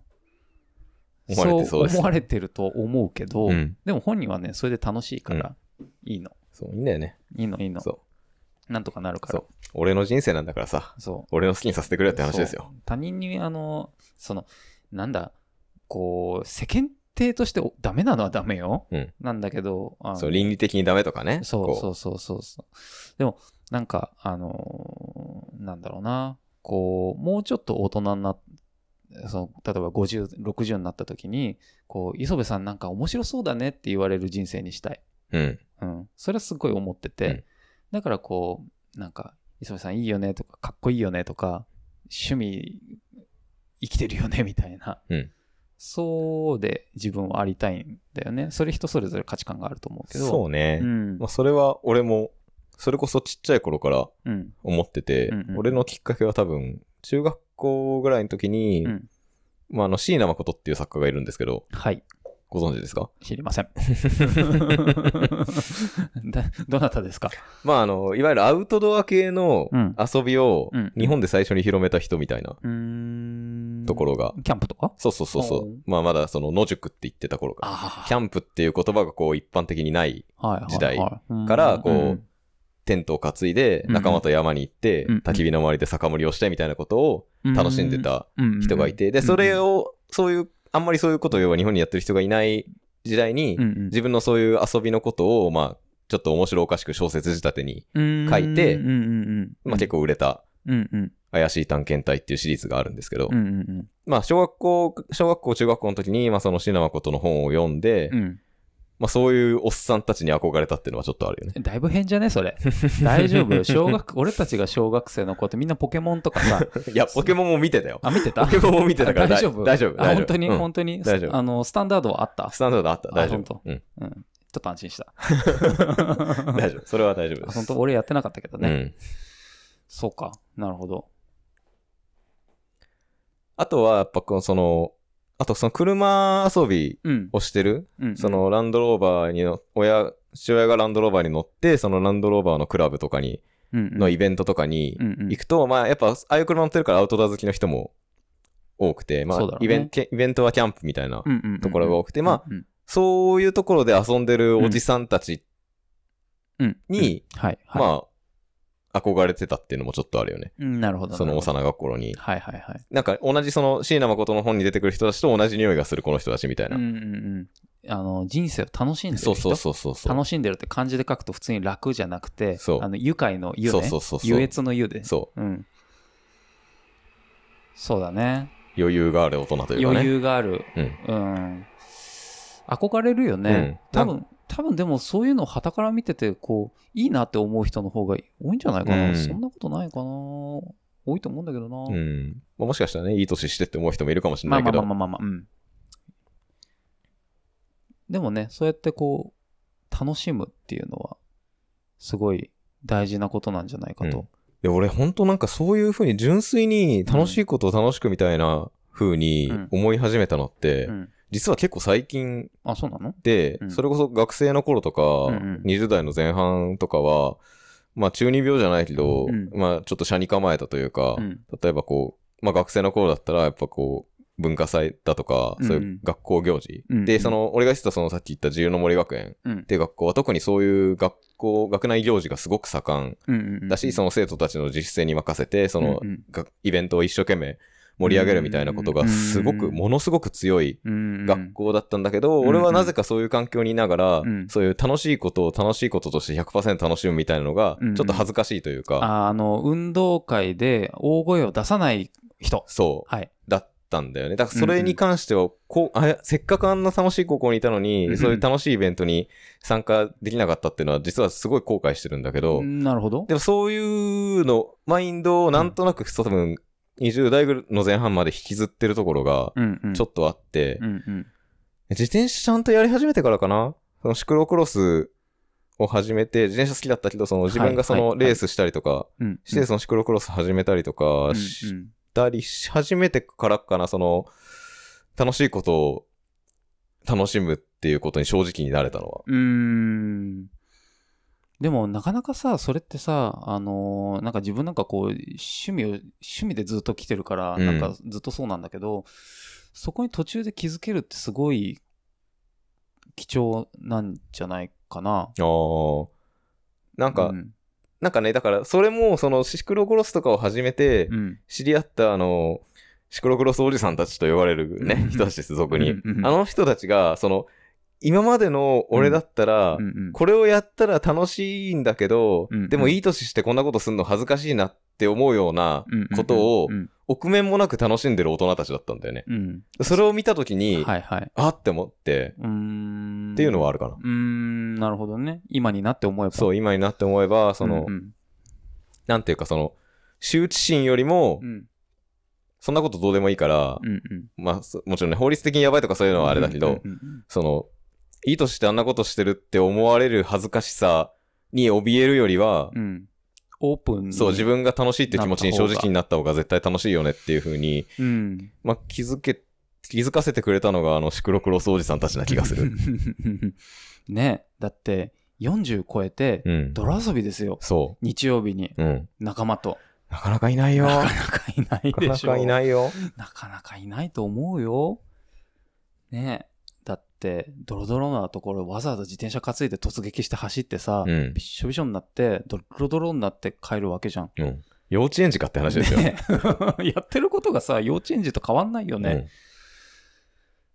[SPEAKER 1] 思われてそうです
[SPEAKER 2] 思われてると思うけど、
[SPEAKER 1] うん。
[SPEAKER 2] でも本人はね、それで楽しいから、いいの。
[SPEAKER 1] そう、いいんだよね。
[SPEAKER 2] いいの、いいの。
[SPEAKER 1] そ
[SPEAKER 2] なんとかなる
[SPEAKER 1] う。
[SPEAKER 2] か
[SPEAKER 1] そ
[SPEAKER 2] ら
[SPEAKER 1] う。。俺の人生なんだからさ、
[SPEAKER 2] そう。
[SPEAKER 1] 俺の好きにさせてくれって話ですよ。
[SPEAKER 2] そう。他人に、あの、その、なんだ、こう、世間体としておダメなのはダメよ。
[SPEAKER 1] うん
[SPEAKER 2] なんだけど、あの
[SPEAKER 1] そう、倫理的にダメとかね。
[SPEAKER 2] そう
[SPEAKER 1] こ
[SPEAKER 2] そうそうそうそう。でも、なんか、あのーなんだろうな、こう、もうちょっと大人になその例えば50、60になった時に、こう、磯部さんなんか面白そうだねって言われる人生にしたい。
[SPEAKER 1] うん。
[SPEAKER 2] うん、それはすごい思ってて、
[SPEAKER 1] うん
[SPEAKER 2] だからこうなんか磯部さんいいよねとかかっこいいよねとか趣味生きてるよねみたいな、
[SPEAKER 1] うん
[SPEAKER 2] そうで自分はありたいんだよねそれ人それぞれ価値観があると思うけど
[SPEAKER 1] そう
[SPEAKER 2] う
[SPEAKER 1] ね。
[SPEAKER 2] ん
[SPEAKER 1] まあ、それは俺も、それこそちっちゃい頃から
[SPEAKER 2] うん
[SPEAKER 1] 思ってて、
[SPEAKER 2] うんうん
[SPEAKER 1] 俺のきっかけは多分、中学校ぐらいの時に、
[SPEAKER 2] うん
[SPEAKER 1] まあ、あの、椎名誠っていう作家がいるんですけど、
[SPEAKER 2] はい
[SPEAKER 1] ご存知ですか
[SPEAKER 2] 知りま せんだどなたですか
[SPEAKER 1] まあ、あの、いわゆるアウトドア系の
[SPEAKER 2] うん
[SPEAKER 1] 遊びを
[SPEAKER 2] うん、
[SPEAKER 1] 日本で最初に広めた人みたいな
[SPEAKER 2] うーん
[SPEAKER 1] ところが、
[SPEAKER 2] キャンプとか
[SPEAKER 1] そうそうそうそ
[SPEAKER 2] おう
[SPEAKER 1] う、まあ、まだその野宿って言ってた頃から、
[SPEAKER 2] あ
[SPEAKER 1] キャンプっていう言葉がこう一般的にない、
[SPEAKER 2] ャ
[SPEAKER 1] 時代からこうテントを担いで、仲間と山に行って、
[SPEAKER 2] うんうん
[SPEAKER 1] 焚き火の周りで酒盛りをしてみたいなことを楽しんでた人がいて、で、それ
[SPEAKER 2] を
[SPEAKER 1] を、そういう、あんまりそういうことを要は日本にやってる人がいない時代に、自分のそういう遊びのことを、まあ、ちょっと面白おかしく小説仕立てに、書
[SPEAKER 2] 書
[SPEAKER 1] いて
[SPEAKER 2] うんうんうん、
[SPEAKER 1] まあ結
[SPEAKER 2] 構、
[SPEAKER 1] 構売れた、
[SPEAKER 2] うんうん
[SPEAKER 1] 怪しい探検隊っていうシリーズがあるんですけど
[SPEAKER 2] う、んうん
[SPEAKER 1] まあ小学校、小学校、中学校の時に、まあそのシナマコトの本を読んで
[SPEAKER 2] う、ん
[SPEAKER 1] まあそういうおっさんたちに憧れたっていうのはちょっとある よね。
[SPEAKER 2] だいぶ変じゃねそれ。 大丈夫小 学、俺たちが小学生の子ってみんなポケモンとかさ、
[SPEAKER 1] いや、ポケモンも見てたよ。
[SPEAKER 2] あ、見てた
[SPEAKER 1] ポケモンも見てたから
[SPEAKER 2] あ大丈夫
[SPEAKER 1] 大丈夫。
[SPEAKER 2] あ、
[SPEAKER 1] 大丈夫
[SPEAKER 2] 本当に、
[SPEAKER 1] うん
[SPEAKER 2] 本当に、
[SPEAKER 1] 大丈夫
[SPEAKER 2] あの、スタンダードはあった
[SPEAKER 1] スタンダードあった。大丈
[SPEAKER 2] あ本当
[SPEAKER 1] 夫。うん。
[SPEAKER 2] うん。ちょっと安心した。
[SPEAKER 1] 大丈夫。それは大丈夫
[SPEAKER 2] あ
[SPEAKER 1] です。
[SPEAKER 2] 本当俺やってなかったけどね。
[SPEAKER 1] うん。
[SPEAKER 2] そうか。なるほど。
[SPEAKER 1] あとは、やっぱこの、その、あとその車遊び
[SPEAKER 2] うん。
[SPEAKER 1] をしてる、
[SPEAKER 2] うん
[SPEAKER 1] そ、のランドローバーにの、親、父親がランドローバーに乗って、そのランドローバーのクラブとかに、
[SPEAKER 2] うんうん
[SPEAKER 1] のイベントとかに
[SPEAKER 2] うんうん
[SPEAKER 1] 行くと、まあやっぱ、ああいう車乗ってるからアウトドア好きの人も多くて、まあ、
[SPEAKER 2] そうだろうね
[SPEAKER 1] イベント、イベントはキャンプみたいな
[SPEAKER 2] うんうんうんうん
[SPEAKER 1] ところが多くて、まあ、
[SPEAKER 2] うん
[SPEAKER 1] そういうところで遊んでるおじさんたち
[SPEAKER 2] うんうん
[SPEAKER 1] に、
[SPEAKER 2] はい、はい。
[SPEAKER 1] まあ、憧れてたっていうのもちょっとあるよね。
[SPEAKER 2] うんなるほど。
[SPEAKER 1] その
[SPEAKER 2] なるほど
[SPEAKER 1] 幼い頃に。
[SPEAKER 2] はいはいはい。
[SPEAKER 1] なんか同じその椎名誠の本に出てくる人たちと同じ匂いがするこの人たちみたいな。
[SPEAKER 2] うんうんうん。あの、人生を楽しんでる
[SPEAKER 1] そう
[SPEAKER 2] 人。
[SPEAKER 1] そうそうそうそう。
[SPEAKER 2] 楽しんでるって漢字で書くと普通に楽じゃなくて、
[SPEAKER 1] そう
[SPEAKER 2] あの、愉快の愉ね。
[SPEAKER 1] そうそうそうそう
[SPEAKER 2] 優越の優で。
[SPEAKER 1] そ
[SPEAKER 2] うん。そうだね。
[SPEAKER 1] う。余裕がある大人というかね。
[SPEAKER 2] 余裕がある。
[SPEAKER 1] うん。
[SPEAKER 2] うん。憧れるよね。
[SPEAKER 1] うん
[SPEAKER 2] 多分、多分でもそういうのを傍から見てて、こう、いいなって思う人の方が多いんじゃないかな。
[SPEAKER 1] うん
[SPEAKER 2] そんなことないかな。多いと思うんだけどな。
[SPEAKER 1] うん。まあ、もしかしたらね、いい年してって思う人もいるかもしれ
[SPEAKER 2] ま
[SPEAKER 1] な
[SPEAKER 2] あ
[SPEAKER 1] い
[SPEAKER 2] ま
[SPEAKER 1] け
[SPEAKER 2] あま
[SPEAKER 1] ど。
[SPEAKER 2] あまあまあまあ、うん。でもね、そうやってこう、楽しむっていうのは、すごい大事なことなんじゃないかと。
[SPEAKER 1] いや俺本当なんかそういう風に純粋に楽しいことを楽しくみたいな風に
[SPEAKER 2] うん
[SPEAKER 1] 思い始めたのって、
[SPEAKER 2] うん
[SPEAKER 1] 実は結構最近
[SPEAKER 2] あ、そうなの
[SPEAKER 1] で、
[SPEAKER 2] うん
[SPEAKER 1] それこそ学生の頃とか、
[SPEAKER 2] んうん
[SPEAKER 1] 20代の前半とかは、まあ中二病じゃないけど、
[SPEAKER 2] うん
[SPEAKER 1] まあちょっと車に構えたというか、
[SPEAKER 2] うん。
[SPEAKER 1] 例えばこう、まあ、学生の頃だったらやっぱこう文化祭だとか
[SPEAKER 2] うんうん
[SPEAKER 1] そういう学校行事、
[SPEAKER 2] うんうん
[SPEAKER 1] でその俺が知ってたそのさっき言った自由の森学園
[SPEAKER 2] うん
[SPEAKER 1] っ。ていう学校は特にそういう学校学内行事がすごく盛
[SPEAKER 2] うんうんうん
[SPEAKER 1] んだし、その生徒たちの自主性に任せてその
[SPEAKER 2] うんうん
[SPEAKER 1] がイベントを一生懸命盛り上げるみたいなことがすご
[SPEAKER 2] う
[SPEAKER 1] く
[SPEAKER 2] ん
[SPEAKER 1] ものすごく強い
[SPEAKER 2] うんうん
[SPEAKER 1] 学校だったんだけど、
[SPEAKER 2] うん
[SPEAKER 1] 俺はなぜかそういう環境にいながら、
[SPEAKER 2] うん
[SPEAKER 1] そういう楽しいことを楽しいこととして100%楽しむみたいなのが
[SPEAKER 2] うんうん
[SPEAKER 1] ちょっと恥ずかしいというか、
[SPEAKER 2] ああの、運動会で大声を出さない人。
[SPEAKER 1] そう
[SPEAKER 2] はい。
[SPEAKER 1] だったんだよね。だからそれに関しては、こう、あせっかくあんな楽しい高校にいたのに、
[SPEAKER 2] うんうん
[SPEAKER 1] そういう楽しいイベントに参加できなかったっていうのは、実はすごい後悔してるんだけど、
[SPEAKER 2] なるほど。
[SPEAKER 1] でもそういうの、マインドをなんとなく、多分、20代ぐらいの前半まで引きずってるところが、
[SPEAKER 2] うんうん。
[SPEAKER 1] ちょっとあって、
[SPEAKER 2] うんうん。
[SPEAKER 1] 自転車ちゃんとやり始めてからかな、そのシクロクロスを始めて、自転車好きだったけど、その自分がそ
[SPEAKER 2] はい
[SPEAKER 1] の
[SPEAKER 2] はいはい
[SPEAKER 1] レースしたりとか、
[SPEAKER 2] うん。
[SPEAKER 1] して、そのシクロクロス始めたりと
[SPEAKER 2] う
[SPEAKER 1] か
[SPEAKER 2] ん
[SPEAKER 1] し
[SPEAKER 2] うん
[SPEAKER 1] ったりし始めてからかな、その、楽しいことを楽しむっていうことに正直になれたのは。
[SPEAKER 2] うーん。でも、なかなかさ、それってさ、あのーなんか自分なんかこう、趣味を、趣味でずっと来てるから、
[SPEAKER 1] うん
[SPEAKER 2] なんかずっとそうなんだけど、そこに途中で気づけるってすごい貴重なんじゃないかな。
[SPEAKER 1] ああ。なんか、
[SPEAKER 2] うん。
[SPEAKER 1] なんかね、だから、それも、その、シクロクロスとかを始めて
[SPEAKER 2] う、ん
[SPEAKER 1] 知り合った、あの、シクロクロスおじさんたちと呼ばれる
[SPEAKER 2] う
[SPEAKER 1] ね
[SPEAKER 2] ん、
[SPEAKER 1] 人たちです、俗
[SPEAKER 2] う
[SPEAKER 1] に
[SPEAKER 2] ん。うんうん
[SPEAKER 1] あの人たちが、その、今までの俺だったら
[SPEAKER 2] う、んうん
[SPEAKER 1] これをやったら楽しいんだけど
[SPEAKER 2] うんうん、
[SPEAKER 1] でもいい年してこんなことすんの恥ずかしいなって思うような、
[SPEAKER 2] うんうん
[SPEAKER 1] ことを
[SPEAKER 2] うん
[SPEAKER 1] 臆面もなく楽しんでる大人たちだったんだよね。
[SPEAKER 2] うん。
[SPEAKER 1] それを見たときに、
[SPEAKER 2] はいはい。
[SPEAKER 1] あって思って、
[SPEAKER 2] うーん。
[SPEAKER 1] っていうのはある
[SPEAKER 2] る。
[SPEAKER 1] かな。
[SPEAKER 2] うーん、なるほどね。今になって思えば。
[SPEAKER 1] そう、今になって思えば、その、
[SPEAKER 2] うんうん
[SPEAKER 1] なんていうか、その、羞恥心よりも
[SPEAKER 2] う、ん
[SPEAKER 1] そんなことどうでもいいから、
[SPEAKER 2] うんうん。
[SPEAKER 1] まあ、そもちろんね、法律的にやばいとかそういうのはあれだけど、
[SPEAKER 2] うんうんうん
[SPEAKER 1] その、いい年してあんなことしてるって思われる恥ずかしさに怯えるよりは、
[SPEAKER 2] うん。オープンに
[SPEAKER 1] そう、自分が楽しいって気持ちに正直になった方が絶対楽しいよねっていう風に、
[SPEAKER 2] うん。
[SPEAKER 1] まあ、気づけ、気づかせてくれたのが、あの、シクロクロスおじさんたちな気がする。。
[SPEAKER 2] ねだって、40超えて、
[SPEAKER 1] うん。
[SPEAKER 2] 泥遊びですよ。
[SPEAKER 1] そ
[SPEAKER 2] 日曜日に
[SPEAKER 1] う。うん。
[SPEAKER 2] 仲間と。
[SPEAKER 1] なかなかいないよ。
[SPEAKER 2] なか
[SPEAKER 1] な
[SPEAKER 2] なかいない
[SPEAKER 1] か
[SPEAKER 2] で
[SPEAKER 1] な
[SPEAKER 2] しょ。
[SPEAKER 1] かいないよ。
[SPEAKER 2] なかなかいないと思うよ。ねだって、ドロドロなところわざわざ自転車担いで突撃して走ってさ、
[SPEAKER 1] うん
[SPEAKER 2] びっしょびしょになって、ドロドロになって帰るわけじゃん。
[SPEAKER 1] うん。幼稚園児かって話ですよ。
[SPEAKER 2] ね やってることがさ、幼稚園児と変わんないよね。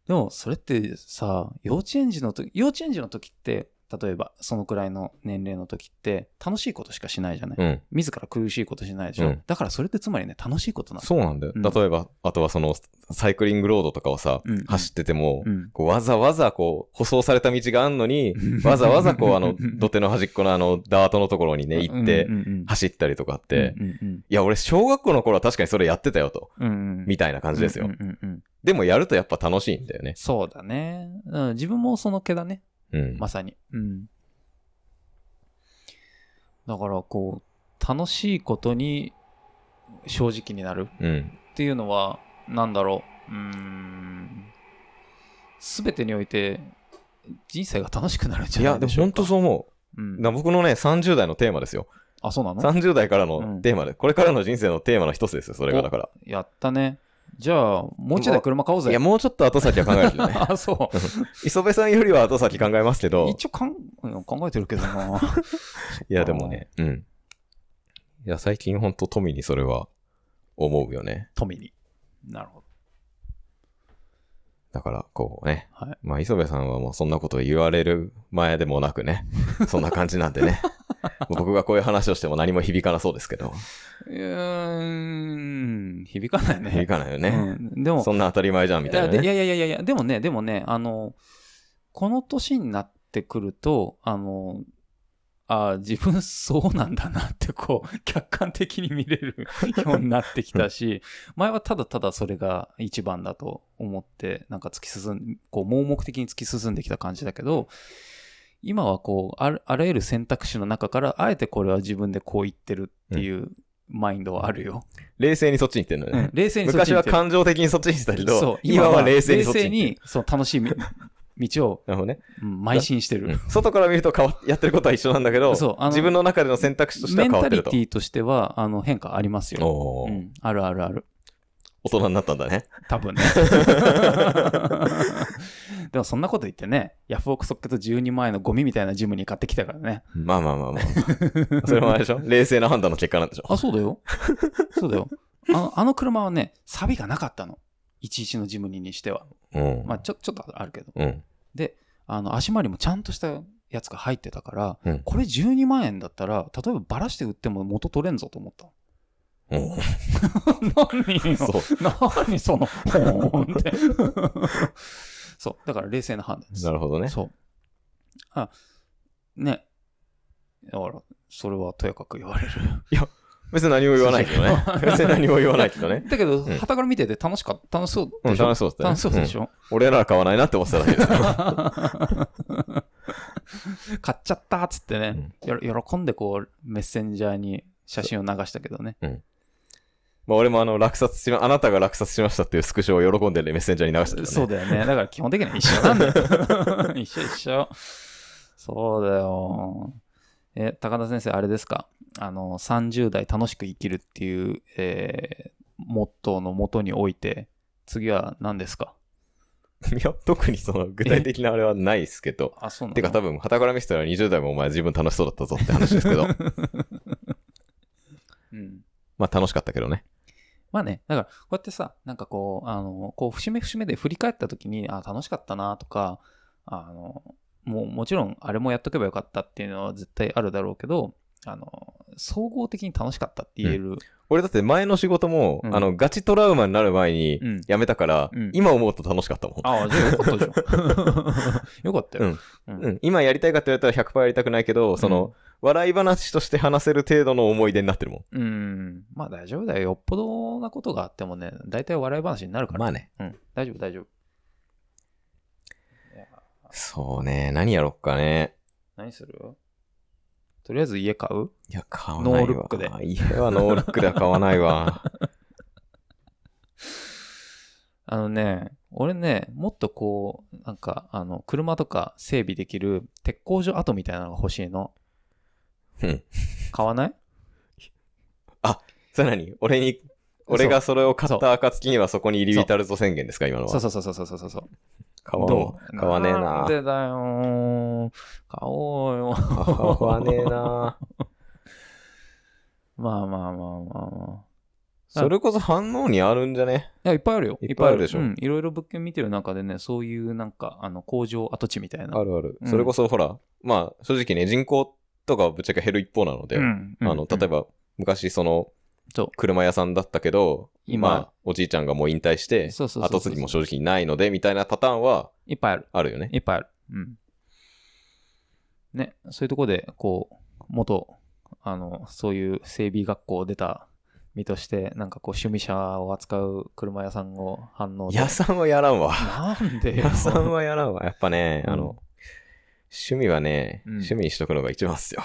[SPEAKER 2] でもそれってさ、幼稚園児の時、幼稚園児の時って、例えばそのくらいの年齢の時って楽しいことしかしないじゃない、
[SPEAKER 1] うん。
[SPEAKER 2] 自ら苦しいことしないでし
[SPEAKER 1] う
[SPEAKER 2] ょ、
[SPEAKER 1] ん
[SPEAKER 2] だからそれってつまりね楽しいことなの
[SPEAKER 1] そうなんだよ。
[SPEAKER 2] うん
[SPEAKER 1] 例えば、あとはその、サイクリングロードとかをさ、
[SPEAKER 2] うん
[SPEAKER 1] 走ってても、
[SPEAKER 2] うん
[SPEAKER 1] こうわざわざこう、舗装された道があんのに、わざわざこう、あの、土手の端っこのあの、ダートのところにね、行って
[SPEAKER 2] う、んうんうん
[SPEAKER 1] 走ったりとかって、
[SPEAKER 2] うんうん
[SPEAKER 1] いや、俺、小学校の頃は確かにそれやってたよと、
[SPEAKER 2] うんうんうん
[SPEAKER 1] みたいな感じですよ。
[SPEAKER 2] うんうんうんうん
[SPEAKER 1] でも、やるとやっぱ楽しいんだよね。
[SPEAKER 2] そうだね、うん、自分もその気だね
[SPEAKER 1] うん。
[SPEAKER 2] まさに。うん。だから、こう、楽しいことに正直になる
[SPEAKER 1] うん。
[SPEAKER 2] っていうのは、なんだろう。うーん。すべてにおいて、人生が楽しくなるんじ
[SPEAKER 1] い
[SPEAKER 2] ゃな
[SPEAKER 1] や、で
[SPEAKER 2] いで
[SPEAKER 1] も
[SPEAKER 2] しょう
[SPEAKER 1] 本
[SPEAKER 2] か。
[SPEAKER 1] 当そう思う。
[SPEAKER 2] うん
[SPEAKER 1] な僕のね、30代のテーマですよ。
[SPEAKER 2] あ、そうなの
[SPEAKER 1] 30代から
[SPEAKER 2] う
[SPEAKER 1] の
[SPEAKER 2] ん
[SPEAKER 1] テーマで、これからの人生のテーマの一つですよ、それがだから。
[SPEAKER 2] やったね。じゃあ、もう一台車買おうぜ。
[SPEAKER 1] いや、もうちょっと後先は考えるけど ね。
[SPEAKER 2] あ、そう。
[SPEAKER 1] 磯部さんよりは後先考えますけど、
[SPEAKER 2] 一応かんうん考えてるけどな。
[SPEAKER 1] いや、でもね、うん。いや、最近ほんと富にそれは思うよね。
[SPEAKER 2] 富に。なるほど。
[SPEAKER 1] だから、こうね。
[SPEAKER 2] はい
[SPEAKER 1] まあ、磯部さんはもうそんなこと言われる前でもなく ね。そんな感じなんでね。僕がこういう話をしても何も響かなそうですけど。
[SPEAKER 2] うーん、響かないね。
[SPEAKER 1] 響かないよね。
[SPEAKER 2] うん、でも、
[SPEAKER 1] そんな当たり前じゃん、みたいないね。
[SPEAKER 2] やでいやいやいやいや、でもね、でもね、あの、この年になってくると、あの、あー自分そうなんだなってこう 客観的に見 れるようになってきたし前はただただそれが一番だと思ってなんか突き進んこう盲目的に突き進んできた感じだけど今はこうあるあらゆる選択肢の中からあえてこれは自分でこう言ってるっていうマインドはあるよ、
[SPEAKER 1] 冷静にそっちに行ってんのよね。
[SPEAKER 2] 冷静にそっ
[SPEAKER 1] 昔
[SPEAKER 2] ちに行
[SPEAKER 1] は
[SPEAKER 2] ってる
[SPEAKER 1] 感情的にそっちにしてたけ
[SPEAKER 2] そ
[SPEAKER 1] ど
[SPEAKER 2] う、
[SPEAKER 1] 今は冷静にそっちに行ってる。
[SPEAKER 2] そう楽しいみ 道を、
[SPEAKER 1] なるほどね。
[SPEAKER 2] うん邁進してる、
[SPEAKER 1] 外から見ると変わっやってることは一緒なんだけど
[SPEAKER 2] そうあの、
[SPEAKER 1] 自分の中での選択肢としては
[SPEAKER 2] メン
[SPEAKER 1] 変わ
[SPEAKER 2] タ
[SPEAKER 1] って
[SPEAKER 2] リ
[SPEAKER 1] ると
[SPEAKER 2] テ。ィとしてはあの変化ありますよ、
[SPEAKER 1] おー
[SPEAKER 2] うん、あるあるある
[SPEAKER 1] 大人になったんだね。
[SPEAKER 2] 多 分ねでもそんなこと言ってねヤフオク即決12万円のゴミみたいなジムに買ってきたからね
[SPEAKER 1] まあまあまあまあ。それもあれでしょ冷静な判断の結果なんでしょ
[SPEAKER 2] あそうだよそうだよあのあの車はね錆がなかったの11のジムニーにしては
[SPEAKER 1] うん
[SPEAKER 2] まあちょちょっとあるけど
[SPEAKER 1] うん。
[SPEAKER 2] あの足回りもちゃんとしたやつが入ってたから、
[SPEAKER 1] うん
[SPEAKER 2] これ12万円だったら例えばバラして売っても元取れんぞと思ったの
[SPEAKER 1] うん。
[SPEAKER 2] 何
[SPEAKER 1] そ
[SPEAKER 2] よ
[SPEAKER 1] う。
[SPEAKER 2] 何その、ほーんって。 そう、だから冷静な判断です。
[SPEAKER 1] なるほどね。
[SPEAKER 2] そう。あ、ね。だから、それはとやかく言われる。。
[SPEAKER 1] 別に何も言わないけどね別に何も言わないけどね。
[SPEAKER 2] だけど、
[SPEAKER 1] うん
[SPEAKER 2] はたから見てて楽しかった、楽しそう
[SPEAKER 1] う
[SPEAKER 2] で
[SPEAKER 1] ん、
[SPEAKER 2] しょ、
[SPEAKER 1] 楽しそうだったね。
[SPEAKER 2] 楽しそうでし
[SPEAKER 1] ょ。
[SPEAKER 2] ょ、
[SPEAKER 1] 俺なら買わないなって思ってただけですから。
[SPEAKER 2] 買っちゃったっつってね、よ喜んでこう、メッセンジャーに写真を流したけどね。
[SPEAKER 1] まあ俺もあの、落札しま、あなたが落札しましたっていうスクショを喜んでねメッセンジャーに流してた、ね。
[SPEAKER 2] そうだよね。だから基本的には一緒なんだ よ。一緒一緒。そうだよ。え、高田先生、あれですかあの、30代楽しく生きるっていう、えーモットーのもとにおいて、次は何ですか
[SPEAKER 1] いや、特にその、具体的なあれはないですけど。
[SPEAKER 2] あ、そうなの
[SPEAKER 1] てか多分、傍から見せたら20代もお前自分楽しそうだったぞって話ですけ ど。
[SPEAKER 2] うん。
[SPEAKER 1] まあ楽しかったけどね。
[SPEAKER 2] まあね、だから、こうやってさ、なんかこう、あの、こう、節目節目で振り返った時に、あ、楽しかったなとか、あの、もう、もちろん、あれもやっとけばよかったっていうのは絶対あるだろうけど、あの、総合的に楽しかったって言える。
[SPEAKER 1] 俺だって前の仕事も、
[SPEAKER 2] うん
[SPEAKER 1] あの、ガチトラウマになる前に
[SPEAKER 2] うん
[SPEAKER 1] 辞めたから、
[SPEAKER 2] うん
[SPEAKER 1] 今思うと楽しかったもん。
[SPEAKER 2] ああ、じゃあよかったじゃん。 よかったよ。うん
[SPEAKER 1] うん、今やりたいかって言われたら100%やりたくないけど、その、笑い話として話せる程度の思い出になってるもん。
[SPEAKER 2] うん、うんまあ大丈夫だよ。よっぽどなことがあってもね、大体笑い話になるから。
[SPEAKER 1] あね。
[SPEAKER 2] うん、大丈夫、大丈夫。いや
[SPEAKER 1] そうね。何やろっかね。
[SPEAKER 2] 何するとりあえず家買う
[SPEAKER 1] いや、買わないわ。
[SPEAKER 2] ノールックで
[SPEAKER 1] 家はノールックでは買わないわ。
[SPEAKER 2] あのね、俺ね、もっとこう、なんか、あの、車とか整備できる鉄工所跡みたいなのが欲しいの。
[SPEAKER 1] うん。
[SPEAKER 2] 買わない
[SPEAKER 1] それ何俺に、 俺がそれを買った暁にはそこに入り浸るぞ宣言ですか今のは。
[SPEAKER 2] そうそうそうそうそうそうそう。
[SPEAKER 1] 買わ
[SPEAKER 2] ど
[SPEAKER 1] ん買わねえ
[SPEAKER 2] ん
[SPEAKER 1] な。
[SPEAKER 2] でだよー。買おう よ。
[SPEAKER 1] 買わねえな。
[SPEAKER 2] まあまあまあまあまあ。あ
[SPEAKER 1] それこそ反応にあるんじゃね
[SPEAKER 2] いや、いっぱいあるよ。
[SPEAKER 1] いっぱいあるでしょ
[SPEAKER 2] うん。いろいろ物件見てる中でね、そういうなんか、あの、工場跡地みたいな。
[SPEAKER 1] るある
[SPEAKER 2] うん
[SPEAKER 1] それこそほら、まあ正直ね、人口とかはぶっちゃけ減る一方なので、
[SPEAKER 2] うん。うん
[SPEAKER 1] あの、例え、ば昔その
[SPEAKER 2] そう、
[SPEAKER 1] 車屋さんだったけど、
[SPEAKER 2] 今
[SPEAKER 1] まあおじいちゃんがもう引退して、
[SPEAKER 2] そうそうそうそう
[SPEAKER 1] 後継ぎも正直ないので、みたいなパターンは
[SPEAKER 2] うんいっぱいある。
[SPEAKER 1] あるよね。
[SPEAKER 2] いっぱいある。うん。ね、そういうとこで、こう、元、あの、そういう整備学校を出た身として、なんかこう、趣味車を扱う車屋さんを反応で
[SPEAKER 1] 屋さんはやらんわ。
[SPEAKER 2] なんでよ
[SPEAKER 1] 屋さんはやらんわ。やっぱね、
[SPEAKER 2] うん
[SPEAKER 1] あの、趣味はね、
[SPEAKER 2] うん
[SPEAKER 1] 趣味にしとくのが一番っすよ。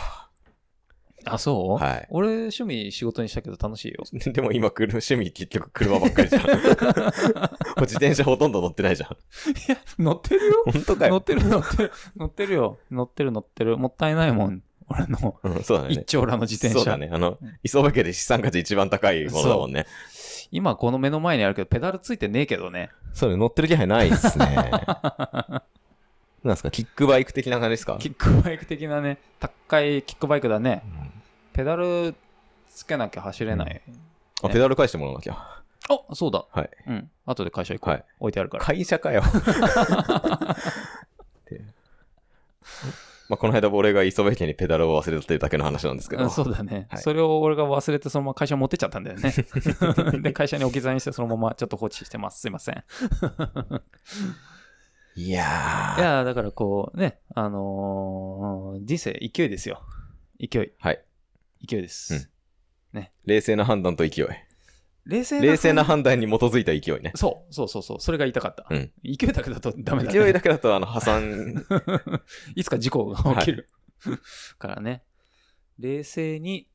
[SPEAKER 2] あ、そう、
[SPEAKER 1] はい。
[SPEAKER 2] 俺、趣味仕事にしたけど楽しいよ。
[SPEAKER 1] でも今、車趣味結局車ばっか りじゃん。もう自転車ほとんど乗ってないじゃん。
[SPEAKER 2] いや、 乗ってるよ。
[SPEAKER 1] 本当か
[SPEAKER 2] 乗
[SPEAKER 1] よ
[SPEAKER 2] っ。てる乗ってる。乗ってるよ。乗ってる乗ってる。もったいないもん。俺の
[SPEAKER 1] うん、そうだね。
[SPEAKER 2] 一丁羅の自転車。
[SPEAKER 1] そうだね。あの
[SPEAKER 2] うん、
[SPEAKER 1] 磯部家で資産価値一番高いものだもんね。
[SPEAKER 2] 今この目の前にあるけど、ペダルついてねえけどね。
[SPEAKER 1] そうね、乗ってる気配ないっす ね。なんですか、キックバイク的な感じですか
[SPEAKER 2] キックバイク的なね、高いキックバイクだね。
[SPEAKER 1] うん
[SPEAKER 2] ペダルつけなきゃ走れない。
[SPEAKER 1] あ、ペダル返してもらわなきゃ。
[SPEAKER 2] あ、そうだ。
[SPEAKER 1] はい。
[SPEAKER 2] うん。後で会社行こう。
[SPEAKER 1] はい
[SPEAKER 2] 置いてあるから。
[SPEAKER 1] 会社かよ。 でまあ、この間、俺が磯部家にペダルを忘れたというだけの話なんですけ
[SPEAKER 2] う
[SPEAKER 1] ど。
[SPEAKER 2] んそうだね、
[SPEAKER 1] はい
[SPEAKER 2] それを俺が忘れてそのまま会社持ってっちゃったんだよね。 で、会社に置き去りにしてそのままちょっと放置してます。すいません。
[SPEAKER 1] いや
[SPEAKER 2] い
[SPEAKER 1] ー。
[SPEAKER 2] やーだからこうね、あのー人生勢いですよ。勢い。
[SPEAKER 1] はい。
[SPEAKER 2] 勢いです。
[SPEAKER 1] 冷静な判断と勢い。
[SPEAKER 2] 冷静
[SPEAKER 1] 冷静な判断に基づいた勢いね。
[SPEAKER 2] そうそうそうそう。それが言いたかった。
[SPEAKER 1] うん
[SPEAKER 2] 勢いだけだとダメだ、ね。
[SPEAKER 1] 勢いだけだと、あの、破 産。
[SPEAKER 2] いつか事故が起きる、 からね。冷静に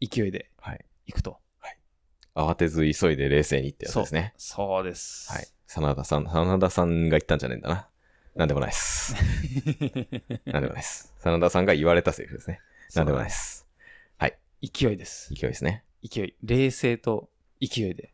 [SPEAKER 2] 勢いで
[SPEAKER 1] はい
[SPEAKER 2] 行くと。
[SPEAKER 1] 慌てず急いで冷静にってやつですね。
[SPEAKER 2] そうです。
[SPEAKER 1] はい。真田さん、真田さんが言ったんじゃねえんだな。なんでもないっす。なんでもないっす。真田さんが言われたセリフですね。なんでもないっす。
[SPEAKER 2] 勢いです。
[SPEAKER 1] 勢いですね。
[SPEAKER 2] 勢い。冷静と勢いで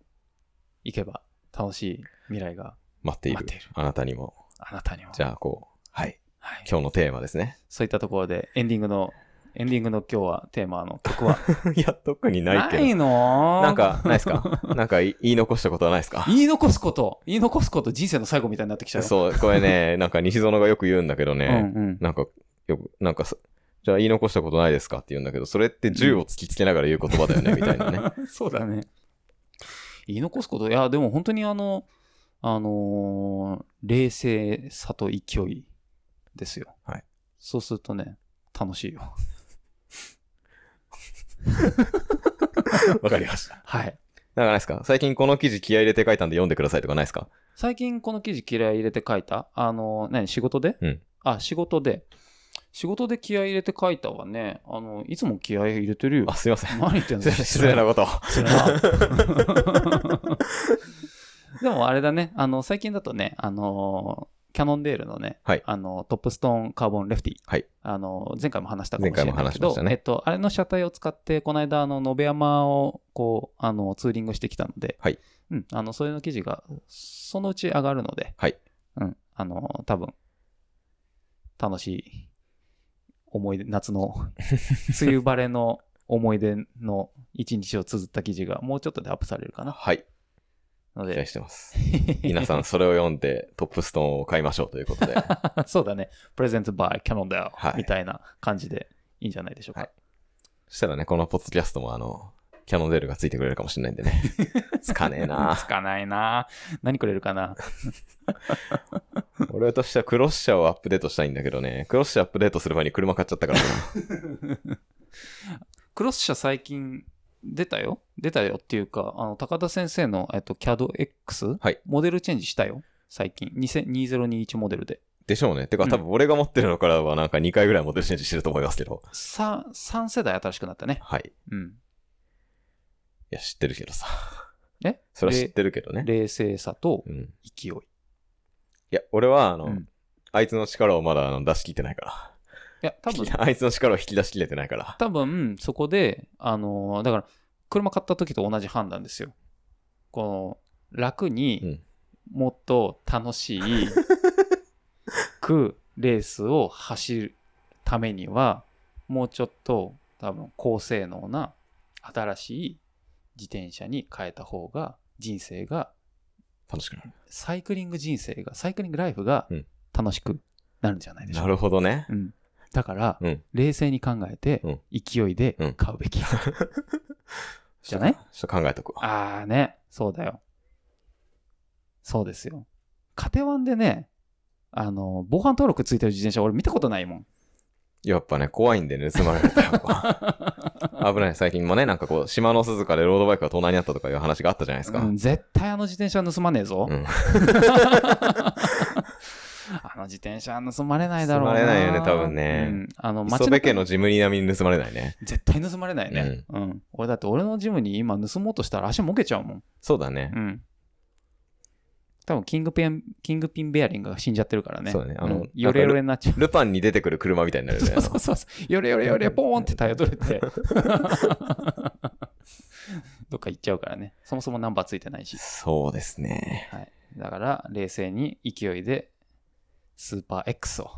[SPEAKER 2] 行けば楽しい未来が
[SPEAKER 1] 待っている
[SPEAKER 2] 待っている。
[SPEAKER 1] あなたにも。
[SPEAKER 2] あなたにも。
[SPEAKER 1] じゃあ、こう。はい。
[SPEAKER 2] はい、
[SPEAKER 1] 今日のテーマですね。
[SPEAKER 2] そういったところでエンディングの、エンディングの今日はテーマの曲は
[SPEAKER 1] いや、特に ないけど。
[SPEAKER 2] の
[SPEAKER 1] なんか、ないです かなんかい言い残したことはないですか
[SPEAKER 2] 言い残すこと、言い残すこと人生の最後みたいになってきちゃう。
[SPEAKER 1] そう、これ ね、なんか西園がよく言うんだけど
[SPEAKER 2] う
[SPEAKER 1] ね、
[SPEAKER 2] んうん。
[SPEAKER 1] なんか、よく、なんかそ、じゃあ言い残したことないですかって言うんだけど、それって銃を突きつけながら言う言葉だ よね、みたいなね。
[SPEAKER 2] そうだね。言い残すこと、いや、でも本当にあの、あのー冷静さと勢いですよ。
[SPEAKER 1] はい。
[SPEAKER 2] そうするとね、楽しいよ。
[SPEAKER 1] わかりました。
[SPEAKER 2] はい。
[SPEAKER 1] なんかないですか最近この記事気合い入れて書いたんで読んでくださいとかないですか
[SPEAKER 2] 最近この記事気合い入れて書いたあのー、何仕事で、
[SPEAKER 1] うん
[SPEAKER 2] あ、仕事で。仕事で気合い入れて書いたはね、あの、いつも気合い入れてるよ
[SPEAKER 1] あ、。すいません。
[SPEAKER 2] 何言ってんの
[SPEAKER 1] 失礼な こと。
[SPEAKER 2] それは でもあれだね、あの、最近だとね、あのーキャノンデールのね、
[SPEAKER 1] はい
[SPEAKER 2] あの、トップストーンカーボンレフティ、
[SPEAKER 1] はい
[SPEAKER 2] あの前回も話したかもしれ
[SPEAKER 1] 前回も
[SPEAKER 2] ない
[SPEAKER 1] 話
[SPEAKER 2] け
[SPEAKER 1] しま
[SPEAKER 2] ど、
[SPEAKER 1] したね
[SPEAKER 2] えっと、あれの車体を使って、この間、あの、野辺山を、こう、あの、ツーリングしてきたので、
[SPEAKER 1] はい
[SPEAKER 2] うん、あの、それの記事が、そのうち上がるので、
[SPEAKER 1] はい
[SPEAKER 2] うん、あの多分、楽しい思い出、夏の、梅雨バレの思い出の一日を綴った記事が、もうちょっとでアップされるかな。
[SPEAKER 1] はい。
[SPEAKER 2] の
[SPEAKER 1] 期
[SPEAKER 2] で
[SPEAKER 1] 待、してます。皆さん、それを読んでトップストーンを買いましょうという ことで。
[SPEAKER 2] そうだね。プレゼントバイキャノンだよ
[SPEAKER 1] はい。
[SPEAKER 2] みたいな感じでいいんじゃないでしょうか。
[SPEAKER 1] はいそしたらね、このポッドキャストもあの、キャノンデールがついてくれるかもしれないんでね。つかねえな
[SPEAKER 2] つかないな何くれるかな
[SPEAKER 1] 俺としてはクロッシャーをアップデートしたいんだけどね。クロッシャーアップデートする前に車買っちゃった からな。
[SPEAKER 2] クロス社最近出たよ出たよっていうか、あの、高田先生の、えっと、CADX、
[SPEAKER 1] はい
[SPEAKER 2] モデルチェンジしたよ。最近。2000 2021モデルで。
[SPEAKER 1] でしょうね。てか
[SPEAKER 2] うん
[SPEAKER 1] 多分俺が持ってるのからはなんか2回ぐらいモデルチェンジしてると思いますけど。
[SPEAKER 2] さ3世代新しくなったね。
[SPEAKER 1] はい。い
[SPEAKER 2] うん。
[SPEAKER 1] や、知ってるけどさ。
[SPEAKER 2] え
[SPEAKER 1] それは知ってるけどね。
[SPEAKER 2] 冷静さと
[SPEAKER 1] うん。い
[SPEAKER 2] 勢い。い
[SPEAKER 1] や、俺はあの、
[SPEAKER 2] うん
[SPEAKER 1] あいつの力をまだあの出し切ってないか
[SPEAKER 2] や、多
[SPEAKER 1] ら。、
[SPEAKER 2] 分
[SPEAKER 1] あいつの力を引き出しきれてないから。
[SPEAKER 2] 多分、そこで、あのーだから、車買った時と同じ判断ですよ。この、楽
[SPEAKER 1] うん
[SPEAKER 2] にもっと楽しい、 く、レースを走るためには、もうちょっと、多分、高性能な、新しい自転車に変えた方が人生が
[SPEAKER 1] 楽しくなる。
[SPEAKER 2] サイクリング人生がサイクリングライフが
[SPEAKER 1] うん
[SPEAKER 2] 楽しくなるんじゃないでしょ
[SPEAKER 1] な
[SPEAKER 2] うか、
[SPEAKER 1] るほどね。
[SPEAKER 2] うん、だから、
[SPEAKER 1] うん
[SPEAKER 2] 冷静に考えて、
[SPEAKER 1] うん
[SPEAKER 2] 勢いで買う べき、じゃない
[SPEAKER 1] ちょっと考えとくわ。
[SPEAKER 2] ああね、そうだよ。そうですよ。カテワンでね、あの、防犯登録ついてる自転車俺見たことないもん。
[SPEAKER 1] やっぱね、怖いんでね、盗まれるとやっ ぱ危ない。最近もね、なんかこう、島の鈴鹿でロードバイクが隣にあったとかいう話があったじゃないですか。
[SPEAKER 2] うん絶対あの自転車は盗まねえぞ。
[SPEAKER 1] うん
[SPEAKER 2] あの自転車は盗まれないだろうな。
[SPEAKER 1] 盗まれないよね多分ね
[SPEAKER 2] うんあの、
[SPEAKER 1] 磯部
[SPEAKER 2] 街の
[SPEAKER 1] 家のジムニー並みに盗まれないね。
[SPEAKER 2] 絶対盗まれないね、うん。俺だって俺のジムに今盗もうとしたら足もけちゃうもん。
[SPEAKER 1] そうだね
[SPEAKER 2] う。ん。多分キングピン、キングピンベアリングが死んじゃってるからね。
[SPEAKER 1] そうだねあの
[SPEAKER 2] んヨレヨレになっちゃう。
[SPEAKER 1] ルパンに出てくる車みたいになるよね。
[SPEAKER 2] そうそうそうそう。よれよれよれ、ポーンってタイヤ取れて。 どっか行っちゃうからね。そもそもナンバーついてないし。
[SPEAKER 1] そうですね。
[SPEAKER 2] はい。だから、冷静に勢いで、スーパー X を。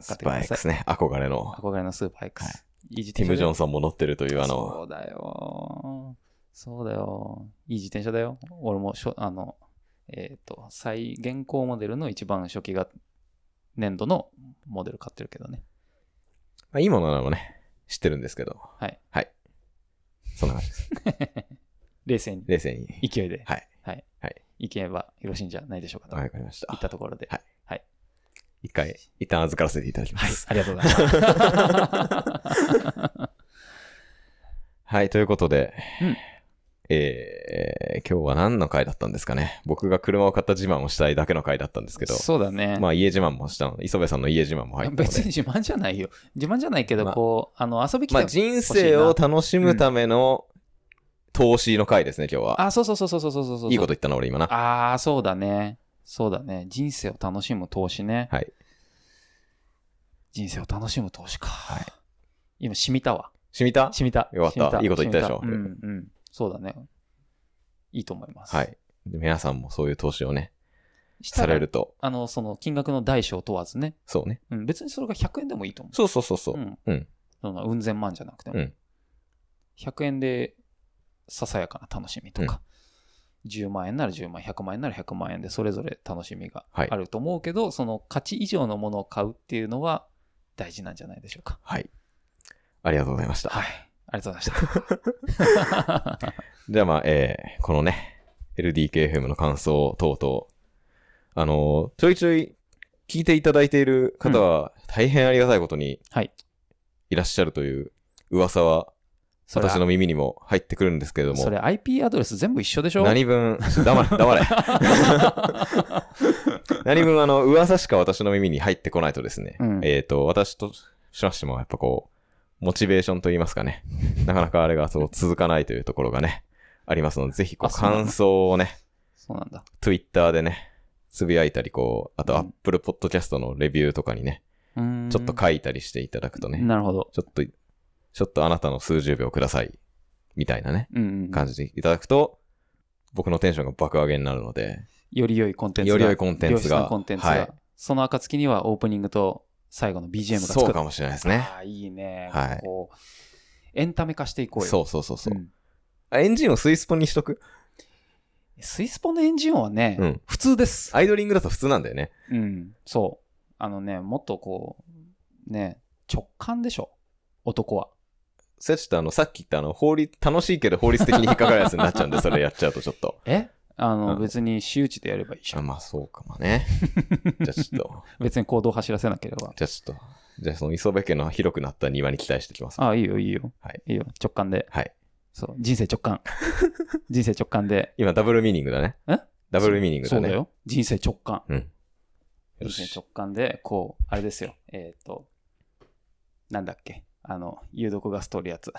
[SPEAKER 1] スパイクスね。憧れの。
[SPEAKER 2] 憧れのスーパー X。、
[SPEAKER 1] はい
[SPEAKER 2] い自
[SPEAKER 1] テ
[SPEAKER 2] 転
[SPEAKER 1] ィ
[SPEAKER 2] 車
[SPEAKER 1] ム・ジ
[SPEAKER 2] だ
[SPEAKER 1] ョ
[SPEAKER 2] よ
[SPEAKER 1] ンソンも乗ってるというあの、
[SPEAKER 2] そうだよ。そうだよ。いい自転車だよ。俺もしょ、あの、えっ、と、最、現行モデルの一番初期が、年度のモデル買ってるけどね。
[SPEAKER 1] まあ、いいものなのもね、知ってるんですけど。
[SPEAKER 2] はい。
[SPEAKER 1] はい。そんな感じです。
[SPEAKER 2] 冷静に。
[SPEAKER 1] 冷静に。
[SPEAKER 2] 勢いで、
[SPEAKER 1] はい。
[SPEAKER 2] はい。
[SPEAKER 1] はい
[SPEAKER 2] 行けばよろしいんじゃないでしょうかと。
[SPEAKER 1] わかりまし。
[SPEAKER 2] 行ったたところで。
[SPEAKER 1] はい一回、一旦預からせていただきま
[SPEAKER 2] はい
[SPEAKER 1] す。
[SPEAKER 2] ありがとうございま
[SPEAKER 1] はい、ということで、
[SPEAKER 2] うん
[SPEAKER 1] えー、今日は何の回だったんですかね。僕が車を買った自慢をしたいだけの回だったんですけど
[SPEAKER 2] す。、そうだね。
[SPEAKER 1] まあ家自慢もしたの、磯部さんの家自慢も入ったので。
[SPEAKER 2] 別に自慢じゃないよ。自慢じゃないけど、
[SPEAKER 1] まあ
[SPEAKER 2] こう、あの、遊び来
[SPEAKER 1] ま
[SPEAKER 2] て、
[SPEAKER 1] あ人生を楽しむための投資の回ですね、今日は。
[SPEAKER 2] あ、そうそうそうそうそうそうそうそう。
[SPEAKER 1] いいこと言ったな、俺今な。
[SPEAKER 2] ああ、そうだね。そうだね。人生を楽しむ投資ね。
[SPEAKER 1] はい。
[SPEAKER 2] 人生を楽しむ投資か。今、染みたわ。
[SPEAKER 1] 染みた
[SPEAKER 2] 染みた。
[SPEAKER 1] よかった
[SPEAKER 2] 染み
[SPEAKER 1] いいこと言ったでしょ
[SPEAKER 2] 染みうんうん。そうだね。いいと思います。
[SPEAKER 1] はい。で皆さんもそういう投資をね、
[SPEAKER 2] した
[SPEAKER 1] さ
[SPEAKER 2] ら
[SPEAKER 1] れると、
[SPEAKER 2] あの、その金額の大小問わずね。
[SPEAKER 1] そうね。
[SPEAKER 2] うん、別にそれが100円でもいいと思う。
[SPEAKER 1] そうそうそうそう。
[SPEAKER 2] ん。
[SPEAKER 1] うん。
[SPEAKER 2] その、うん千万じゃなくても。
[SPEAKER 1] うん
[SPEAKER 2] 100円で、ささやかな楽しみとか、10万円なら10万円、100万円なら100万円で、それぞれ楽しみがあ
[SPEAKER 1] はい
[SPEAKER 2] ると思うけど、その価値以上のものを買うっていうのは大事なんじゃないでしょうか。
[SPEAKER 1] はい。ありがとうございました。
[SPEAKER 2] はい。ありがとうござい ました。
[SPEAKER 1] じゃあまあ、えー、このね、LDKFM の感想等々、あのーちょいちょい聞いていただいている方は、大変ありがたいことに、
[SPEAKER 2] はい。
[SPEAKER 1] いらっしゃるという噂は、
[SPEAKER 2] それ
[SPEAKER 1] 私の耳にも入ってくるんですけれど
[SPEAKER 2] そ
[SPEAKER 1] も、
[SPEAKER 2] れ IP アドレス全部一緒でしょ
[SPEAKER 1] 何分、黙れ、 黙れ。何分、あの、噂しか私の耳に入ってこないとですね、
[SPEAKER 2] うん
[SPEAKER 1] えっ、と、私としましても、やっぱこう、モチベーションと言いますかね、なかなかあれがそう続かないというところがね、ありますので、ぜひこ
[SPEAKER 2] あ
[SPEAKER 1] う、
[SPEAKER 2] そうなんだ
[SPEAKER 1] 感想をね、
[SPEAKER 2] そうなんだ。
[SPEAKER 1] Twitter でね、つぶやいたり、こう、あ
[SPEAKER 2] うん
[SPEAKER 1] と Apple Podcast のレビューとかにね、
[SPEAKER 2] うーん
[SPEAKER 1] ちょっと書いたりしていただくとね、
[SPEAKER 2] なるほど。
[SPEAKER 1] ちょっと、ちょっとあなたの数十秒ください、みたいなね、
[SPEAKER 2] うんうん。
[SPEAKER 1] 感じていただくと、僕のテンションが爆上げになるので、
[SPEAKER 2] より良いコンテンツが。
[SPEAKER 1] より良いコンテンツが
[SPEAKER 2] 良質なコンテンツが
[SPEAKER 1] はい
[SPEAKER 2] その暁にはオープニングと最後の BGM がつく。
[SPEAKER 1] そうかもしれないですね。
[SPEAKER 2] ああ、いいね。
[SPEAKER 1] はい
[SPEAKER 2] こう、エンタメ化していこうよ。
[SPEAKER 1] そううそうそうそう、
[SPEAKER 2] ん
[SPEAKER 1] あエンジンをスイスポンにしとく
[SPEAKER 2] スイスポのエンジン音はね、
[SPEAKER 1] うん
[SPEAKER 2] 普通です。
[SPEAKER 1] アイドリングだと普通なんだよね。
[SPEAKER 2] うん。そう。あのね、もっとこう、ね、直感でしょ。男は。
[SPEAKER 1] それちょっとあの、さっき言ったあの、法律、楽しいけど法律的に引っかかるやつになっちゃ うんで、それやっちゃうとちょっと。
[SPEAKER 2] えあの、
[SPEAKER 1] うん
[SPEAKER 2] 別に私有地でやればいいじゃ
[SPEAKER 1] あ
[SPEAKER 2] ん。
[SPEAKER 1] まあそうかも ね。じゃあちょっと、
[SPEAKER 2] 別に行動を走らせなければ。
[SPEAKER 1] じゃあちょっと、じゃあその磯部家の広くなった庭に期待してきます。
[SPEAKER 2] ああ、いいよ、いいよ。
[SPEAKER 1] はい、
[SPEAKER 2] いよ。直感で。
[SPEAKER 1] はい。
[SPEAKER 2] そう。人生直 感。人生直感で。
[SPEAKER 1] 今ダブルミーニングだね。
[SPEAKER 2] え
[SPEAKER 1] ダブルミーニングだ
[SPEAKER 2] そう
[SPEAKER 1] ね。
[SPEAKER 2] だよ。人生直感。
[SPEAKER 1] うん。よ
[SPEAKER 2] 人生
[SPEAKER 1] し。
[SPEAKER 2] 直感で、こう、あれですよ。えっ、と、なんだっけ。あの、有毒ガス取るやつ。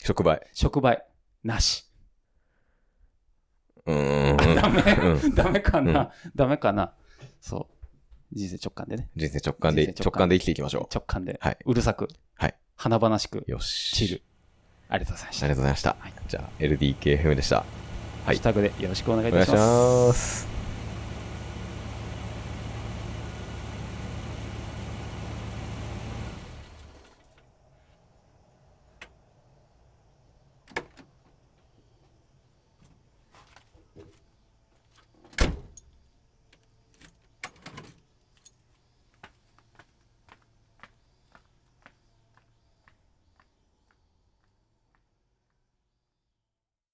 [SPEAKER 1] 触媒。
[SPEAKER 2] 触媒、なし。
[SPEAKER 1] うーん。
[SPEAKER 2] ダメ、
[SPEAKER 1] う
[SPEAKER 2] ダメかな、ダメかなそう。人生直感でね。
[SPEAKER 1] 人生直感で、
[SPEAKER 2] 人生
[SPEAKER 1] 直
[SPEAKER 2] 直感
[SPEAKER 1] 感で生きていきましょ
[SPEAKER 2] 直感で。
[SPEAKER 1] はいう
[SPEAKER 2] るさく。
[SPEAKER 1] はい
[SPEAKER 2] 華々しく
[SPEAKER 1] う。。よし。
[SPEAKER 2] チル。ありがとうございまし
[SPEAKER 1] ありがと
[SPEAKER 2] た。
[SPEAKER 1] うございました。
[SPEAKER 2] はい
[SPEAKER 1] じゃあ、LDKFM でした。
[SPEAKER 2] ハッシュタグでよろしくお願いいたし
[SPEAKER 1] お
[SPEAKER 2] ま
[SPEAKER 1] 願いしま。
[SPEAKER 2] す
[SPEAKER 1] す。